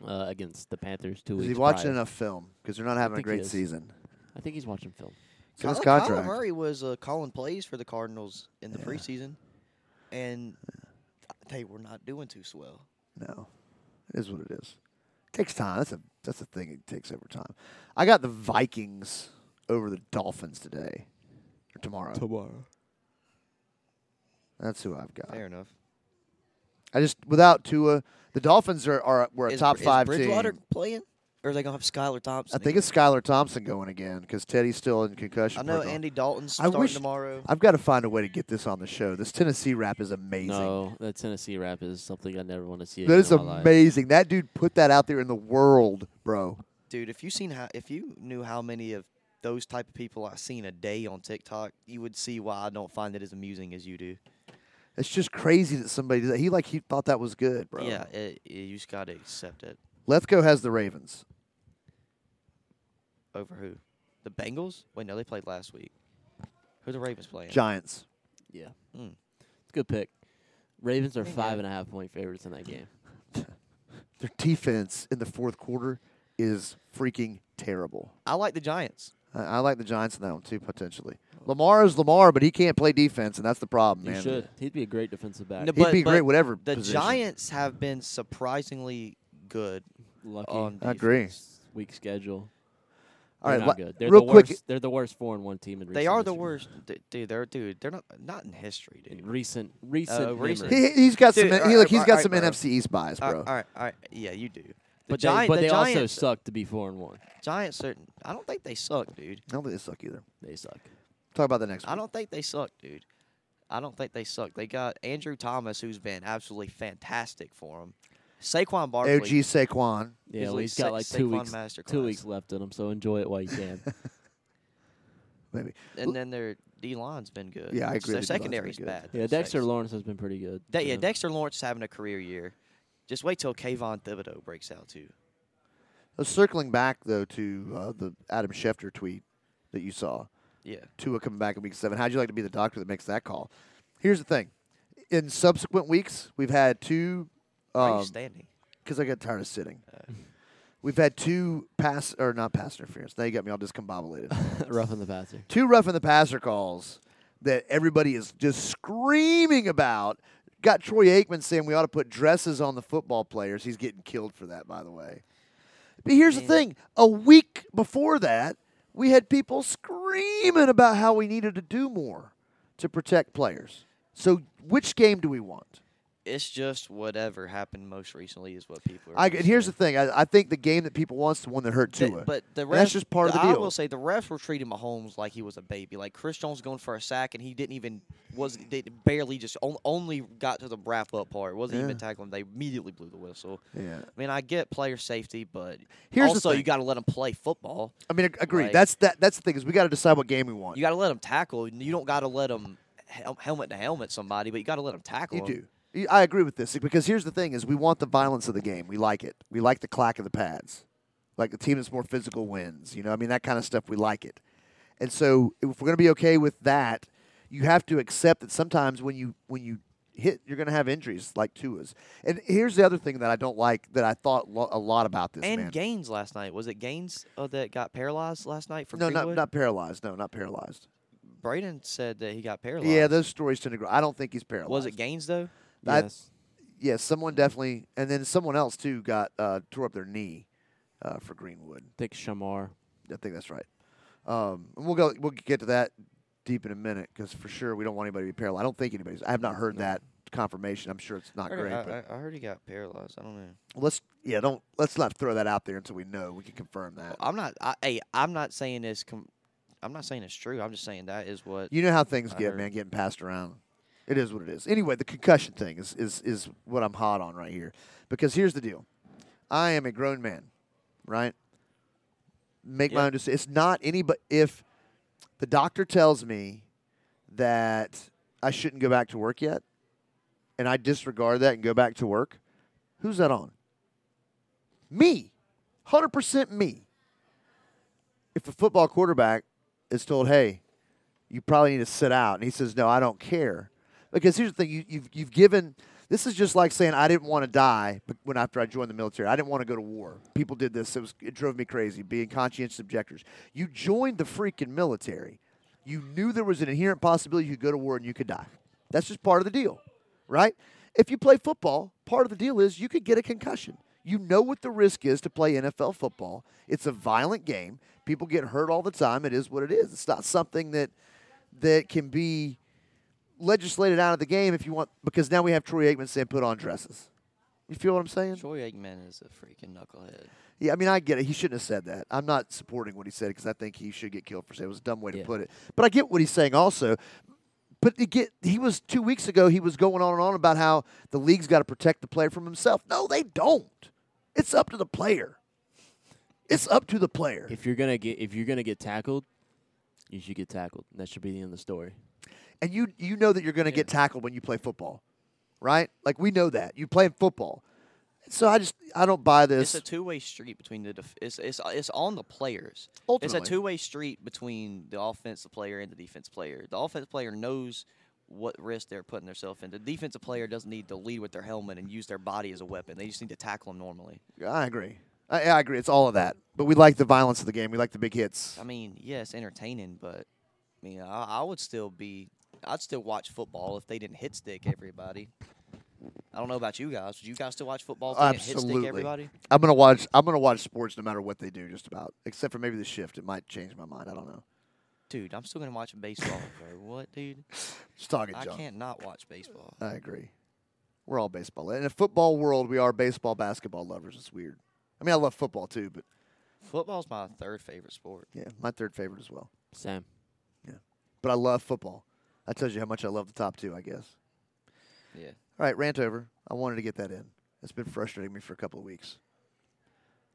uh, against the Panthers two Is weeks. he watching prior. enough film? Because they're not having a think he great is. season. I think he's watching film. So his Kyler- Kyler contract. Murray was uh, calling plays for the Cardinals in the preseason, and they were not doing too swell. No, it is what it is. takes time. That's a that's a thing. It takes over time. I got the Vikings over the Dolphins today or tomorrow. Tomorrow. That's who I've got. Fair enough. I just without Tua, the Dolphins are are were a Is- top five is Bridgewater team. playing, or are they gonna have Skylar I Thompson? think again? it's Skylar Thompson going again because Teddy's still in concussion. I know protocol. Andy Dalton's I starting wish- tomorrow. I've got to find a way to get this on the show. This Tennessee rap is amazing. No, that Tennessee rap is something I never want to see. That again is in my life. amazing. That dude put that out there in the world, bro. Dude, if you seen how, if you knew how many of those type of people I've seen a day on TikTok, you would see why I don't find it as amusing as you do. It's just crazy that somebody did that. He like he thought that was good, bro. Yeah, it, it- you just gotta accept it. Lethko has the Ravens. Over who? The Bengals? Wait, no, they played last week. Who the Ravens playing? Giants. Yeah. Hmm. Mm. It's a good pick. Ravens are Yeah. five and a half point favorites in that game. Their defense in the fourth quarter is freaking terrible. I like the Giants. I, I like the Giants in that one too, potentially. Lamar is Lamar, but he can't play defense, and that's the problem, He man. should. He'd be a great defensive back. No, He'd be great whatever The position. Giants have been surprisingly good. Lucky. on I agree. defense, Weak schedule. oh, All They're right, not le- good. They're real the quick. Worst, they're the worst four and one team in. Recent They are the history. worst, D- dude. They're dude. They're not not in history, dude. in recent recent. Uh, recent- *laughs* memory. He, he's got Dude, some. all He, right, look, he's all got right, some bro. NFC East bias, All bro. right, all right, all right. Yeah, you do. But But, they, Giant, but the they Giants, also suck to be four and one. Giants are. I don't think they suck, dude. I don't think they suck either. They suck. Talk about the next I one. don't think they suck, dude. I don't think they suck. They got Andrew Thomas, who's been absolutely fantastic for them. Saquon Barkley. OG Saquon. Yeah, He's well, like he's got Sa- like two Saquon weeks two masterclass. weeks left in him, so enjoy it while you *laughs* can. Maybe. And then their D line's been good. Yeah, I agree the Their D line's been secondary's good. bad. yeah, though. Dexter Sex- Lawrence has been pretty good. De- for yeah, them. *laughs* Dexter Lawrence is having a career year. Just wait till Kayvon Thibodeau breaks out too. Uh, Circling back though to uh, the Adam Schefter tweet that you saw, Yeah. Tua coming back in week seven. How'd you like to be the doctor that makes that call? Here's the thing: in subsequent weeks, we've had two. Why are you Uh. um, standing? because I got tired of sitting. We've had two pass or not pass interference. Now you got me all discombobulated. rough in the *laughs* passer. two rough in the passer calls that everybody is just screaming about. Got Troy Aikman saying we ought to put dresses on the football players. He's getting killed for that, by the way. But here's the thing: a week before that, we had people screaming about how we needed to do more to protect players. So, which game do we want? It's just whatever happened most recently is what people are. I, and here's the thing: I, I think the game that people want is the one that hurt The- Tua. But the And refs, that's just part of the I deal. will say the refs were treating Mahomes like he was a baby. Like Chris Jones going for a sack and he didn't even was they barely just on, only got to the wrap up part. Wasn't even tackling. They immediately blew the whistle. Yeah. I mean, I get player safety, but Here's the also thing. you got to let them play football. I mean, ag- agree. Like- that's that. That's the thing is we got to decide what game we want. You got to let them tackle. You don't got to let them helmet to helmet somebody, but you got to let them tackle. You 'em. do. You- I agree with this because here's the thing: is we want the violence of the game. We like it. We like the clack of the pads. Like the team that's more physical wins. You know, I mean that kind of stuff. We like it. And so if we're going to be okay with that, you have to accept that sometimes when you when you hit, you're going to have injuries like Tua's. And here's the other thing that I don't like that I thought lo- a lot about this And man. Gaines last night was it Gaines uh, that got paralyzed last night from no, not, Greenwood? not paralyzed. No, not paralyzed. Braden said that he got paralyzed. Yeah, those stories tend to grow. I don't think he's paralyzed. was it Gaines though? I- yes. Yeah, someone definitely, and then someone else too got uh, tore up their knee uh, for Greenwood. I think Shamar. I think that's right. Um, and we'll go. We'll get to that deep in a minute because for sure we don't want anybody to be paralyzed. I don't think anybody's. I have not heard that confirmation. I'm sure it's not great. but I, I heard he got paralyzed. I don't know. let's yeah don't let's not throw that out there until we know we can confirm that. I'm not. I, hey, I'm not saying this. Com- I'm not saying it's true. I'm just saying that is what. You know how things I get, heard. man. Getting passed around. It is what it is. Anyway, the concussion thing is is is what I'm hot on right here because here's the deal. I am a grown man, right? Make my Yeah. own decision. It's not any but if the doctor tells me that I shouldn't go back to work yet, and I disregard that and go back to work, who's that on? Me, hundred percent me. If a football quarterback is told, "Hey, you probably need to sit out," and he says, "No, I don't care," because here's the thing: you, you've you've given. This is just like saying I didn't want to die but when after I joined the military. I didn't want to go to war. People did this. It was it drove me crazy. Being conscientious objectors. You joined the freaking military. You knew there was an inherent possibility you could go to war and you could die. That's just part of the deal, right? If you play football, part of the deal is you could get a concussion. You know what the risk is to play NFL football. It's a violent game. People get hurt all the time. It is what it is. It's not something that that can be legislated out of the game if you want because now we have Troy Aikman saying put on dresses. You feel what I'm saying? Troy Aikman is a freaking knucklehead. Yeah, I mean, I get it. He shouldn't have said that. I'm not supporting what he said because I think he should get killed for saying it. it was a dumb way to Yeah. put it. But I get what he's saying also. But to get, he was two weeks ago. He was going on and on about how the league's got to protect the player from himself. No, they don't. It's up to the player. It's up to the player. If you're gonna get if you're gonna get tackled, you should get tackled. That should be the end of the story. and you you know that you're going to get tackled when you play football, right? Like we know that you play in football. So I just I don't buy this. It's a two-way street between the def- it's it's it's on the players. Ultimately. It's a two-way street between the offensive player and the defense player. The offensive player knows what risk they're putting themselves in. The defensive player doesn't need to lead with their helmet and use their body as a weapon. They just need to tackle them normally. I agree. I, I agree. It's all of that. But we like the violence of the game. We like the big hits. I mean, yeah, it's entertaining, but I mean, I, I would still be, I'd still watch football if they didn't hit stick everybody. I don't know about you guys. Would you guys still watch football if they didn't hit stick everybody? I'm gonna watch. I'm gonna watch sports no matter what they do. Just about, except for maybe the shift. It might change my mind. I don't know. Dude, I'm still gonna watch *laughs* baseball, bro. What, dude? Just talking I junk. can't not watch baseball. I agree. We're all baseball. In a football world, we are baseball, basketball lovers. It's weird. I mean, I love football too, but Football's my third favorite sport. yeah, my third favorite as well. Sam, But I love football. That tells you how much I love the top two, I guess. Yeah. All right, rant over. I wanted to get that in. It's been frustrating me for a couple of weeks.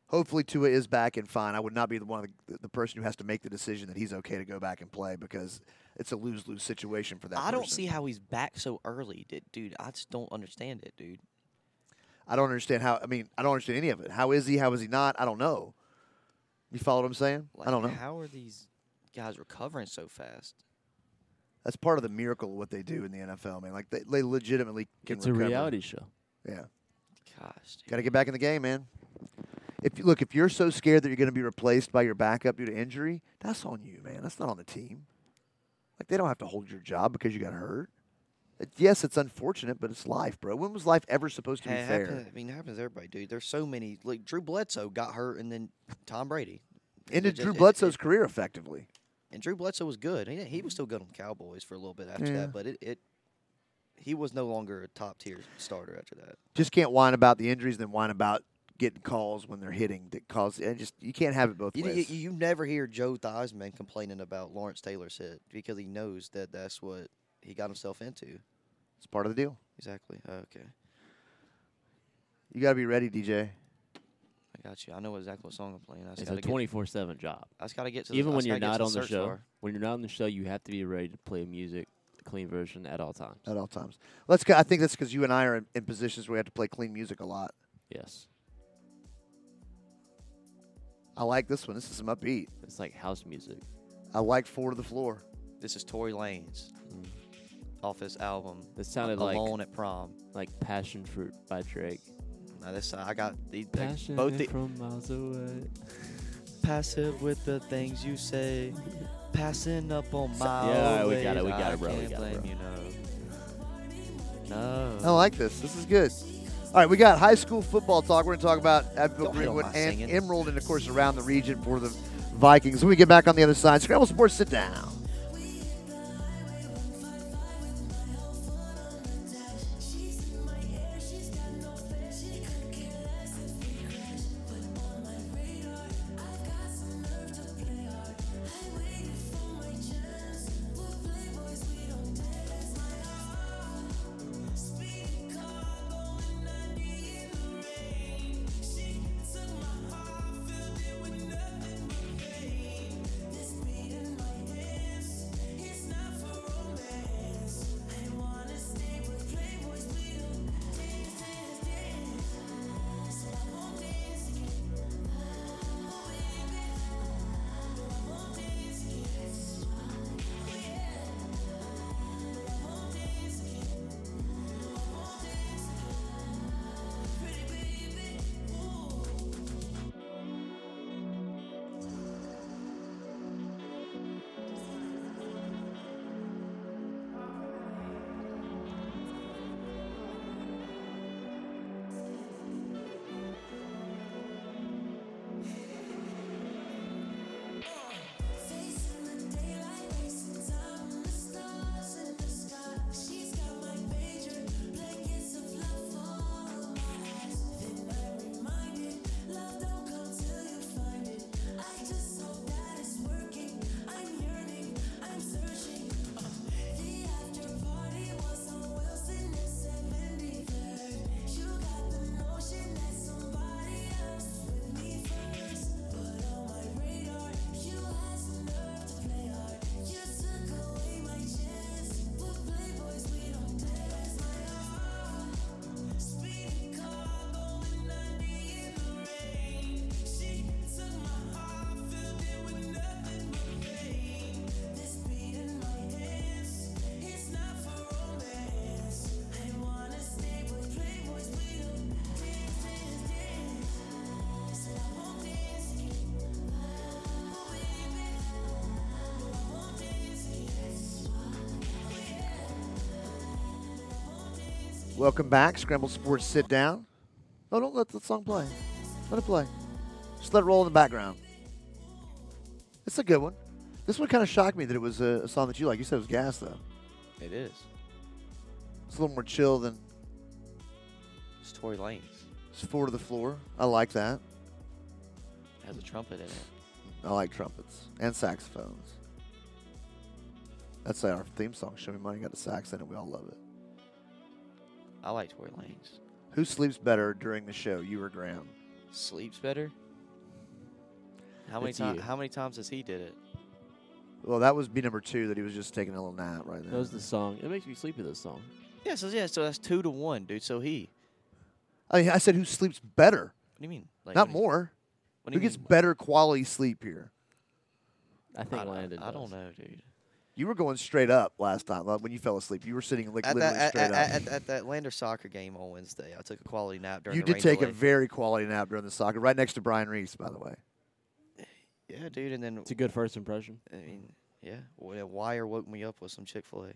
Hopefully Tua is back and fine. I would not be the one of the, the person who has to make the decision that he's okay to go back and play because it's a lose lose situation for that. I don't person. see how he's back so early, dude. Dude, I just don't understand it, dude. I don't understand how. I mean, I don't understand any of it. How is he? How is he not? I don't know. You follow what I'm saying? Like, I don't know. How are these guys recovering so fast? That's part of the miracle of what they do in the NFL, man. Like they, they legitimately can it's a recover. reality show. Yeah. Gosh, dude. Got to get back in the game, man. If you, look, if you're so scared that you're going to be replaced by your backup due to injury, that's on you, man. That's not on the team. Like they don't have to hold your job because you got hurt. Uh, Yes, it's unfortunate, but it's life, bro. When was life ever supposed to be Hey, it fair? happen- I mean, it happens to everybody, dude. There's so many. Like Drew Bledsoe got hurt, and then Tom Brady. Ended It just- Drew it- Bledsoe's it- career effectively. and Drew Bledsoe was good. He, he was still good on the Cowboys for a little bit after Yeah. that, but it, it he was no longer a top tier starter after that. Just can't whine about the injuries, then whine about getting calls when they're hitting that cause. And just you can't have it both You, you, ways. you never hear Joe Theismann complaining about Lawrence Taylor's hit because he knows that that's what he got himself into. it's part of the deal. Exactly. Oh, Okay, You got to be ready, DJ. I got you. I know exactly what song I'm playing. I just It's a gotta twenty four seven job. Get, I just gotta get to the, Even I when just you're gotta not get to on the search show, bar. when you're not on the show, you have to be ready to play music, clean version at all times. Oh. At all times. Let's. Go, I think that's because you and I are in, in positions where we have to play clean music a lot. Yes, I like this one. This is some upbeat. it's like house music. I like Four to the Floor. This is Tory Lanez off his album This Mm-hmm. sounded like Alone at Prom. like passion fruit by Drake. Now this I got the, the- Passion both the from miles away. passive with the things you say, passing up on my yeah, old we got it, we ways. got it, I bro, we can't got it, blame you, no. I No. like this. This is good. All right, we got high school football talk. We're going to talk about Abbeville Don't hit on Greenwood my and singing. Emerald, and of course around the region for the Vikings. When we get back on the other side, Scramble Sports, sit down. Welcome back, Scramble Sports. Sit down. No, don't let the song play. Let it play. Just let it roll in the background. It's a good one. This one kind of shocked me that it was a, a song that you like. You said it was gas though. It is. It's a little more chill than It's Tory Lanez. it's four to the floor. I like that. It has a trumpet in it. I like trumpets and saxophones. That's our theme song. Show me money. Got a sax in it. We all love it. I like Tory Lanez. Who sleeps better during the show, you or Graham? Sleeps better. How many It's times? you. How many times has he did it? Well, that was be number two that he was just taking a little nap right there. That was the song. It makes me sleepy. This song. Yeah, so yeah, so that's two to one, dude. So he. I, mean, I said who sleeps better, What do you mean? Like, not what do you- more. What do Who you gets mean? better quality sleep here? I think I, don't- Landon. I does. don't know, dude. You were going straight up last time like, when you fell asleep. You were sitting like At literally that, at, straight at, up. at, at that Lander soccer game on Wednesday, I took a quality nap during. you did the rain take a delay. very quality nap during the soccer, right next to Brian Reese, by the way. Yeah, dude, and then It's a good first impression. I mean, yeah, well, yeah, Wire woke me up with some Chick Fil A,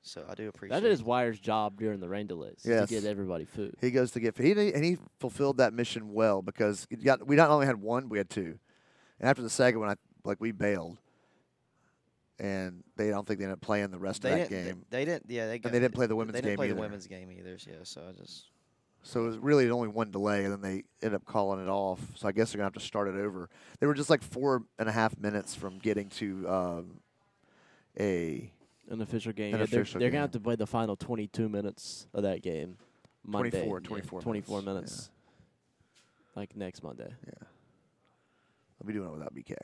so I do appreciate. That is Wire's job during the rain delays is Yes. to get everybody food. He goes to get he and he fulfilled that mission well because it got, we not only had one, we had two, and after the second one, I like we bailed, and they I don't think they ended up playing the rest They of didn't. that game. They, they didn't. Yeah, they. got- they didn't play the women's They didn't game play either. the women's game either. Yeah, so I just. So it was really only one delay, and then they ended up calling it off. So I guess they're gonna have to start it over. They were just like four and a half minutes from getting to um, a An official game. An Yeah, they're official they're game. gonna have to play the final 22 minutes of that game. Monday. 24, yeah, 24 24 minutes. minutes, Like next Monday. I'll be doing it without BK.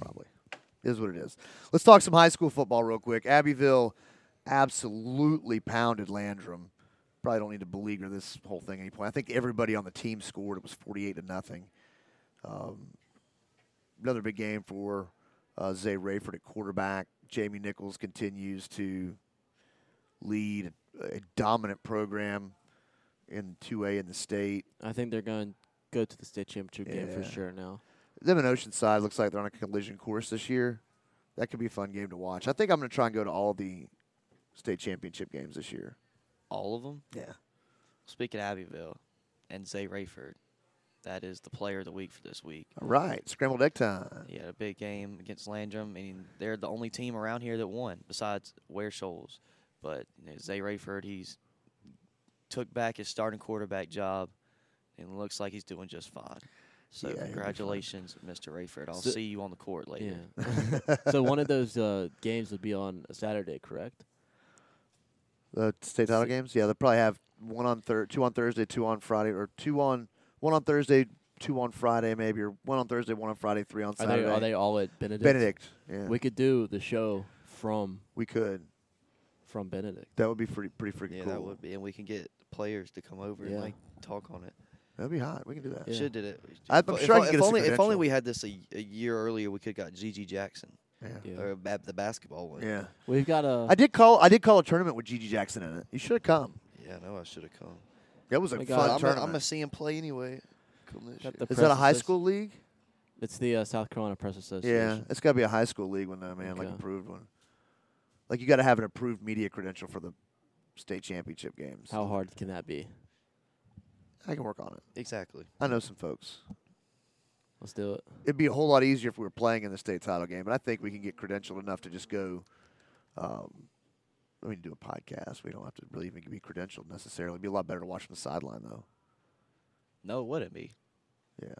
Probably. Is what it is. Let's talk some high school football real quick. Abbeville absolutely pounded Landrum. Probably don't need to beleaguer this whole thing at any point. I think everybody on the team scored. It was 48 to nothing. Um, another big game for uh, Zay Rayford at quarterback. Jamie Nichols continues to lead a dominant program in 2A in the state. I think they're going to go to the state championship game for Yeah. sure now. them in Oceanside looks like they're on a collision course this year. That could be a fun game to watch. I think I'm going to try and go to all the state championship games this year. All of them. Yeah. Speaking of Abbeville, and Zay Rayford, that is the player of the week for this week. All right, scrambled egg time. He had a big game against Landrum. I mean, they're the only team around here that won besides Ware Shoals. But you know, Zay Rayford, he's took back his starting quarterback job, and looks like he's doing just fine. So Yeah, he'll be fine. congratulations, Mr. Rayford. I'll So- see you on the court later. *laughs* Yeah. so one of those uh, games would be on a Saturday, correct? The state title games? Yeah, they'll probably have one on thir- two on Thursday, two on Friday, or two on one on Thursday, two on Friday maybe, or one on Thursday, one on Friday, three on Are Saturday. they, are they all at Benedict? Benedict. Yeah, We we, could do the show from could. from Benedict. That would be pretty pretty freaking Yeah, cool. that would be, and we can get players to come over Yeah. and like talk on it. That'd be hot. We can do that. Yeah. Should did it. I'm If- sure I can if, if get us a only if only credential. we had this a, a year earlier, we could got Gigi Jackson Yeah. or ba- the basketball one. yeah. We've got a. I did call I did call a tournament with Gigi Jackson in it. You should have come. yeah, I know I should have come. That was a My fun God. But Uh, I'm tournament. gonna see him play anyway. Come this got year. the Is that a press high associ- school league? It's the uh, South Carolina Press Yeah, Association. it's got to be a high school league one though, man. Like Okay. approved one. Like you got to have an approved media credential for the state championship games. How hard can that be? I can work on it. Exactly. I know some folks. Let's *laughs* do it. It'd be a whole lot easier if we were playing in the state title game, but I think we can get credentialed enough to just go. Um, I mean, do a podcast. We don't have to really even be credentialed necessarily. It'd be a lot better to watch from the sideline though. No, it wouldn't be. Yeah.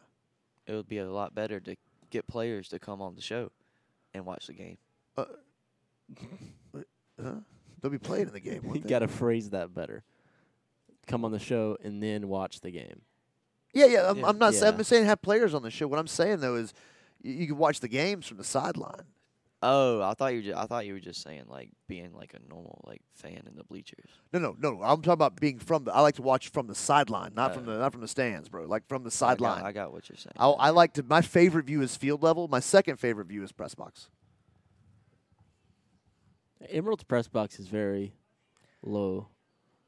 It would be a lot better to get players to come on the show and watch the game. They'll be playing in the game. you *laughs* won't they? got to phrase that better. Come on the show and then watch the game. Yeah, yeah. I'm, Yeah. I'm not. sa- I'm Yeah. not saying have players on the show. What I'm saying though is, you, you can watch the games from the sideline. Oh, I thought you were just, I thought you were just saying like being like a normal like fan in the bleachers. No, no, no. I'm talking about being from the. I like to watch from the sideline, not from Oh. the not from the stands, bro. Like from the I got- sideline. I I, got what you're saying. I, like to. My favorite view is field level. My second favorite view is press box. Emerald's press box is very low.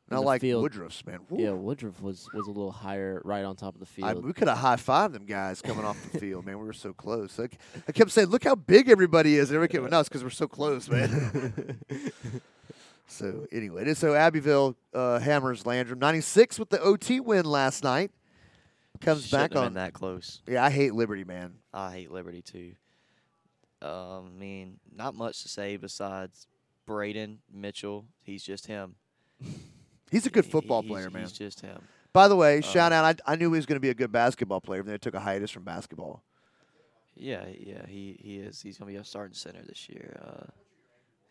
And I In the like field. Woodruffs, man. Woo. Yeah, Woodruff was was a little higher, right on top of the field. I- we could have high fived them guys coming off the field, man. We were so close. I, I *laughs* kept saying, "Look how big everybody is." And everybody kept, "No, it's because we're so close, man." So anyway, it is so Abbeville uh, hammers Landrum 96 with the OT win last night. Comes Shouldn't back have been on. that close. Yeah, I hate Liberty, man. I hate Liberty too. Um, I mean, not much to say besides Braden Mitchell. He's just him. He's a good He- football he's- player, man. He's just uh, him. By the way, shout out. I, I knew he was going to be a good basketball player, but then he took a hiatus from basketball. Yeah, yeah, he, he is. He's gonna be a starting center this year. Uh,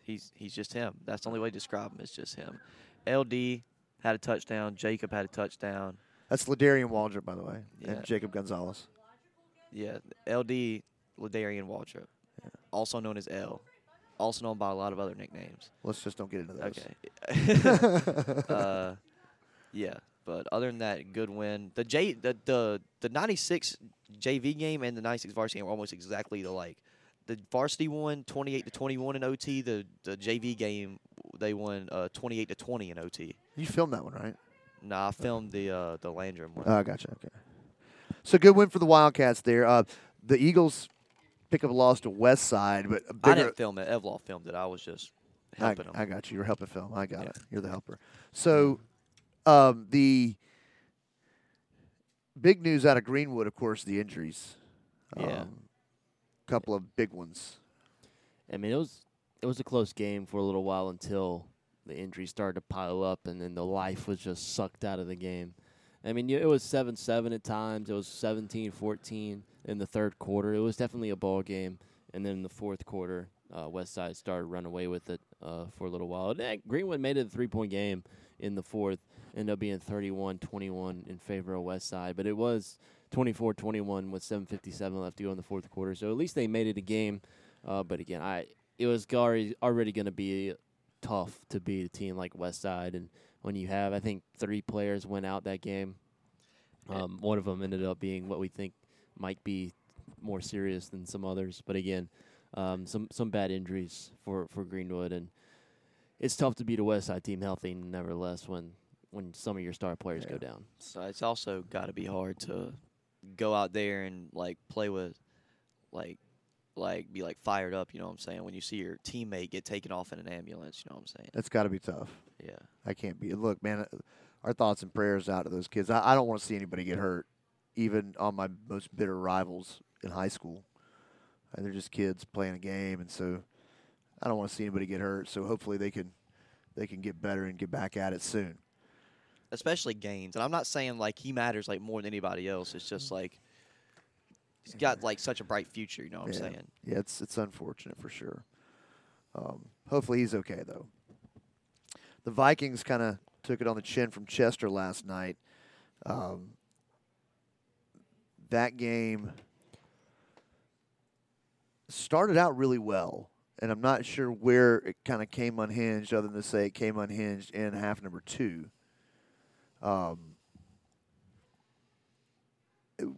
he's he's just him. That's the only way to describe him. It's just him. LD had a touchdown. Jacob had a touchdown. That's Ladarian Waldrop, by the way, Yeah. and Jacob Gonzalez. Yeah, LD Ladarian Waltrip, also known as L, also known by a lot of other nicknames. Let's just don't get into those. Okay. *laughs* uh, yeah, but other than that, good win. The J the the the '96 JV game and the '96 varsity game were almost exactly the like. The varsity won 28 to 21 in OT. The the JV game they won uh, 28 to 20 in OT. You filmed that one, right? Nah, I filmed the uh, the Landrum one. Oh, gotcha. Okay. So good win for the Wildcats there. Uh, the Eagles pick up a loss to West Side, but a bigger, I didn't film it. Evloff filmed it. I was just I- helping I, him. got you. You're helping film. I got Yeah. it. You're the helper. So, um, the big news out of Greenwood, of course, the injuries. Um, Yeah. couple of big ones. I mean, it was it was a close game for a little while until the injuries started to pile up, and then the life was just sucked out of the game. I mean, yeah, it was seven seven at times. It was 17-14 in the third quarter. It was definitely a ball game, and then in the fourth quarter, uh, West Side started running away with it uh, for a little while. And then Greenwood made it a three point game in the fourth. Ended up being 31-21 in favor of West Side, but it was 24-21 with 7:57 left to go in the fourth quarter. So at least they made it a game. Uh, but again, I it was already already going to be tough to beat a team like Westside, and when you have I think three players went out that game, um, one of them ended up being what we think might be more serious than some others. But again, um, some some bad injuries for for Greenwood, and it's tough to beat a Westside team healthy, nevertheless when. When some of your star players go down, So it's also got to be hard to go out there and like play with, like, like be like fired up. You know what I'm saying? When you see your teammate get taken off in an ambulance, you know what I'm That's got to be tough. saying? Yeah. I can't be. Look, man, uh, our thoughts and prayers out to those kids. I, I don't want to see anybody get hurt, even on my most bitter rivals in high school. Uh, they're just kids playing a game, and so I don't want to see anybody get hurt. So hopefully they can they can get better and get back at it soon. Especially Gaines, and I'm not saying like he matters like more than anybody else. It's Mm-hmm. just like he's got like such a bright future. You know what I'm yeah. saying? Yeah, it's it's unfortunate for sure. Um, hopefully he's okay though. The Vikings kind of took it on the chin from Chester last night. Um, that game started out really well, and I'm not sure where it kind of came unhinged, other than to say it came unhinged in half number two. Um,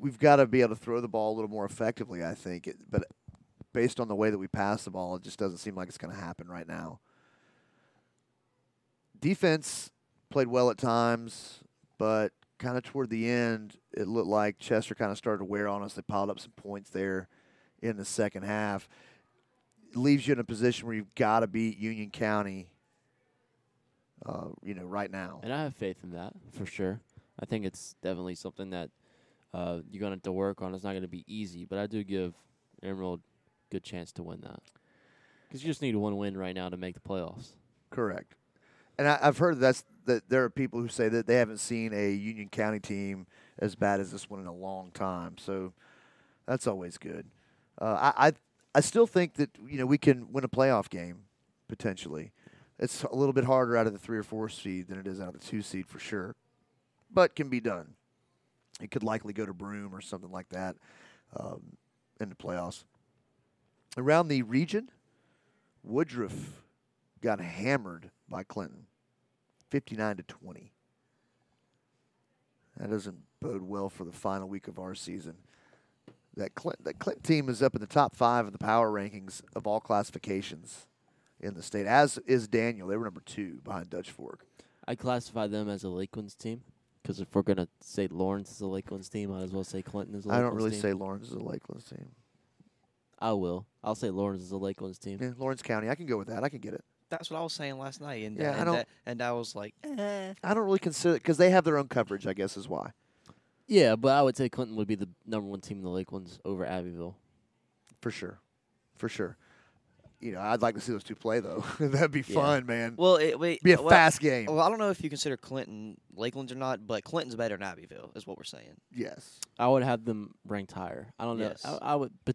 we've got to be able to throw the ball a little more effectively, I think. It, but based on the way that we pass the ball, it just doesn't seem like it's going to happen right now. Defense played well at times, but kind of toward the end, it looked like Chester kind of started to wear on us. They piled up some points there in the second half. It leaves you in a position where you've got to beat Union County, uh, you know, right now. And I have faith in that for sure. I think it's definitely something that uh, you're gonna have to work on. It's not gonna be easy, but I do give Emerald good chance to win that because you just need one win right now to make the playoffs. Correct. And I, I've heard that's that there are people who say that they haven't seen a Union County team as bad as this one in a long time. So that's always good. Uh, I, I I still think that you know we can win a playoff game potentially. It's a little bit harder out of the three or four seed than it is out of the two seed for sure, but can be done. It could likely go to Broome or something like that um, in the playoffs. Around the region, Woodruff got hammered by Clinton, fifty-nine to twenty. That doesn't bode well for the final week of our season. That Clinton, that Clinton team is up in the top five of the power rankings of all classifications in the state, as is Daniel. They were number two behind Dutch Fork. I classify them as a Lakeland's team because if we're gonna say Lawrence is a Lakeland's team, I might as well say Clinton is. A I Lakeland's don't really team. say Lawrence is a Lakeland team. I will. I'll say Lawrence is a Lakeland's team. Yeah, Lawrence County. I can go with that. I can get it. that's what I was saying last night, and Yeah, I and, don't- that- and I was like, eh. I don't really consider it because they have their own coverage. I guess is why Yeah, but I would say Clinton would be the number one team in the Lakelands over Abbeville. for sure, for sure. You know, I'd like to see those two play though. *laughs* That'd be Yeah. fun, man. well, it wait, be a well, fast game. Well, I don't know if you consider Clinton Lakeland's or not, but Clinton's better than Abbeville, is what we're saying. yes, I would have them ranked higher. I don't know. Yes. I, I would, but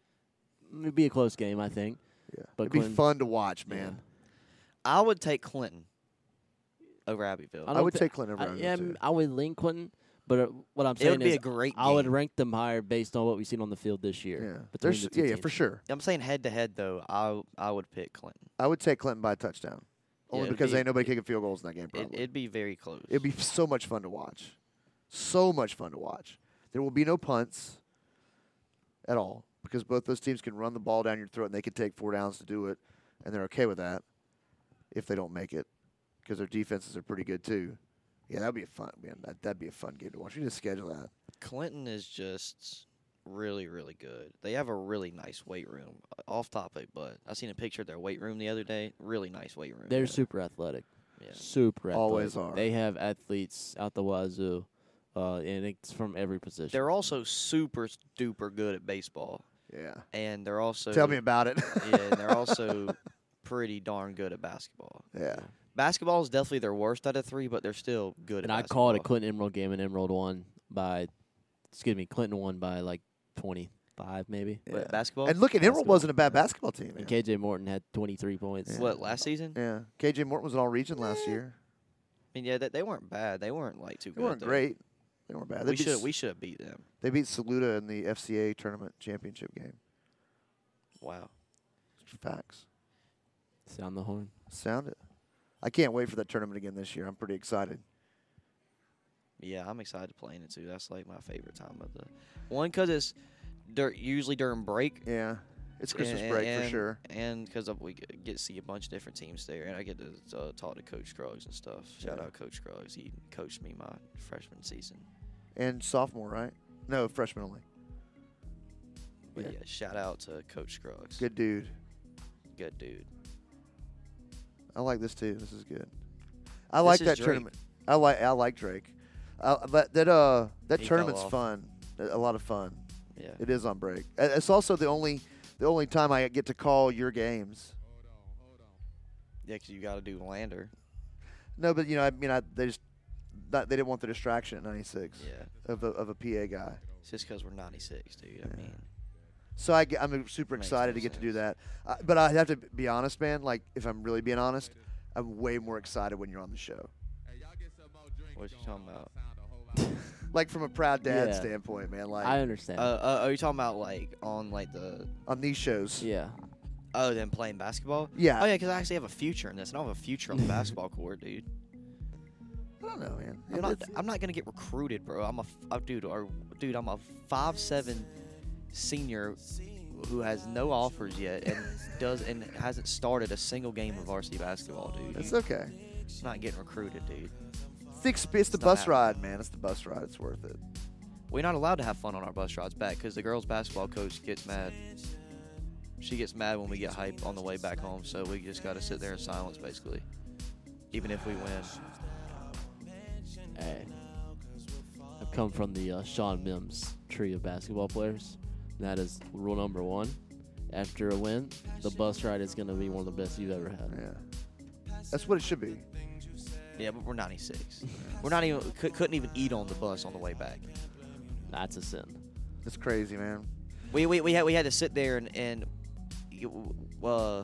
it'd be a close game, I think. yeah. But It'd be Clinton- fun to watch, man. I would take Clinton over Abbeville. I I don't would thi- take Clinton over. I, Arizona, yeah, too. I would lean Clinton, but uh, what I'm It saying would be is a great. I would game. rank them higher based on what we've seen on the field this year. Yeah, between there's the two yeah, yeah, teams. for sure. I'm saying head to head though. I I would pick Clinton. I would take Clinton by a touchdown, only Yeah, it'd because be- ain't nobody kicking field goals in that game. It, Probably. it'd be very close. It'd be so much fun to watch. So much fun to watch. There will be no punts at all because both those teams can run the ball down your throat and they can take four downs to do it, and they're okay with that if they don't make it because their defenses are pretty good too. Yeah, that'd be a fun man. That, that'd be a fun game to watch. We need to schedule that. Clinton is just really, really good. They have a really nice weight room. Uh, Off topic, but I seen a picture of their weight room the other day. Really nice weight room. They're yeah. super athletic. Yeah. Super athletic. Always are. They have athletes out the wazoo, uh, and it's from every position. They're also super duper good at baseball, Yeah. and they're also Tell me about it. *laughs* yeah, and they're also pretty darn good at basketball. *laughs* yeah. Basketball is definitely their worst out of three, but they're still good. and at I called a basketball. Clinton Emerald game, and Emerald won by, excuse me, Clinton won by like 25 maybe. But yeah. basketball. And look, and Emerald basketball. wasn't a bad basketball team. And Yeah. KJ Morton had 23 points. what last season? I yeah. KJ Morton was an all region last year. mean, yeah, they, they weren't bad. They weren't like too They good. weren't though. great. They weren't bad. They We beat should S- we should have beat them. They beat Saluda in the FCA tournament championship game. Wow. Facts. Sound the horn. Sound it. I can't wait for that tournament again this year. I'm pretty excited. Yeah, I'm excited to play in it too. That's like my favorite time of the one because it's dur- usually during break. Yeah. It's Christmas and- break for and- sure. and because we g- get to see a bunch of different teams there, and I get to uh, talk to Coach Scruggs and stuff. Shout Yeah. out Coach Scruggs; he coached me my freshman season. And sophomore, right? No, freshman only. But Yeah. yeah, shout out to Coach Scruggs. Good dude. good dude. I like this too. This is good. I like is that Drake. tournament. I like I like Drake. Uh, but that uh that He fell tournament's off. fun. A a lot of fun. Yeah, It is on break. Uh, It's also the only the only time I get to call your games. yeah, because you got to do Lander. No, but you know, I mean, I they just not, they didn't want the distraction at 96 Yeah, of a of a PA guy. it's just because we're 96, dude. I mean, So I, am super Makes excited no to get to do that. sense. Uh, but I have to be honest, man. Like, if I'm really being honest, I'm way more excited when you're on the show. what you talking about? Like from a proud dad Yeah. standpoint, man. Like I understand. Uh, uh, are you talking about like on like the on these shows. yeah. Oh, then playing basketball? Yeah. Oh, yeah, because I actually have a future in this. and I don't have a future on *laughs* the basketball court, dude. I don't know, man. I'm not, It's- I'm not gonna get recruited, bro. I'm a, f- uh, dude, or dude, I'm a five seven senior who has no offers yet *laughs* and does and hasn't started a single game of varsity basketball, dude. it's You- okay. it's not getting recruited, dude. It's the, exp- it's the not bus happening. ride, man. It's the bus ride. It's worth it. We're not allowed to have fun on our bus rides back because the girls' basketball coach gets mad. She gets mad when we get hype on the way back home, so we just gotta sit there in silence, basically. Even if we win. Hey. I've come from the uh, Sean Mims tree of basketball players. And that is rule number one. After a win, the bus ride is going to be one of the best you've ever had. Yeah. That's what it should be. Yeah, but we're 96. we're not even cou- couldn't even eat on the bus on the way back. That's a sin. It's crazy, man. We we, we had we had to sit there and and you- uh,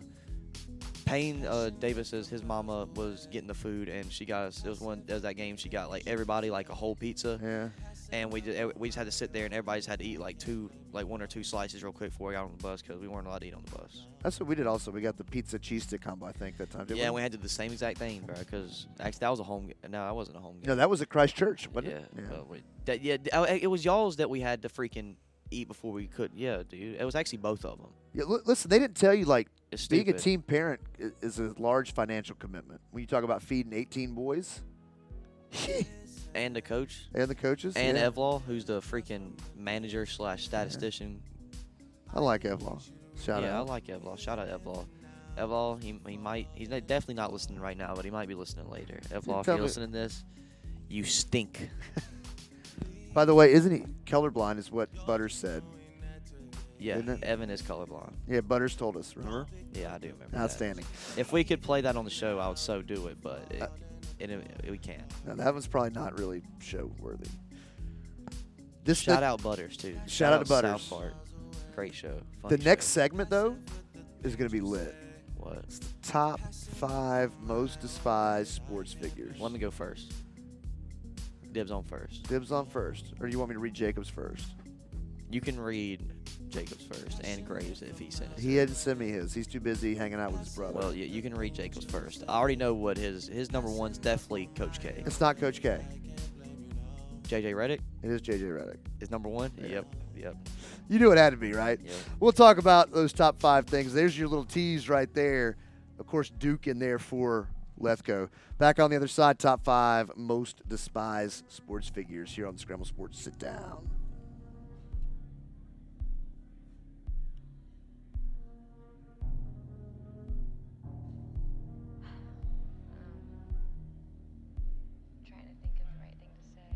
Payne uh, Davis says his mama was getting the food and she got us. It was one. It was that game. She got like everybody like a whole pizza. Yeah. and we just we just had to sit there and everybody's had to eat like two like one or two slices real quick before we got on the bus because we weren't allowed to eat on the bus. That's what we did. Also, we got the pizza cheese stick combo. I think that time. didn't yeah, and we? we had to do the same exact thing, bro. Because actually that was a home. Game. No, that wasn't a home game. No, that was at Christchurch, wasn't yeah, it? but we- that, yeah. d- oh, It it was y'all's that we had to freaking eat before we could. Yeah, dude. It was actually both of them. Yeah, li- listen, they didn't tell you like It's being a stupid. team parent i- is a large financial commitment. When you talk about feeding 18 boys And the coach and the coaches, and yeah. Evlaw, who's the freaking manager slash statistician. I like Evlaw. Shout yeah, out. I like Evlaw. Shout out Evlaw. Evlaw, he, he might he's not, definitely not listening right now, but he might be listening later. Evlaw, if tell you're me- listening to this, you stink. *laughs* By the way, isn't he colorblind? Is what Butters said. yeah, Isn't it? Evan is colorblind. Yeah, Butters told us. Remember? Yeah, I do remember. that. Outstanding. If we could play that on the show, I would so do it, but it, Uh, it, it- we can't. Now, that one's probably not really show worthy. This Shout the, out Butters too. Shout, out to Butters. South Park. Great show. Fun The show. next segment though is going to be lit. what? Top five most despised sports figures. Let me go first. Dibs on first. Dibs on first, or do you want me to read Jacobs first? You can read Jacobs first and Graves if he says. He hadn't sent me his. He's too busy hanging out with his brother. Well, you, you can read Jacobs first. I already know what his his number one's definitely Coach K. it's not Coach K. JJ Reddick It is JJ Redick. is number one. Yep, yep. You knew it had to be, right? Yeah. We'll talk about those top five things. There's your little tease right there. Of course, Duke in there for Lethco. Back on the other side, top five most despised sports figures here on the Scramble Sports Sit Down. trying to think of the right thing to say.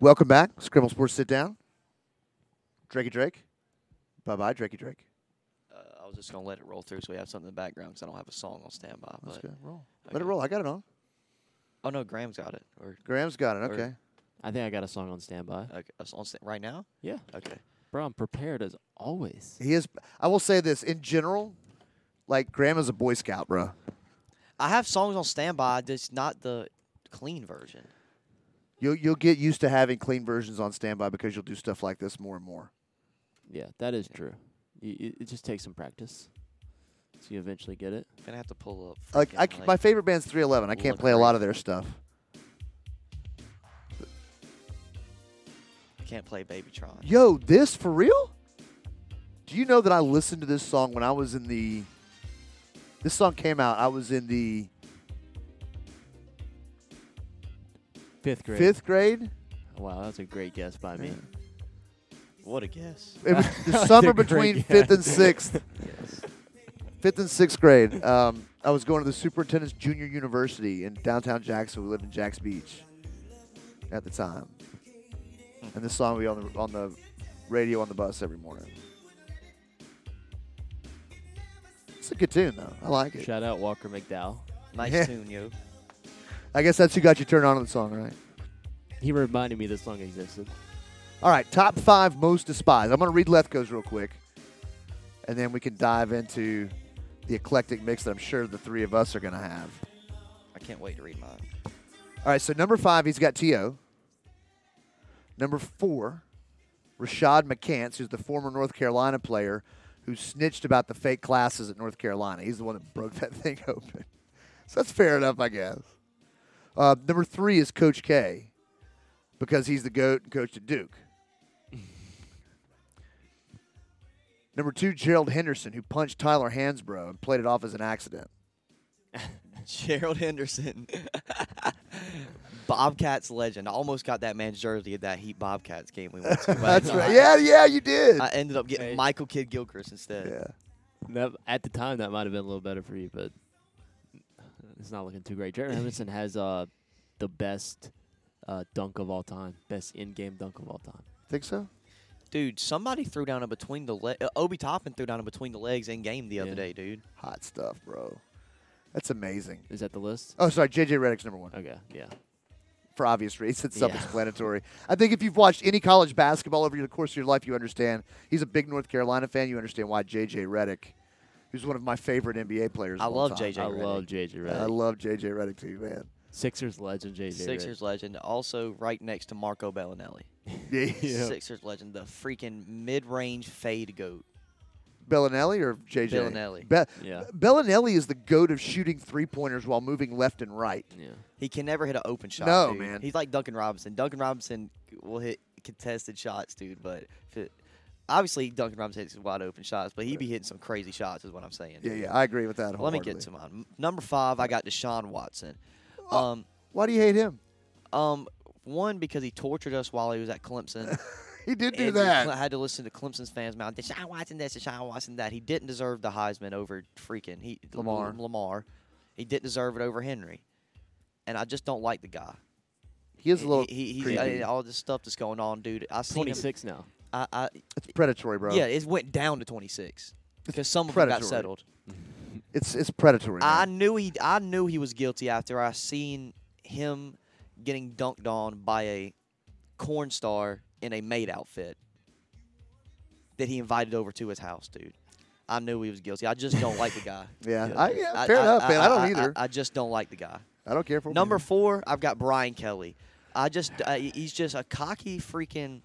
Welcome back, Scramble Sports Sit Down. Drakey Drake. Bye bye, Drakey Drake. Uh, I was just gonna let it roll through so we have something in the background because I don't have a song on standby. Let's But go. Roll. Let okay. it roll. I got it on. oh no, Graham's got it. Or Graham's got it. Or- Okay. I think I got a song on standby. okay, it's on sta- right now. Yeah, Okay. bro, I'm prepared as always. He is. I will say this in general, like Graham is a Boy Scout, bro. I have songs on standby, just not the clean version. You'll you'll get used to having clean versions on standby because you'll do stuff like this more and more. Yeah, that is true. Y- y- it just takes some practice. So you eventually get it. I'm gonna have to pull up. Like I, freaking, c- my favorite band's 311. I can't play a lot of Licorice. their stuff. I can't play Babytron. Yo, this for real? Do you know that I listened to this song when I was in the This song came out. I was in the Fifth grade. 5th grade. Wow, that's a great guess by me. What *laughs* a guess. It was That's the a summer great between guess. 5th and 6th. 5th and 6th grade. Um, I was going to the Superintendent's Junior University in downtown Jackson. We lived in Jacks Beach at the time. And this song would be on the on the radio on the bus every morning. It's a good tune though. I like it. Shout out Walker McDowell. Nice Yeah. tune, yo. I guess that's who got you turned on to the song, right? He reminded me this song existed. All right, top five most despised. I'm going to read Lethco's real quick, and then we can dive into the eclectic mix that I'm sure the three of us are going to have. I can't wait to read mine. All right, so number five, he's got T.O. Number four, Rashad McCants, who's the former North Carolina player who snitched about the fake classes at North Carolina. He's the one that broke that *laughs* thing open. So that's fair enough, I guess. Uh, number three is Coach K because he's the GOAT and coached at Duke. *laughs* number two, Gerald Henderson, who punched Tyler Hansbrough and played it off as an accident. Gerald Henderson, *laughs* Bobcats legend. I almost got that man's jersey at that Heat Bobcats game we went to. *laughs* but That's I- right. Yeah, yeah, you did. I ended up getting Hey. Michael Kidd Gilchrist instead. yeah. That, at the time, that might have been a little better for you, but it's not looking too great. Jared Henderson has uh, the best uh, dunk of all time, best in-game dunk of all time. Think so? Dude, somebody threw down a between the leg. Uh, Obi Toppin threw down a between the legs in game the other Yeah. day, dude. Hot stuff, bro. That's amazing. Is that the list? Oh, sorry, JJ Reddick's number one. Okay, yeah. for obvious reasons. *laughs* It's Yeah. self-explanatory. I think if you've watched any college basketball over the course of your life, you understand. He's a big North Carolina fan. You understand why J.J. Reddick, who's one of my favorite NBA players. I of all love time. J.J. I Reddick. love JJ Redick. I love J.J. Reddick too, man. *laughs* Sixers legend JJ. Sixers legend, also right next to Marco Bellinelli. Yeah. Sixers legend, the freaking mid-range fade goat. Bellinelli or J.J. Bellinelli. Be- Yeah. Bellinelli is the goat of shooting three-pointers while moving left and right. Redick. Yeah. He can never hit an open shot. No, dude. man. He's like Duncan Robinson. Duncan Robinson will hit contested shots, dude. But if it, obviously, Duncan Robinson hits wide open shots, but he be hitting some crazy shots, is what I'm saying. Yeah, dude. yeah, I agree with that. Let me get to wholeheartedly. mine. M- Number five, I got Deshaun Watson. Oh. Um, Why do you hate him? um, one because he tortured us while he was at *laughs* Clemson. He did do and we that. Cle- had to listen to Clemson's fans mouth Deshaun Watson this, Deshaun Watson that. He didn't deserve the Heisman over freaking he Lamar. Lamar. He didn't deserve it over Henry. And I just don't like the guy. he is a little he, he, he's, creepy. uh, all this stuff that's going on, dude. I seen him- 26 now. I, I, it's predatory, bro. yeah, it went down to 26 because some of them predatory. got settled. It's it's predatory. I man. knew he, I knew he was guilty after I seen him getting dunked on by a corn star in a maid outfit that he invited over to his house, dude. I knew he was guilty. I just don't like the guy. *laughs* yeah, I, yeah, I- fair I- enough, man. I, don't I- either. I, I just don't like the guy. don't care for him Number either. four, I've got Brian Kelly. I just, uh, he's just a cocky freaking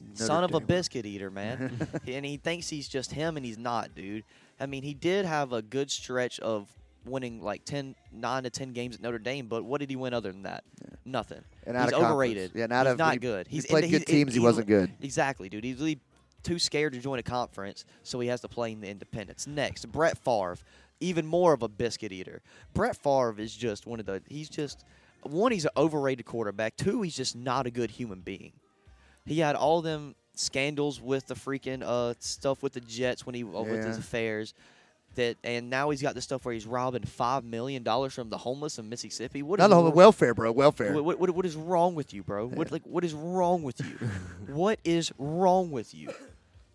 Notre son of a Dame. biscuit eater, man. and he thinks he's just him, and he's not, dude. I mean, he did have a good stretch of winning like 10, 9 to 10 games at Notre Dame, but what did he win other than that? Nothing. And out he's of conference. overrated. Yeah, and out he's of- not he- good. he He's in played the- good he's- teams, he wasn't good. Exactly, dude. He's really too scared to join a conference, so he has to play in the independents. Next, Brett Favre, even more of a biscuit eater. Brett Favre is just one of the. He's just one. He's an overrated quarterback. Two, he's just not a good human being. He had all them scandals with the freaking uh, stuff with the Jets when he uh, with his Yeah. affairs. That and now he's got this stuff where he's robbing five million dollars from the homeless in Mississippi. What Not is the whole wrong- welfare, bro. Welfare. what, what, what- what is wrong with you, bro? What like what is wrong with you? *laughs* what is wrong with you?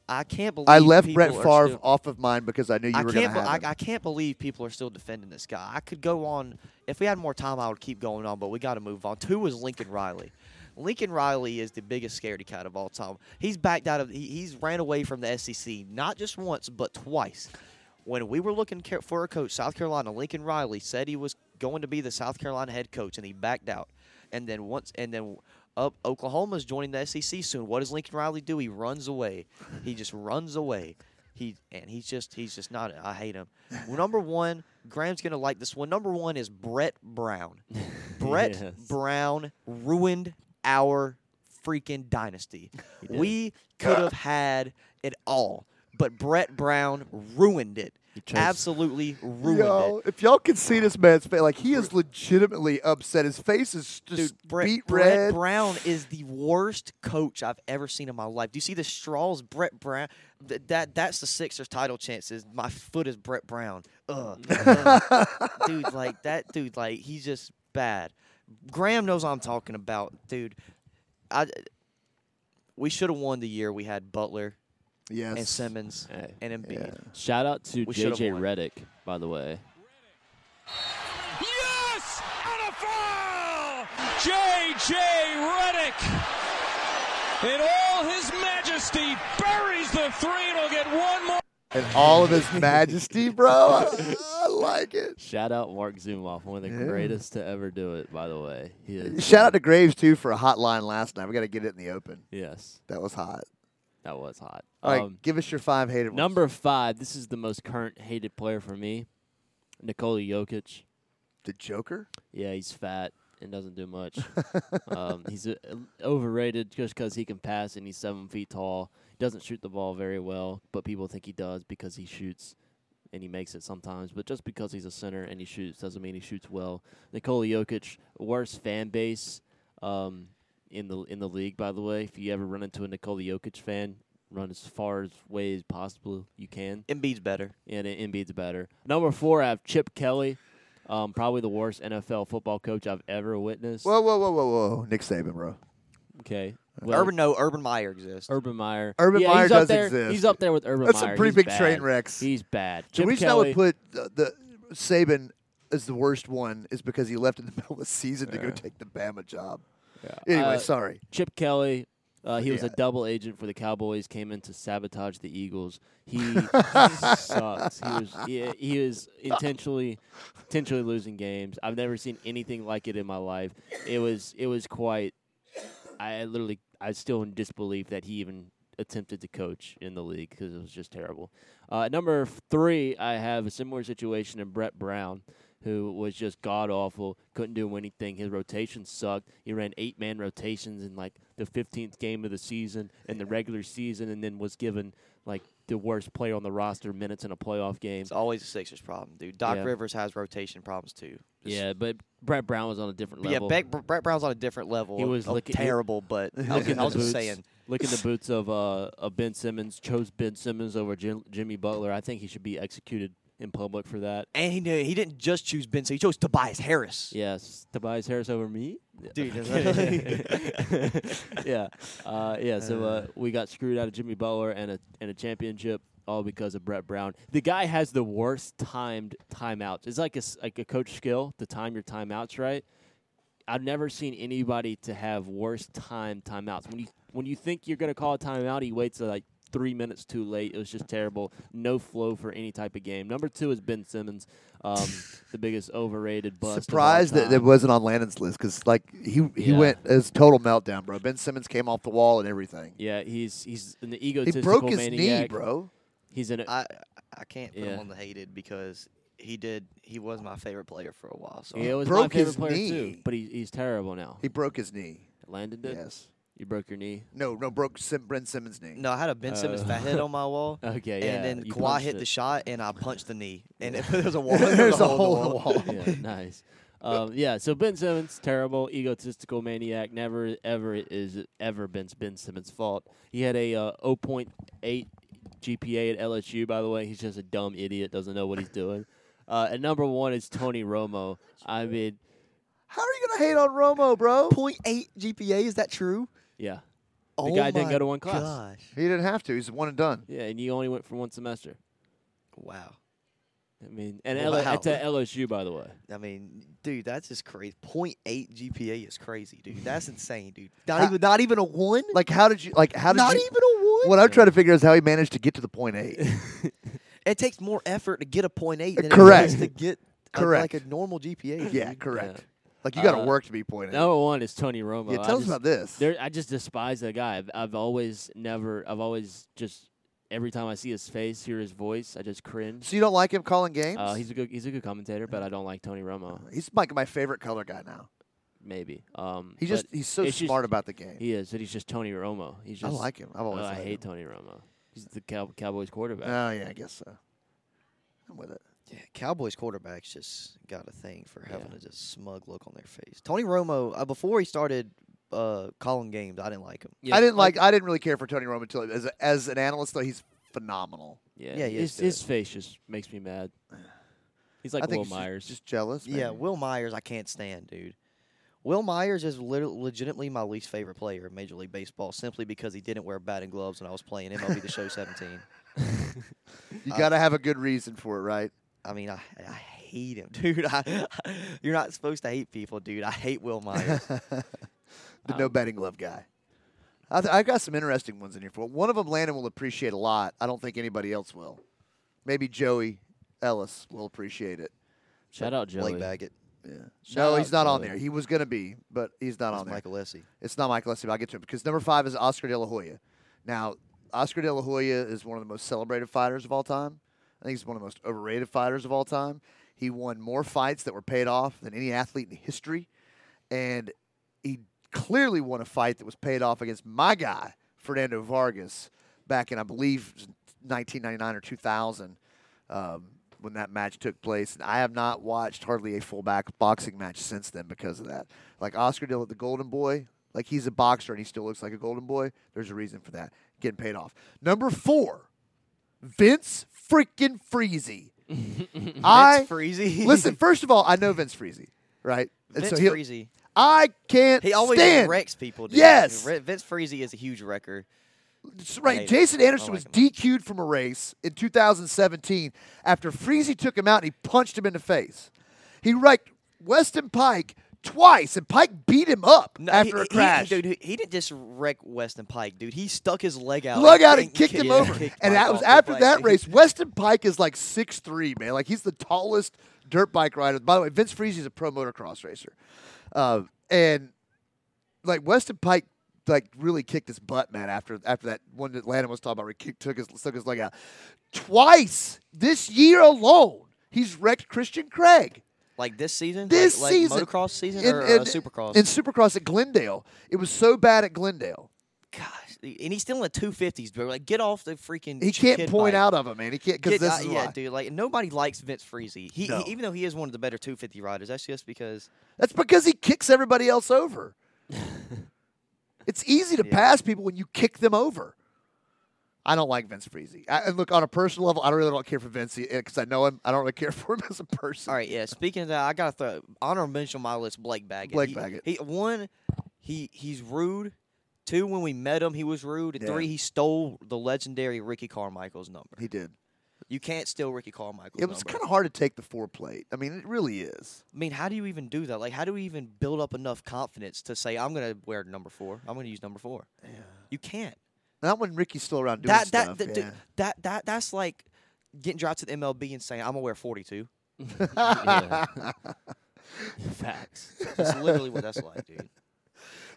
I can't believe I left people Brett are Favre still- off of mine because I knew you I were going to can't. be- have I, him. I can't believe people are still defending this guy. I could go on. If we had more time, I would keep going on, but we got to move on. Two is Lincoln Riley. Lincoln Riley is the biggest scaredy cat of all time. He's backed out of. He, he's ran away from the SEC not just once but twice. When we were looking ca- for a coach, South Carolina, Lincoln Riley said he was going to be the South Carolina head coach, and he backed out. And then once, and then up Oklahoma's joining the SEC soon. What does Lincoln Riley do? He runs away. He *laughs* just runs away. He and he's just he's just not. I hate him. Well, number one, Graham's gonna like this one. Number one is Brett *laughs* Brown. Brett Yes. Brown ruined our *laughs* freaking dynasty. did. We could have had it all, but Brett Brown ruined it. chose- *laughs* Absolutely ruined Yo, if y'all can see this man's face, like he is legitimately upset. His face is it. just Dude, Brett, beat Brett red. Brown is the worst coach I've ever seen in my life. Do you see the straws? Brett Brown. Th- that that's the Sixers title chances. My foot is Brett Brown. *laughs* Ugh. Ugh. dude, like that dude, like he's just bad. Graham knows what I'm talking about, dude. I we should have won the year we had Butler yes. and Simmons Hey. and Embiid. Shout out to We should've JJ won. Reddick, by the way. Yes! And a foul! J.J. Reddick, in all his majesty, buries the three and will get one more. And all of his *laughs* majesty, bro. I, I like it. Shout out Mark Zumoff, one of the greatest to ever do it, by the way. He is, Shout out to Graves too for a hot line last night. We got to get it in the open. Yes, That was hot. that was hot. All right, Um, give us your five hated ones. number five, this is the most current hated player for me, Nikola Jokic. the Joker. Yeah, he's fat and doesn't do much. um, he's uh, overrated just because he can pass and he's seven feet tall. He doesn't shoot the ball very well, but people think he does because he shoots and he makes it sometimes. But just because he's a center and he shoots doesn't mean he shoots well. Nikola Jokic, worst fan base um, in the in the league, by the way. If you ever run into a Nikola Jokic fan, run as far as way as possible you can Embiid's better. and it Embiid's better. Number four, I have Chip Kelly, um, probably the worst NFL football coach I've ever witnessed. Whoa, whoa, whoa, whoa, whoa. Nick Saban, bro. okay, well, Urban no, Urban Meyer exists. Urban Meyer, Urban yeah, Meyer he's up does there. exist. He's up there with Urban That's some Meyer. pretty big He's bad. train wrecks. He's bad. The Chip reason I Kelly, would put the, the *laughs* Saban as the worst one is because he left in the middle of the season to go take the Bama job. Anyway, Uh, sorry. Chip Kelly. Uh, he was a Yeah. double agent for the Cowboys. Came in to sabotage the Eagles. He *laughs* sucks. He was he, he is intentionally intentionally losing games. I've never seen anything like it in my life. It was it was quite. I literally I was still in disbelief that he even attempted to coach in the league because it was just terrible. Uh, number f- three, I have a similar situation in Brett Brown who was just god awful, couldn't do anything. His rotation sucked. He ran eight man rotations in like the 15th game of the season and the regular season, and then was given like the worst player on the roster minutes in a playoff game. It's always the Sixers' problem, dude. Doc Yeah. Rivers has rotation problems too. Just- Yeah, but Brett Brown was on a different but yeah. level. Beck, Br- Brett Brown's on a different level. He of- was of looking- he- *laughs* terrible, but I was, Look in I was the just boots. saying. Look in *laughs* the boots of uh, of Ben Simmons. Chose Ben Simmons over Jim, Jimmy Butler. I think he should be executed in public for that. And he knew, he didn't just choose Ben, so he chose Tobias Harris. Yes, Tobias Harris over me, *laughs* Dude, *laughs* that's *laughs* yeah, uh, yeah. So uh, we got screwed out of Jimmy Butler and a and a championship, all because of Brett Brown. The guy has the worst timed timeouts. It's like a s- like a coach skill to time your timeouts right. I've never seen anybody to have worse time timeouts. When you when you think you're gonna call a timeout, he waits uh, like three minutes too late. It was just terrible. No flow for any type of game. Number two is Ben Simmons, *laughs* um, the biggest overrated bust. of all Surprised that time. that wasn't on Landon's list because like he he Yeah. went as total meltdown, bro. Ben Simmons came off the wall and everything. Yeah, he's he's an He egotistical broke his maniac. knee, bro. He's an I I can't put Yeah. him on the hated because he did he was my favorite player for a while. So he was broke my favorite his player knee. too, but he, he's terrible now. He broke his knee. Landon did. Yes. You broke your *laughs* knee. No, no, broke Sim- Ben Simmons' knee. no, I had a Ben Simmons Oh. fat head on my wall. *laughs* Okay, and yeah. then you Kawhi punched hit it. the shot, and I punched the knee, *laughs* and it, *laughs* there's a wall. There's a hole in the wall. yeah, nice. Um, yeah, so Ben Simmons, terrible, egotistical maniac. Never ever is it ever been Ben Simmons' fault. He had a uh, 0.8 GPA at LSU, by the way. He's just a dumb idiot, doesn't know what he's doing. Uh, and number one is Tony Romo. I mean, *laughs* How are you gonna hate on Romo, bro? 0.8 GPA is that true? yeah, The guy didn't go to one class. He didn't have to. He's one and done. yeah, and you only went for one semester. Wow. I mean, and Wow. L- that's at LSU, by the way. I mean, dude, that's just crazy. 0.8 GPA is crazy, *laughs* dude. That's insane, dude. Ha- Not even not even a one. Like how did you? Like how did not you? even a one. What I'm trying to figure out is how he managed to get to the point *laughs* eight. It takes more effort to get a point eight than Uh, Correct. it does to get a- Correct. like a normal GPA. yeah, dude. correct. Like you got to Uh, work to be point eight. Number one is Tony Romo. yeah, I tell us just- about this. There, I just despise that guy. I've, I've always never. I've always just every time I see his face, hear his voice, I just cringe. So you don't like him calling games? Uh, he's a good. He's a good commentator, but I don't like Tony Romo. He's like my favorite color guy now. Maybe. Um, He but just he's so it's just- smart about the game. He is, but he's just Tony Romo. He's I just. like him. I've oh, always. I liked hate him. Tony Romo. He's the Cow- Cowboys quarterback. Oh yeah, I guess so. I'm with it. Yeah, Cowboys quarterbacks just got a thing for having Yeah. a just smug look on their face. Tony Romo, uh, before he started uh, calling games, I didn't like him. Yeah, I didn't like. I didn't really care for Tony Romo until as a, as an analyst though. He's phenomenal. Yeah, yeah, he is his, his face just makes *sighs* me mad. He's like I think Will he's just- Myers. just, jealous. Yeah, maybe. Will Myers, I can't stand, dude. Will Myers is lit- legitimately my least favorite player in Major League Baseball simply because he didn't wear batting gloves when I was playing MLB The Show 17. you I- got to have a good reason for it, right? I mean, I, I hate him, *laughs* dude. I, you're not supposed to hate people, dude. I hate Will Myers. *laughs* The no batting glove guy. I th- I've got some interesting ones in here for one of them. Landon will appreciate a lot. I don't think anybody else will. Maybe Joey Ellis will appreciate it. Shout out Joey. Blake Baggett. Yeah. Shout no, out he's not on Joey. there. He was gonna be, but he's not on That's there. Michael Lessie. It's not Mike Leslie, but I'll get to him because number five is Oscar De La Hoya. Now, Oscar De La Hoya is one of the most celebrated fighters of all time. I think he's one of the most overrated fighters of all time. He won more fights that were paid off than any athlete in history, and he clearly won a fight that was paid off against my guy Fernando Vargas back in I believe 1999 or 2000 um, when that match took place. And I have not watched hardly a full back boxing match since then because of that. Like Oscar De La, the Golden Boy, like he's a boxer and he still looks like a Golden Boy. There's a reason for that. Getting paid off. Number four, Vince freaking Freezy. I *laughs* Vince Freezy. listen. First of all, I know Vince Freezy, right? And Vince he'll- Freezy. I can't. He always stand. wrecks people. Dude. Yes. Re- Vince Freezy is a huge wrecker. That's I right. hate Jason it. I Anderson don't was like him. DQ'd from a race in 2017 after Freezy took him out and he punched him in the face. He wrecked Weston Pike twice, and Pike beat him up No, after he- a he- crash. dude, he, he didn't just wreck Weston Pike, dude. He stuck his leg out. Lug out and kicked him yeah, over. kicked And Pike that was off the after bike. that *laughs* race. Weston Pike is like 6'3, man. Like he's the tallest dirt bike rider. By the way, Vince Freeze is a pro motocross racer. Uh, and like Weston Pike like really kicked his butt, man, after after that one that Landon was talking about where he kicked, took his took his leg out. Twice this year alone, he's wrecked Christian Craig. Like this season? This like, like season. Motocross season in- or in- uh, Supercross? In Supercross at Glendale. It was so bad at Glendale. Gosh, and he's still in the 250s, bro. Like, get off the freaking. He can't kid point bike. out of it, man. He can't because Get this out- is yeah, why. dude. Like nobody likes Vince Freeze. He, he- No. even though he is one of the better 250 riders, that's just because That's because he kicks everybody else *laughs* over. it's easy to Yeah. pass people when you kick them over. I don't like Vince Freezy. I, and look, on a personal level, I really don't care for Vince because I know him. I don't really care *laughs* for him as a person. All right, yeah. Speaking of that, I gotta throw honorable mention on my list Blake Baggett. Blake He- Baggett. He one, he he's rude. Two, when we met him, he was rude. And Yeah. three, he stole the legendary Ricky Carmichael's number. He did. You can't steal Ricky Carmichael's It was number. kind of hard to take the four plate. I mean, it really is. I mean, how do you even do that? Like, how do we even build up enough confidence to say I'm gonna wear number four? I'm gonna use number four. You can't. Not when Ricky's still around doing That stuff. that that, yeah. that that that's like getting dropped to the MLB and saying I'm gonna wear 42. Yeah. *laughs* *laughs* Facts. That's literally what that's like, dude.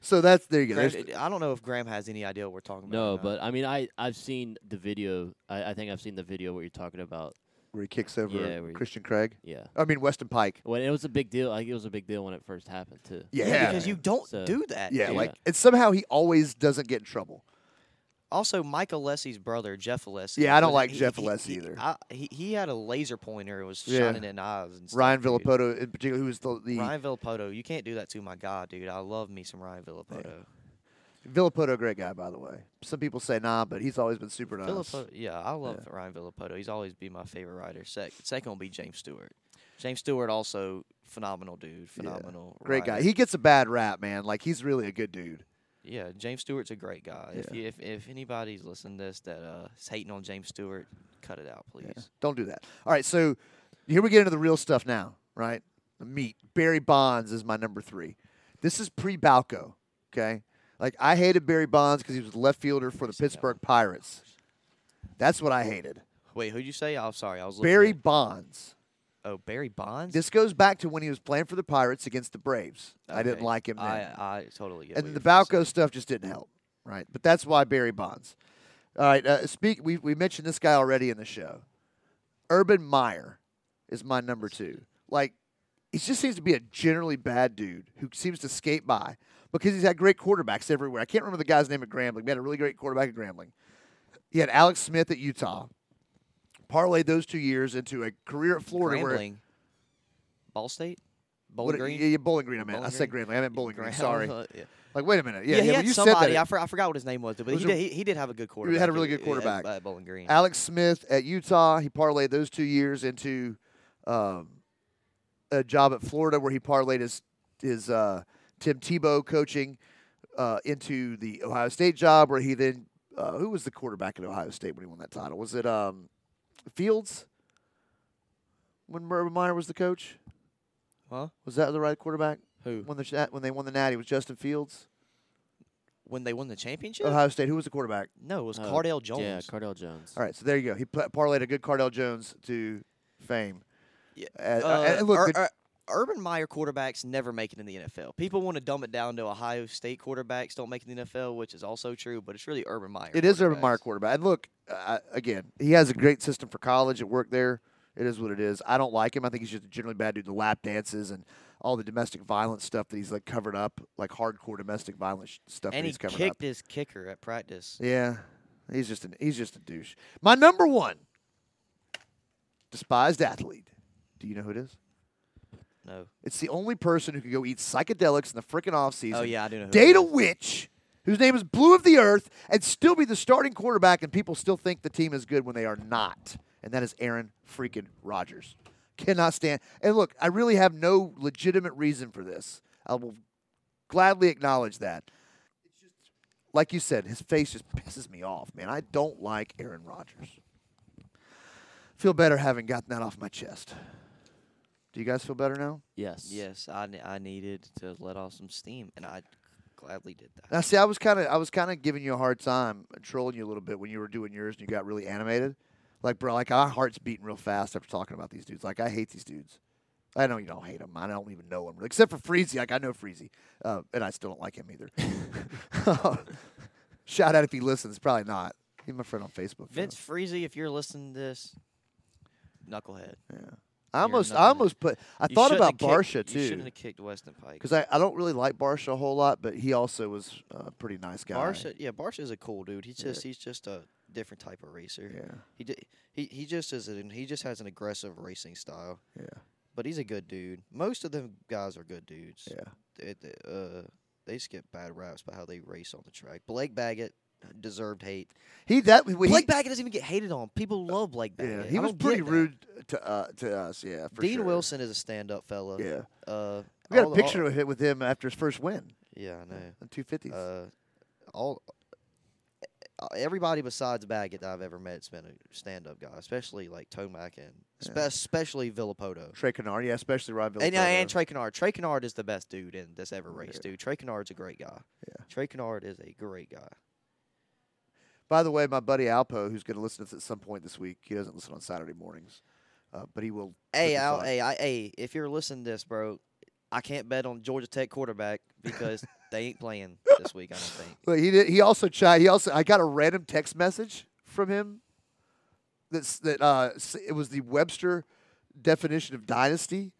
so that's there you go. Graham- There's- I don't know if Graham has any idea what we're talking about. or uh, No, not. but I mean, I I've seen the video. I, I think I've seen the video what you're talking about. where he kicks over Yeah, where he- Christian Craig. Yeah. I mean, Weston Pike. When it was a big deal, like it was a big deal when it first happened too. Yeah. Yeah, because you don't So- do that. yeah, Yeah. like, and somehow he always doesn't get in trouble. Also, Michael Lessy's brother, Jeff Alessi. Yeah, I don't was- like he- Jeff he- Alessi he- either. I- he, he had a laser pointer. It was Yeah. shining in eyes. And stuff, Ryan dude. Villapoto, in particular, who was the, the Ryan Villapoto. You can't do that to my God, dude. I love me some Ryan Villapoto. Villapoto, a great guy, by the way. Some people say nah, but he's always been super nice. Villapoto, yeah, I love Ryan Villapoto. He's always been my favorite rider. Sec, second will be James Stewart. James Stewart also phenomenal dude, Yeah. phenomenal. Great guy. rider. He gets a bad rap, man. Like he's really a good dude. yeah, James Stewart's a great guy. If you, if if anybody's listening to this that uh is hating on James Stewart, cut it out, please. Don't do that. All right, so here we get into the real stuff now, right? The meat. Barry Bonds is my number three. This is pre Balco, okay? Like I hated Barry Bonds because he was a left fielder for the Pittsburgh Pirates. That's what I hated. Wait, who'd you say? I'm sorry, I was looking Barry at- Bonds. Oh, Barry Bonds. This goes back to when he was playing for the Pirates against the Braves. I didn't Okay. like him. Then. I, I totally and get. what then the you're trying to say. Balco stuff just didn't help, right? But that's why Barry Bonds. All right, uh, speak. We we mentioned this guy already in the show. Urban Meyer is my number two. Like, he just seems to be a generally bad dude who seems to skate by because he's had great quarterbacks everywhere. I can't remember the guy's name at Grambling. We had a really great quarterback at Grambling. He had Alex Smith at Utah. Parlayed those two years into a career at Florida where Grambling. Ball State, Bowling what- Green. Yeah, yeah, Bowling Green. I meant. Bowling I said Grambling. I meant Bowling *laughs* Green. Sorry. Uh, yeah. Like, wait a minute. Yeah, Yeah, yeah. he when had you said somebody. that, I, for, I forgot what his name was, but was he a- did, he, he did have a good quarterback. had a really at- good at- quarterback. at, Bowling Green. Alex Smith at Utah. He parlayed those two years into um, a job at Florida, where he parlayed his his uh, Tim Tebow coaching uh, into the Ohio State job, where he then uh, who was the quarterback at Ohio State when he won that title? Was it um, Fields? When Urban Meyer was the coach, Huh? was that the right quarterback? Who? When the sha- when they won the Natty was Justin Fields, When they won the championship? Ohio State. Who was the quarterback? no, it was Uh, Cardale Jones. Yeah, Cardell Jones. All right, so there you go. He pla parlayed a good Cardell Jones to fame. Yeah, Uh, uh, Uh, and look, Ur- the- Ur- Urban Meyer quarterbacks never make it in the NFL. People want to dumb it down to Ohio State quarterbacks don't make it in the NFL, which is also true, but it's really Urban Meyer. It is Urban quarterbacks. Meyer quarterback. And look, uh, again, he has a great system for college at work there. It is what it is. I don't like him. I think he's just a generally bad dude. The lap dances and all the domestic violence stuff that he's like covered up, like hardcore domestic violence sh- stuff And that he he's covered kicked up. his kicker at practice. Yeah, he's just an he's just a douche. My number one despised athlete. Do you know who it is? No. It's the only person who can go eat psychedelics in the freaking off season. Oh yeah, I do know. Who it date a is. witch whose name is Blue of the Earth and still be the starting quarterback, and people still think the team is good when they are not. And that is Aaron freaking Rodgers. Cannot stand. And look, I really have no legitimate reason for this. I will gladly acknowledge that. It's just- Like you said, his face just pisses me off, man. I don't like Aaron Rodgers. Feel better having gotten that off my chest. Do you guys feel better now? Yes. Yes, I, ne- I needed to let off some steam, and I gladly did that. Now, see, I was kind of, I was kind of giving you a hard time, uh, trolling you a little bit when you were doing yours, and you got really animated. Like, bro, like our heart's beating real fast after talking about these dudes. Like, I hate these dudes. I know you don't hate them. I don't even know them, except for Freezy. Like, I know Freezy, uh, and I still don't like him either. *laughs* Shout out if he listens. Probably not. He's my friend on Facebook. though. Vince Freezy, if you're listening to this, knucklehead. I you're almost, nothing. I almost put. I You thought shouldn't about have kicked- Barsha You shouldn't too, have kicked Weston Pike. because I, I don't really like Barsha a whole lot, but he also was uh, a pretty nice guy. Barsha, yeah, Barsha's a cool dude. He's Yeah. just he's just a different type of racer. Yeah, He di- he he just is an, he just has an aggressive racing style. yeah, But he's a good dude. Most of them guys are good dudes. yeah. It- it, uh, they skip bad raps about how they race on the track. Blake Baggett uh, deserved hate. He that he, Blake Baggett doesn't even get hated on. People love Blake Baggett. Yeah, he I was don't get pretty that. rude to uh, to us. Yeah, for Dean sure. Wilson is a stand-up fella. Yeah, Uh, we got all a the- picture all- of it with him after his first win, yeah, I know. on two fifties. Uh, all uh, everybody besides Baggett that I've ever met's been a stand-up guy, especially like Tomac and spe- especially Villapoto. Trey Canard, yeah, especially Rod And, yeah, and Villapoto. Trey Kennard. Trey Kennard is the best dude in that's ever raced, dude. Trey Kennard's a great guy. Yeah. Trey Kennard is a great guy. By the way, my buddy Alpo, who's going to listen to this at some point this week, he doesn't listen on Saturday mornings, uh, but he will. put Hey, this Al, on. hey, I, hey, if you're listening to this, bro, I can't bet on Georgia Tech quarterback *laughs* because they ain't playing this week, I don't think. But he did, he also tried. He also I got a random text message from him. That's that uh, s- it was the Webster definition of dynasty.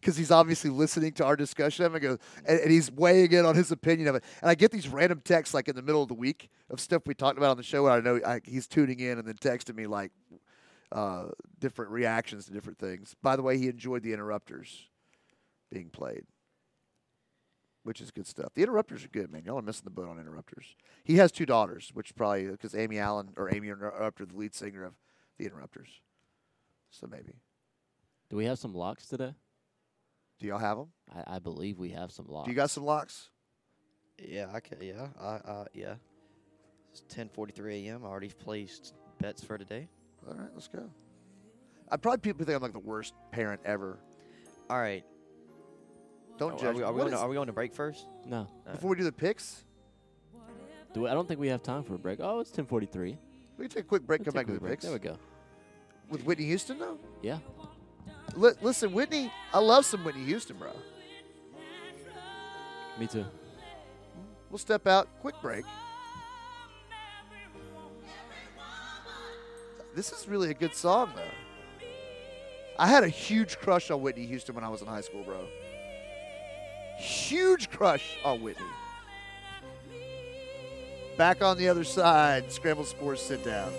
Because he's obviously listening to our discussion of it, goes, and, and he's weighing in on his opinion of it. And I get these random texts like in the middle of the week of stuff we talked about on the show. And I know I, he's tuning in and then texting me like uh, different reactions to different things. By the way, he enjoyed the interrupters being played which is good stuff. The interrupters are good, man. Y'all are missing the boat on interrupters. He has two daughters, which probably because Amy Allen or Amy Interrupter, the lead singer of the Interrupters. So maybe. Do we have some locks today? Do y'all have them? I, I believe we have some locks. Do you got some locks? Yeah, I can, yeah, I, I, yeah. It's 10:43 a.m. I already placed bets for today. All right, let's go. I probably people think I'm like the worst parent ever. All right, Don't Oh, are judge. we, me. are, we What on, is- are we on a break first? No. before we do the picks, Do we, I don't think we have time for a break. Oh, it's 10:43. we can take a quick break. come Let's take back a to the break. picks There we go. with Whitney Houston though. Yeah. Li- listen, Whitney, I love some Whitney Houston, bro. Me too. We'll step out. Quick break. This is really a good song, though. I had a huge crush on Whitney Houston when I was in high school, bro. Huge crush on Whitney. Back on the other side, Scramble Sports sit down.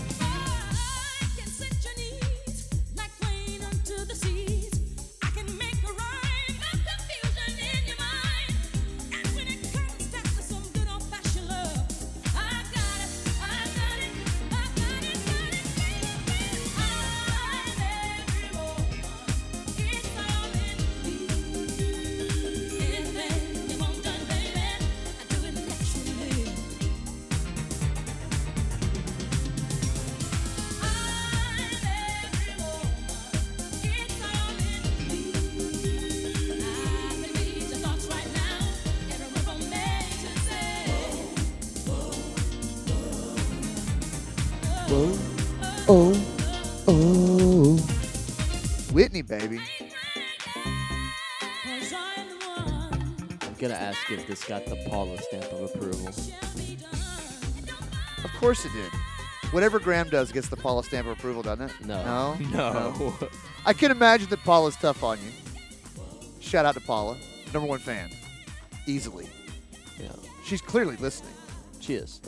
Oh oh, oh. Whitney, baby. I'm gonna ask if this got the Paula stamp of approval. Of course it did. Whatever Graham does gets the Paula stamp of approval, doesn't it? No. No? I can imagine that Paula's tough on you. Shout out to Paula, number one fan, easily. yeah. She's clearly listening. Cheers.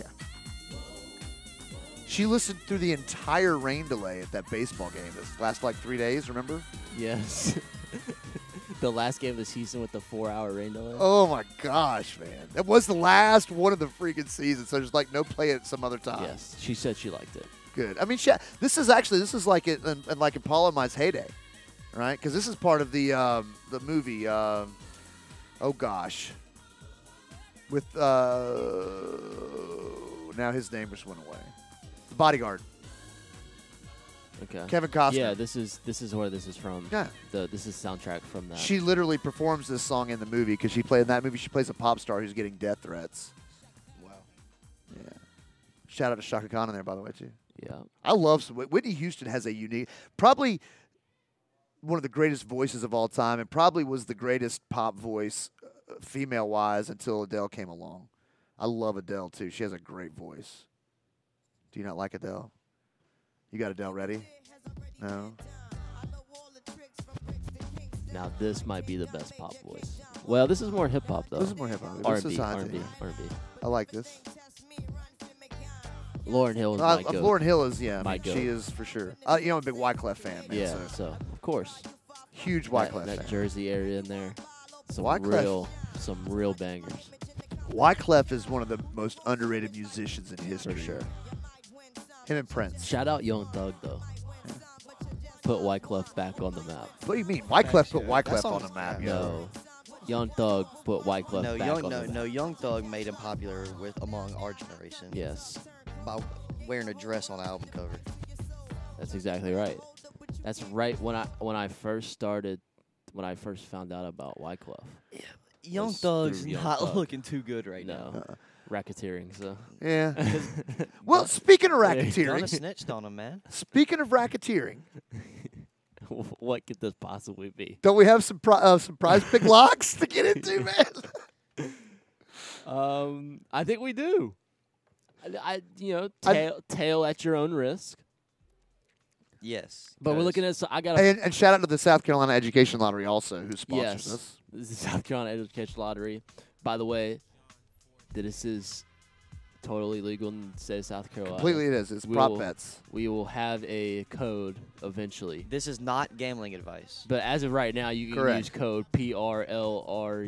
She listened through the entire rain delay at that baseball game. This last like three days, remember? Yes. *laughs* the last game of the season with the four-hour rain delay. Oh my gosh, man! That was the last one of the freaking season. So there's like no play at some other time. Yes. She said she liked it. good. I mean, sh- this is actually this is like it, and, and like Apollo Mine's heyday, right? Because this is part of the um, the movie. Um, oh gosh, with uh, now his name just went away. The Bodyguard, Okay. Kevin Costner. Yeah. This is this is where this is from. Yeah. The this is soundtrack from that. she literally performs this song in the movie because she played in that movie. She plays a pop star who's getting death threats. Wow. Yeah. Shout out to Shaka Khan in there, by the way, too. yeah. I love Whit- Whitney Houston has a unique, probably one of the greatest voices of all time, and probably was the greatest pop voice, female wise, until Adele came along. I love Adele too. She has a great voice. Do you not like Adele? You got Adele ready? No. Now this might be the best pop voice. Well, this is more hip hop though. This is more hip hop. This R&B, is high R&B, tech. R&B. I like this. Lauren Hill is Uh, my goat. Lauren Hill is yeah, I My mean, goat. she is for sure. Uh, you know, I'm a big Wyclef fan, man. Yeah, so so of course huge that, Wyclef that fan. Jersey area in there, some Wyclef. real, some real bangers. Wyclef is one of the most underrated musicians in history. sure. Him and Prince. Shout out Young Thug though. Put Wyclef back on the map. What do you mean? Wyclef put Wyclef on song's the map. bad. yo. No, Young Thug put Wyclef no, back young, on no, the map. no, Young Thug made him popular with among our generation. Yes, By wearing a dress on an album cover. that's exactly right. That's right. When I when I first started, when I first found out about Wyclef, Young Was Thug's through Young not Thug. looking too good right now. no, racketeering. *laughs* So Yeah. well, speaking *laughs* of *laughs* Donna racketeering, snitched on him, man. speaking of racketeering, what could this possibly be? don't we have some pri- uh, some prize pick locks to get into, man? *laughs* Um, I think we do. I, I you know, tail tail at your own risk. Yes. But we're because- looking at. So I got a and, and shout out to the South Carolina Education Lottery also, who sponsors *laughs* yes. us. This is *laughs* South Carolina Education Lottery. By the way, this is totally legal in the state of South Carolina. Completely, it is. It's We prop will- bets. We will have a code eventually. This is not gambling advice. But as of right now, you can Correct. use code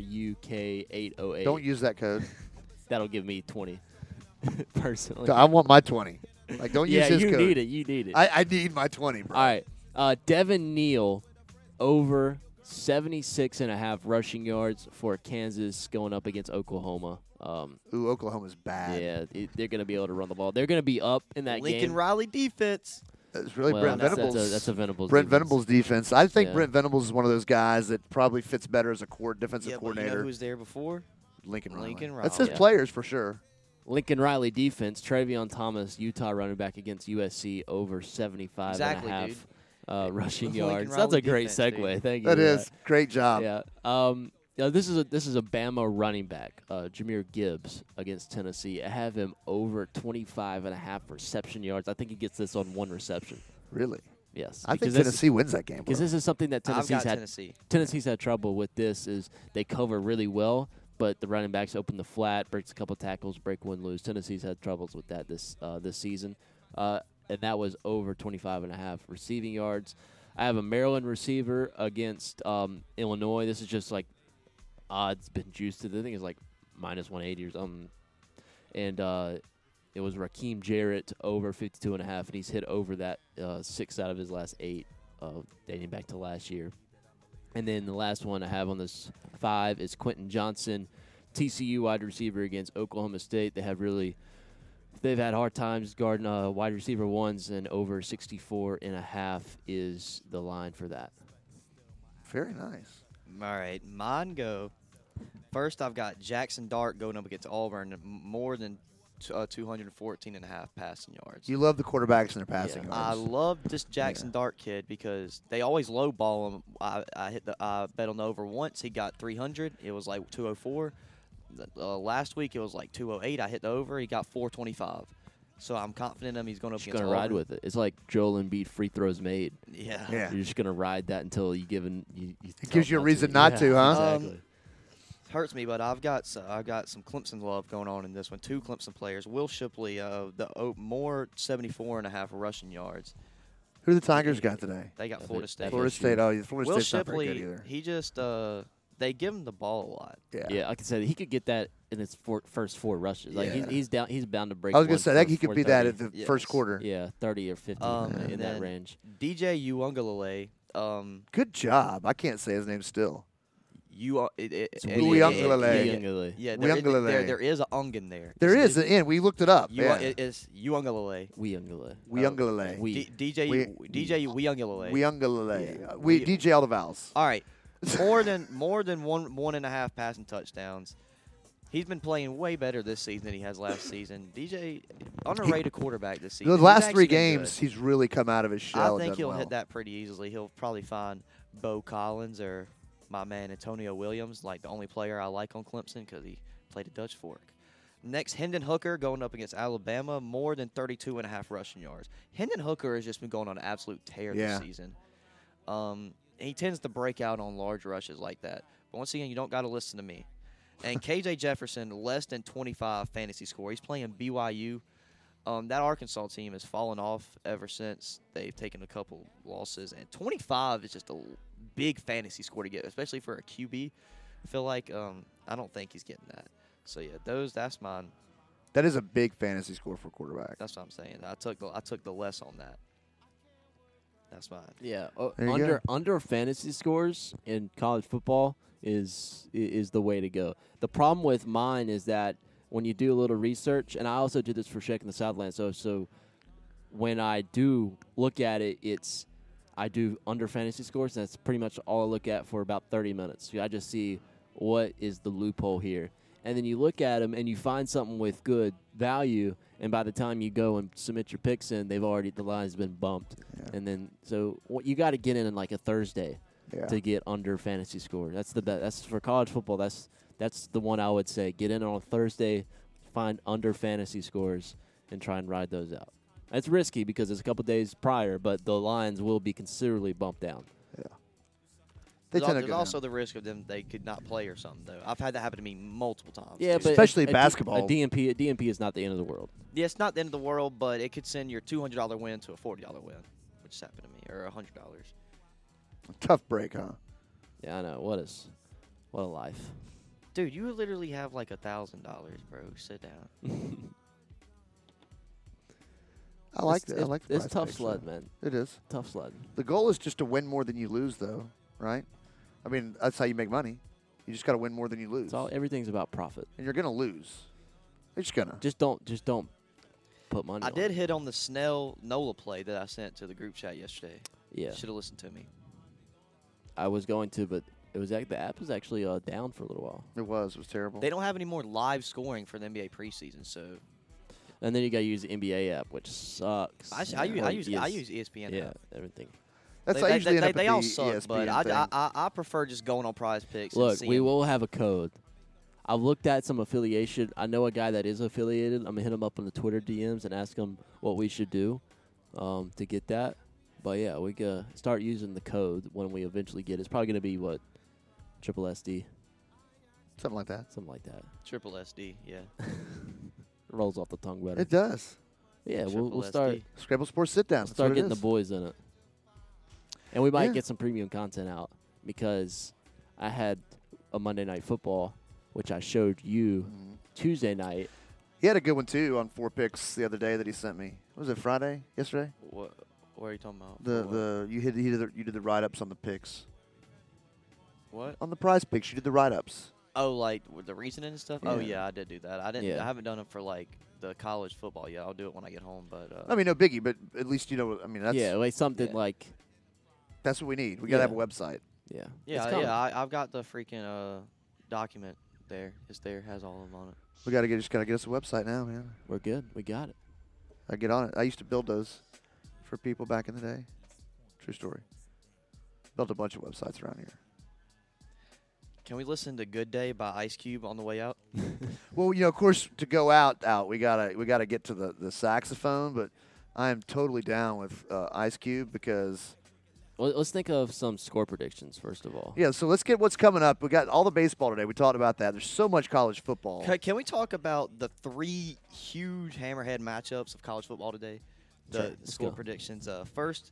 PRLRUK808. Don't use that code. *laughs* That'll give me 20 *laughs* personally. I want my twenty. Like, don't yeah, use his you code. need it. You need it. I, I need my twenty, bro. All right. Uh, Devin Neal over 76 and a half rushing yards for Kansas going up against Oklahoma. Um, Ooh, Oklahoma's bad. yeah, it- they're going to be able to run the ball. They're going to be up in that Lincoln game. Riley defense. It's really Well, Brent that's, Venables. That's a, that's a Venables. Brent defense. Venables defense. I think Yeah. Brent Venables is one of those guys that probably fits better as a court defensive Yeah, but you coordinator. know who was there before? Lincoln Riley. Lincoln That's his Riley. Yeah. players for sure. Lincoln Riley defense. Travion Thomas, Utah running back against USC over 75 Exactly, and a half dude. *laughs* Uh, rushing Lincoln yards. That's Riley a great defense, segue. dude. Thank you. That for is great job. Yeah. Um, yeah, this is a this is a Bama running back, uh, Jameer Gibbs against Tennessee. I have him over 25 and a half reception yards. I think he gets this on one reception. Really, Yes. I think because this- Tennessee wins that game. because bro. this is something that I've Tennessee's got had Tennessee. Tennessee's had trouble with this is they cover really well, but the running backs open the flat, breaks a couple tackles, break one loose. Tennessee's had troubles with that this uh, this season, uh, and that was over 25 and a half receiving yards. I have a Maryland receiver against um, Illinois. This is just like odds been juiced to. The thing is like minus 180 or something, and uh, it was Raheem Jarrett over 52 and a half, and he's hit over that uh, six out of his last eight, uh, dating back to last year. And then the last one I have on this five is Quentin Johnson, TCU wide receiver against Oklahoma State. They have really they've had hard times guarding uh, wide receiver ones, and over 64 and a half is the line for that. very nice. All right, mine go. First, I've got Jackson Dart going up against Auburn, m- more than t- uh, 214 and a half passing yards. You love the quarterbacks and their passing Yeah, I yards. love this Jackson Dart kid because they always lowball him. I, I hit the I bet on the over once. He got 300. It was like 204. The- Uh, last week it was like 208. I hit the over. He got 425. So I'm confident in him. He's going to Just gonna ride with it. It's like Joel Embiid free throws made. Yeah. yeah. You're just gonna ride that until you given you. you tell gives you a not reason not Yeah, to, huh? Um, Exactly. hurts me, but I've got s- I've got some Clemson love going on in this one. Two Clemson players. Will Shipley, uh, the o- more 74 and a half rushing yards. Who the Tigers got today? They got That's Florida it. State. Florida FSU. State. Oh, yeah, Florida Will State's not very good Shipley, either. he just uh, they give him the ball a lot. yeah. Yeah, like I said, he could get that in his four, first four rushes. Like Yeah. he's, he's down, he's bound to break. I was gonna one say for- that he could for be that at 30. the Yes. first quarter. yeah, thirty or fifty Um, in- and in that then- range. DJ Uungalale, um, Good job. I can't say his name still. you are it, it, It's it, Willie it- Uiagalelei. Uiagalelei. Yeah, yeah there, is- there, Uiagalelei. there is a ung in there. There It's- is an end. We looked it up. You yeah. are, it, it's Uungalale. Weungale. Weungalale. We- D- DJ We- DJ Uungalale. Weungalale. Yeah. Uh, We We- DJ all the vowels. *laughs* All right, more than more than one one and a half passing touchdowns. He's been playing way better this season than he has last season. DJ underrated quarterback this season. The He's last three actually been games, good. he's really come out of his shell. I and think done he'll well. hit that pretty easily. He'll probably find Bo Collins or my man Antonio Williams, like the only player I like on Clemson because he played a Dutch fork. Next, Hendon Hooker going up against Alabama, more than 32 and a half rushing yards. Hendon Hooker has just been going on an absolute tear Yeah. this season. Um, he tends to break out on large rushes like that. But once again, you don't got to listen to me. And KJ Jefferson, less than 25 fantasy score. He's playing BYU. Um, that Arkansas team has fallen off ever since they've taken a couple losses, and 25 is just a l- big fantasy score to get, especially for a QB. I feel like um, I don't think he's getting that. So yeah, those that's mine. That is a big fantasy score for quarterback. That's what I'm saying. I took the I took the less on that. That's mine. Yeah, uh, There you under under fantasy scores in college football is i- is the way to go. The problem with mine is that when you do a little research, and I also do this for Shaking the Southland, so so when I do look at it, it's I do under fantasy scores, and that's pretty much all I look at for about 30 minutes. I just see what is the loophole here, and then you look at them and you find something with good value, and by the time you go and submit your picks in, they've already the line's been bumped, and then so what you got to get in on like a Thursday Yeah. to get under fantasy score. That's the best. That's for college football. That's that's the one I would say. Get in on Thursday, find under fantasy scores, and try and ride those out. It's risky because it's a couple days prior, but the lines will be considerably bumped down. They there's al- tend to there's go also down. the risk of them they could not play or something though. I've had that happen to me multiple times. Yeah, too. but Especially a D- basketball. A DMP, a DMP is not the end of the world. Yeah, it's not the end of the world, but it could send your two hundred dollar win to a forty dollar win, which has happened to me, or hundred dollars. tough break, huh? Yeah, I know. What is, what a life. Dude, you literally have like a thousand dollars, bro. Sit down. I like It's- that. I it's- like the It's price tough picks, sled, though. man. It is. Tough sled. The goal is just to win more than you lose, though, right? I mean, that's how you make money. You just got to win more than you lose, It's all. Everything's about profit. and you're gonna lose. You're just gonna. Just don't. Just don't put money. I on did it. hit on the Snell Nola play that I sent to the group chat yesterday. Yeah. Should have listened to me. I was going to, but it was act- the app was actually uh, down for a little while, It was. It was terrible. They don't have any more live scoring for the NBA preseason, so and then you got to use the NBA app, which sucks. I, s- I use Or I use I ES use E ESPN. yeah app. everything. That's they, how I they- usually they, end they, up they at all the E suck, but ESPN I, thing. I, I I prefer just going on Prize Picks. and Look, we seeing- will have a code. I've looked at some affiliation. I know a guy that is affiliated. I'm gonna hit him up on the Twitter DMs and ask him what we should do um, to get that. But yeah, we gotta start using the code when we eventually get. it. It's probably gonna be what triple SD, something like that. something like that. triple SD. *laughs* Yeah, Rolls off the tongue better. It does. yeah, we'll, Triple we'll start. SD. Scramble Sports sit down. start getting the boys in it. And we might Yeah. get some premium content out because I had a Monday night football, which I showed you Tuesday night. Mm-hmm. He had a good one too on four picks the other day that he sent me. Was it Friday? Yesterday? What, what are you talking about? The What- the you hit he did the, you did the write ups on the picks what? on the prize picks. You did the write ups. Oh, like with the reasoning and stuff. Oh Yeah. yeah, I did do that. I didn't. Yeah. I haven't done it for like the college football yet. I'll do it when I get home. But uh, I mean, no biggie, but at least you know. I mean, that's yeah, like something yeah. like that's what we need. We gotta Yeah. have a website. yeah, yeah, It's I- coming. yeah. I, I've got the freaking uh document there. It's there. Has all of them on it. We gotta get just gotta get us a website now, man. We're good. We got it. I get on it. I used to build those for people back in the day. True story. Built a bunch of websites around here. Can we listen to Good Day by Ice Cube on the way out? Well, you know, of course, to go out, out, we gotta we gotta get to the the saxophone. But I am totally down with uh, Ice Cube because Well, let's think of some score predictions first of all. yeah. So let's get what's coming up. We got all the baseball today. We talked about that. There's so much college football. Ca- Can we talk about the three huge hammerhead matchups of college football today? The Sure, let's score go. predictions. Uh, first,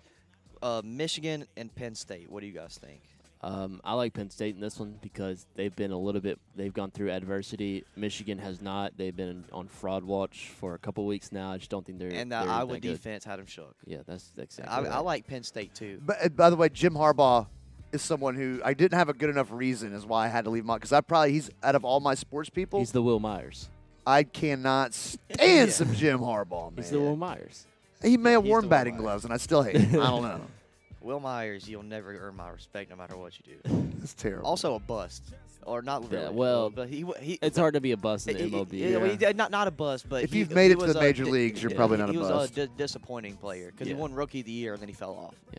uh, Michigan and Penn State. What do you guys think? Um, I like Penn State in this one because they've been a little bit. They've gone through adversity. Michigan has not. They've been on fraud watch for a couple weeks now. I just don't think they're. and the they're Iowa that good. defense had him shook. Yeah, that's that's exactly. I, right. I like Penn State too. But uh, by the way, Jim Harbaugh is someone who I didn't have a good enough reason is why I had to leave him out because I probably he's out of all my sports people, He's the Will Myers. I cannot stand some Jim Harbaugh. Man. He's the Will Myers. he may have he's worn the batting one. gloves, and I still hate him. I don't *laughs* know. Will Myers, you'll never earn my respect no matter what you *laughs* do. It's terrible. also a bust, or not really. Yeah, well, but he wa- he. It's hard to be a bust in he- the he- MLB. yeah, well, he did- not not a bust, but if he- you've he made it to was the a major di- leagues, you're yeah, probably he- not he a was bust. a di- disappointing player because Yeah. he won Rookie of the Year and then he fell off. Yeah.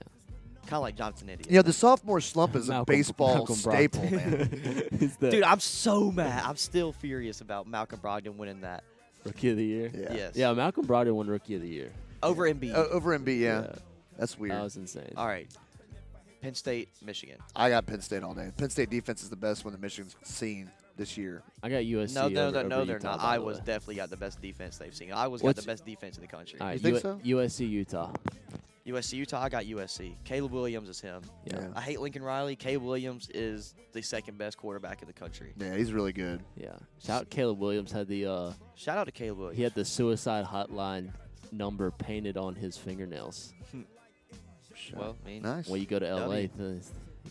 Kind of like Jonathan Idiot. you know, the sophomore slump is a Malcolm- baseball Malcolm Brogdon. staple, *laughs* man. He's the Dude, I'm so mad. I'm still furious about Malcolm Brogdon winning that. rookie of the year. Yeah. Oh. Yes. Yeah, Malcolm Brogdon won rookie of the year. Over Embiid. O- over MB, yeah. Yeah. That's weird. That was insane. All right. Penn State, Michigan. I got Penn State all day. Penn State defense is the best one that Michigan's seen this year. I got USC. no, no, over- no, over no, they're Utah, not. by the Iowa's way. definitely got the best defense they've seen. Iowa's got What's- the best defense in the country. All right, think U- so? USC Utah. USC, Utah, I got USC. Caleb Williams is him. Yeah. Yeah. I hate Lincoln Riley. Caleb Williams is the second best quarterback in the country. Yeah, he's really good. Yeah. Shout out Caleb Williams had the uh Shout out to Caleb Williams. he had the suicide hotline number painted on his fingernails. Well, I mean, Nice. When you go to LA, W. th-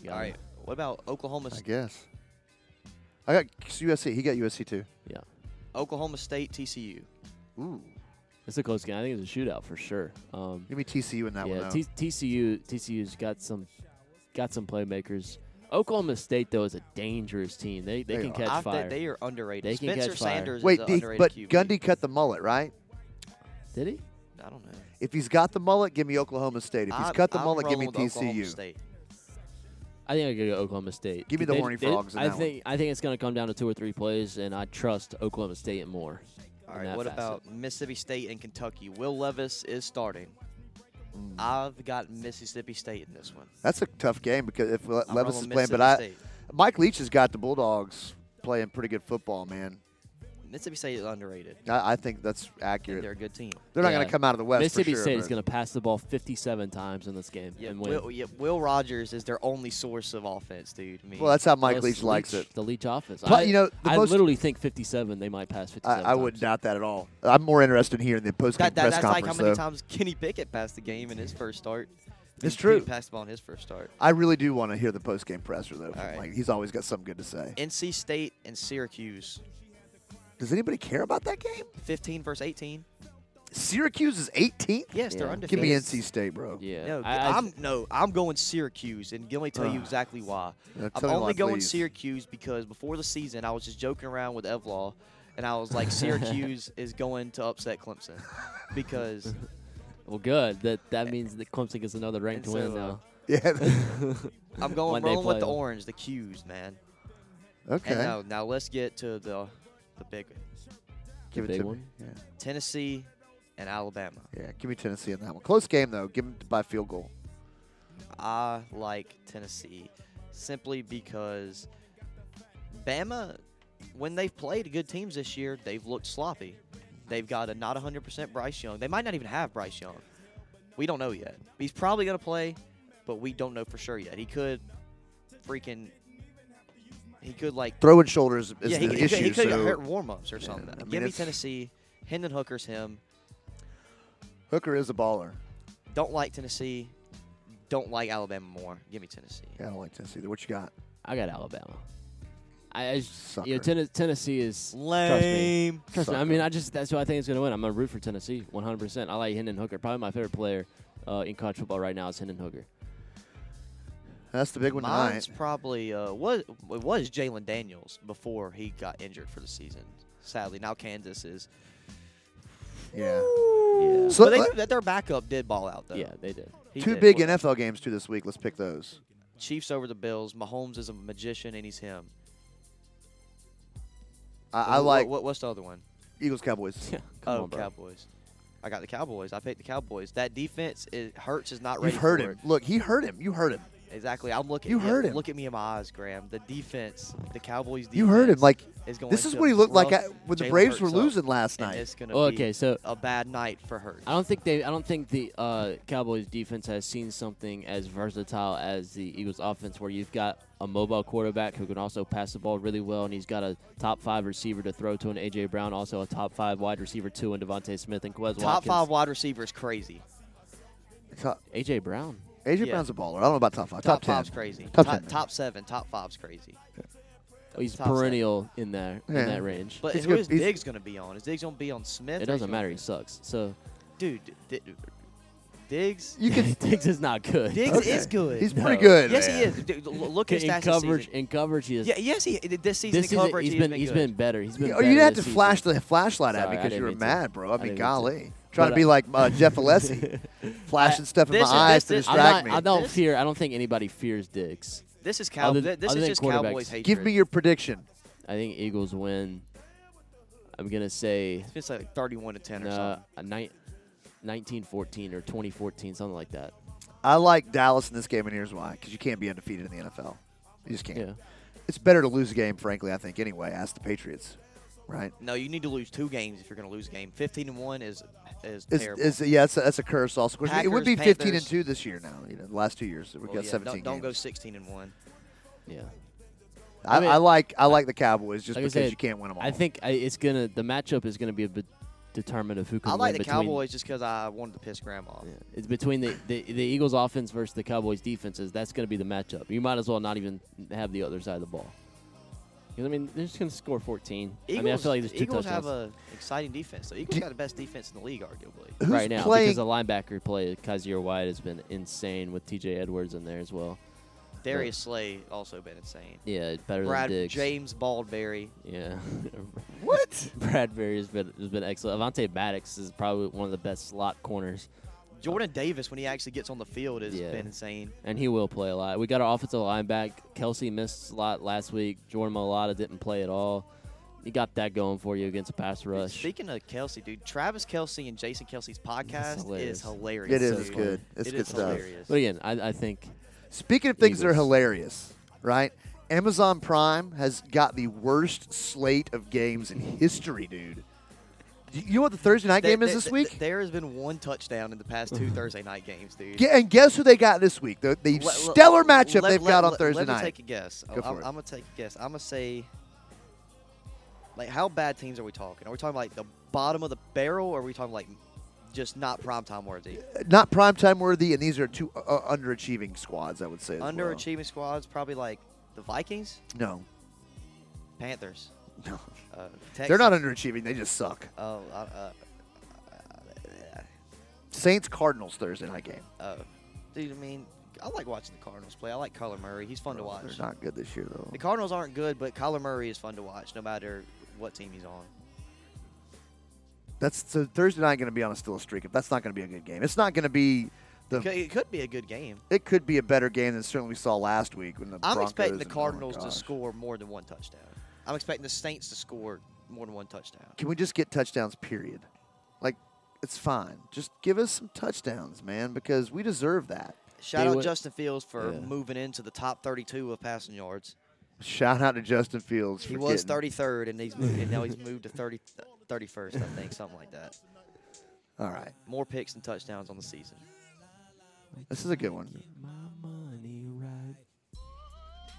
you got all right. What about Oklahoma? I S- guess. I got USC. He got USC too. Yeah. Oklahoma State, TCU. Ooh. It's a close game. I think it's a shootout for sure. Um Give me TCU in that one. yeah, though. T- TCU TCU's got some got some playmakers. Oklahoma State though is a dangerous team. They they, They can are. catch I, fire. think they are underrated. They can Spencer catch fire. Sanders Wait, is an he- underrated but QB. Gundy cut the mullet, right? Did he? I don't know. If he's got the mullet, give me Oklahoma State. If he's I'm- cut the I'm mullet, give me rolling with Oklahoma TCU. State. I think I could go Oklahoma State. Give me the They- Horny they- Frogs in I that one. think I think it's going to come down to two or three plays, and I trust Oklahoma State more. All in right, that what facet. about Mississippi State and Kentucky? Will Levis is starting. Mm. I've got Mississippi State in this one. That's a tough game because if Le- I'm Levis is rolling playing, but I, Mississippi Mike Leach has got the Bulldogs playing pretty good football, man. Mississippi State is underrated. I, I think that's accurate. They're a They're, good team. not Yeah. going to come out of the West. for Mississippi sure, State is but- going to pass the ball 57 times in this game Yeah, and win. Will, yeah, Will Rogers is their only source of offense, dude. I mean, Well, that's how Mike Plus Leach likes it. The Leach offense. Plus, I, you know, the I most- literally think 57. They might pass 57. I, I wouldn't times. doubt that at all. I'm more interested in hearing the post game that, that, press that's like conference. how many though. times Kenny Pickett passed the game in his first start. It's He- true. He passed the ball in his first start. I really do want to hear the post game presser though. from All right. Mike. he's always got something good to say. NC State and Syracuse, Does anybody care about that game? 15 versus 18. Syracuse is 18th. Yes, they're Yeah. Give undefeated. me NC State, bro. Yeah. No, I, I, am no, I'm going Syracuse, and let me tell you Ugh. exactly why. Yeah, tell I'm me why, only going please. Syracuse because before the season, I was just joking around with Evlaw, and I was *laughs* like, Syracuse is going to upset Clemson because well, good. That that means that Clemson gets another ranked And win so, uh, now. *laughs* Yeah. I'm going When they rolling with play the them. orange, the Qs, man. okay. And uh, now, now let's get to the the big one. Give it big to one. me. Yeah. Tennessee and Alabama. Yeah, give me Tennessee in that one. Close game though. Give them by field goal. I like Tennessee simply because Bama, when they've played good teams this year, they've looked sloppy. They've got a not 100% Bryce Young. They might not even have Bryce Young. We don't know yet. He's probably going to play, but we don't know for sure yet. He could freaking. He could, like. Throwing shoulders is yeah, the he, could- he issue. could, he could so have hurt warm ups or something. I mean, Give me it's- Tennessee. Hendon Hooker's him. Hooker is a baller. Don't like Tennessee. Don't like Alabama more. Give me Tennessee. Yeah, I don't like Tennessee. What you got? *laughs* I got Alabama. I, I just- you know, Sucker. Tenn- Tennessee is Trust me. Lame. Trust me, I Sucker. mean, I just that's who I think is going to win. I'm going to root for Tennessee 100%. I like Hendon Hooker. Probably my favorite player uh, in college football right now is Hendon Hooker. That's the big one Mine's tonight. probably uh, was it was Jalen Daniels before he got injured for the season. sadly. Now Kansas is. Yeah. Yeah. So but they, let- that their backup did ball out though. yeah, they *laughs* did. He Two did. big Well, NFL games too this week. Let's pick those. Chiefs over the Bills. Mahomes is a magician and he's him. I, I Wh- like What, what's the other one? Eagles *laughs* Cowboys. Come oh, on, bro. Cowboys. I got the Cowboys. I picked the Cowboys. That defense, it hurts. Is not ready. You've heard for him. Look, he heard him. You heard him. it. Exactly. I'm looking. You yeah, heard him. Look at me in my eyes, Graham. The defense, the Cowboys. Defense You heard him. Like is going this is to what he looked like rough at, when the Jalen Braves were Hurts up, losing last and night. It's gonna Well, be okay, so- a bad night for Hurts. I don't think they. I don't think the uh, Cowboys defense has seen something as versatile as the Eagles offense, where you've got a mobile quarterback who can also pass the ball really well, and he's got a top five receiver to throw to, and AJ Brown also a top five wide receiver too, and Devontae Smith and Quez Top Watkins. five wide receiver is crazy. Top, AJ Brown. AJ Yeah. Brown's a baller. I don't know about top five. Top, ten. five's crazy. Top top, ten. top seven. Top five's crazy. Oh, he's Top seven. perennial in there Yeah. in that range. But He's who gonna- is he's- Diggs going to be on? Is Diggs going to be on Smith? it or is doesn't he matter. gonna He sucks. So be- Dude, D- D- Diggs. You can. *laughs* Diggs is not good. Diggs Okay. is good. He's No. pretty good. yes, he man. is. Dude, l- look at his in stats coverage, This season. in coverage, he is. Yeah, yes, he this season this in season, coverage he's he's been, been he's good. been better. He's been. Oh, better you had to this flash season. the flashlight at Sorry, me I because you didn't were mean to. mad, bro. I I didn't mean, mean to. golly, trying to But, be uh, like uh, *laughs* Jeff Alessi, flashing stuff in my this is- eyes this to is- I'm distract not- I me. don't This- fear. I don't think anybody fears Diggs. This is Cow. Other- th- this other is than just quarterbacks. Cowboys hatred. Give me your prediction. I think Eagles win. I'm gonna say It's like 31 to 10 or uh, something. a ni- 1914 or 2014, something like that. I like Dallas in this game, and here's why: because you can't be undefeated in the NFL. You just can't. Yeah. It's better to lose a game, frankly. I think anyway. Ask the Patriots, right? No, you need to lose two games if you're going to lose a game. 15 and one is is Is, terrible. is yeah, that's a, that's a curse. Also, Of course, it would be Packers, 15 and Panthers. two this year now. You know, the last two years we have Well, got yeah, 17. don't, don't go games. 16 and one. Yeah. I, I mean- I like I like the Cowboys just Like I because said, you can't win them all. I think I, it's gonna. The matchup is gonna be a bit determined of who can I win like the between. Cowboys just because I wanted to piss Graham off. Yeah. It's between the, the the Eagles offense versus the Cowboys defenses. That's gonna be the matchup. You might as well not even have the other side of the ball. 'Cause, I mean, they're just gonna score 14. Eagles, I mean, I feel like there's two Eagles touchdowns have an exciting defense. So Eagles got the best defense in the *laughs* league, arguably. Who's right now playing? because the linebacker play, Kaiser White, has been insane with T.J. Edwards in there as well. Darius Slay also been insane. Yeah, better Brad than Diggs. James Baldberry. Yeah. *laughs* what? Bradbury has been has been excellent. Avante Maddox is probably one of the best slot corners, Jordan Davis, when he actually gets on the field, has Yeah. been insane. and he will play a lot. We got our offensive linebacker. Kelsey missed slot last week. Jordan Malata didn't play at all. You got that going for you against a pass Dude, rush. Speaking of Kelsey, dude, Travis Kelsey and Jason Kelsey's podcast hilarious. is hilarious. It is dude. it's good. It's It good is stuff. hilarious. but again, I, I think Speaking of things that are Eagles. hilarious, right? Amazon Prime has got the worst slate of games in history, dude. You- You know what the Thursday night There- game is there- this week? Mm-hmm. There has been one touchdown in the past two Thursday night games, dude. Ge- and guess who they got this week? The, the Le- le- stellar matchup let- they've let- got on let- Thursday let me night. take a guess. Go I'm, for it. I'm gonna take a guess. I'm gonna say, like, how bad teams are we talking? Are we talking like the bottom of the barrel, or are we talking like just not primetime worthy? Not primetime worthy, and these are two uh, uh, underachieving squads, I would say. as well. Underachieving squads, probably like the Vikings, No. Panthers. No. Uh, They're not Texans. underachieving. They just suck. Oh, uh, uh, Saints Cardinals Thursday night game. oh, dude. I mean, I like watching the Cardinals play. I like Kyler Murray. He's fun to watch. They're not good this year, though. The Cardinals aren't good, but Kyler Murray is fun to watch, no matter what team he's on. That's so Thursday night going to be on a still a streak. If that's not going to be a good game, it's not going to be the It could- It could be a good game. it could be a better game than certainly we saw last week when the I'm Broncos expecting the and- oh my Cardinals to gosh. score more than one touchdown. I'm expecting the Saints to score more than one touchdown. Can we just get touchdowns? Period. Like it's fine. Just give us some touchdowns, man, because we deserve that. Shout They out would- Justin Fields for Yeah. moving into the top 32 of passing yards. Shout out to Justin Fields. He for was getting- 33rd, and he's moved, and now he's moved to 30, 31st, I think, something like that. All right, More picks than touchdowns on the season. this is a good one.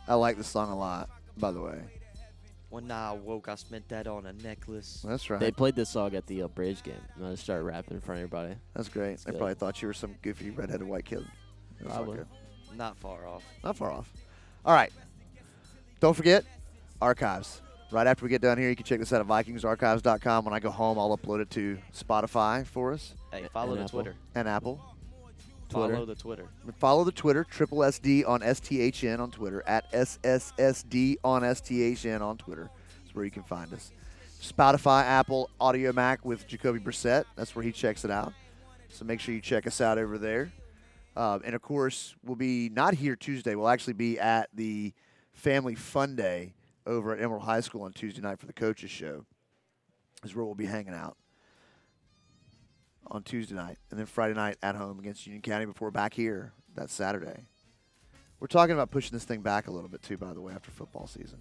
I like this song a lot. By the way, When I woke, I spent that on a necklace. that's right. they played this song at the uh, Bridge game. And I just started rapping in front of everybody. that's great. They good. probably thought you were some goofy redheaded white kid. That's all Probably. good. Not far off. Not far off. All right. Don't forget, archives. Right after we get done here, you can check this out at VikingsArchives.com. When I go home, I'll upload it to Spotify for us Hey, follow and the Apple. Twitter. and Apple. Follow the Twitter. Follow the Twitter, triple SD on STHN on Twitter, at SSSD on STHN on Twitter. That's where you can find us. Spotify, Apple, Audio Mac with Jacoby Brissett. That's where he checks it out. So make sure you check us out over there. Um, and of course, we'll be not here Tuesday. We'll actually be at the Family Fun Day over at Emerald High School on Tuesday night for the coaches show. Is where we'll be hanging out on Tuesday night, and then Friday night at home against Union County before back here that Saturday. We're talking about pushing this thing back a little bit too, by the way, after football season.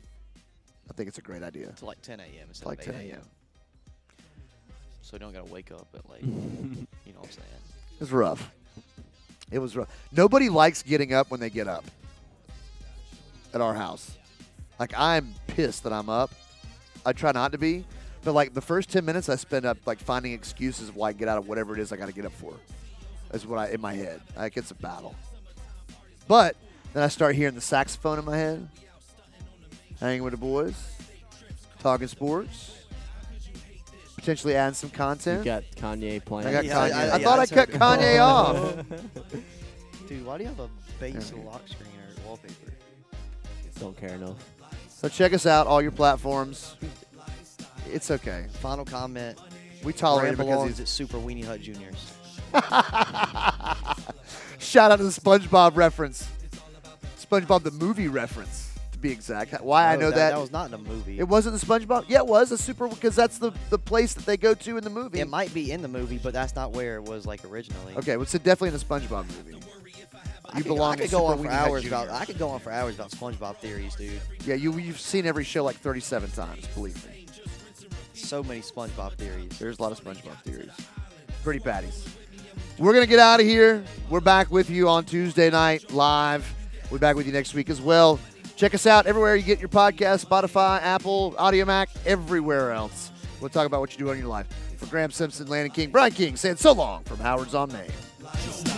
I think it's a great idea. to like 10 a.m. instead like of 10 8 a.m. So you don't gotta wake up at like, you know what I'm saying? It's rough. It was rough. Nobody likes getting up when they get up at our house. Like, I'm pissed that I'm up. I try not to be. But, like, the first 10 minutes I spend up, like, finding excuses why I get out of whatever it is I got to get up for, is what I, in my head. Like, it's a battle. But then I start hearing the saxophone in my head, hanging with the boys, talking sports, potentially adding some You content. got Kanye playing. I got Yeah, Kanye. yeah, I, yeah, thought I that's cut what- *laughs* Kanye off. Dude, why do you have a base Yeah. lock screen or wallpaper? Don't care enough. So check us out, all your platforms. It's okay. Final comment. We tolerate Brand it because belongs he's. at Super Weenie Hut Juniors. Shout out to the SpongeBob reference. SpongeBob the movie reference, to be exact. Why I No, know Oh, that, Oh, that. was not in a movie. it It, wasn't the SpongeBob. Yeah, it was a super because that's the the place that they go to in the movie. might be in the movie, but that's not where it was like originally. okay, well, it's definitely in a SpongeBob movie. I You could, belong I could at go Super on for Weenie Hut hours about. Juniors. I could go on for hours about SpongeBob theories, dude. Yeah, you you've seen every show like 37 times. Believe me, So many SpongeBob theories. there's a lot of SpongeBob theories. Pretty patties. We're going to get out of here. We're back with you on Tuesday night live. We'll be back with you next week as well. Check us out everywhere you get your podcast Spotify, Apple, AudioMac, everywhere else. We'll talk about what you do in your life. For Graham Simpson, Landon King, Brian King saying so long from Howard's on Main. Stop.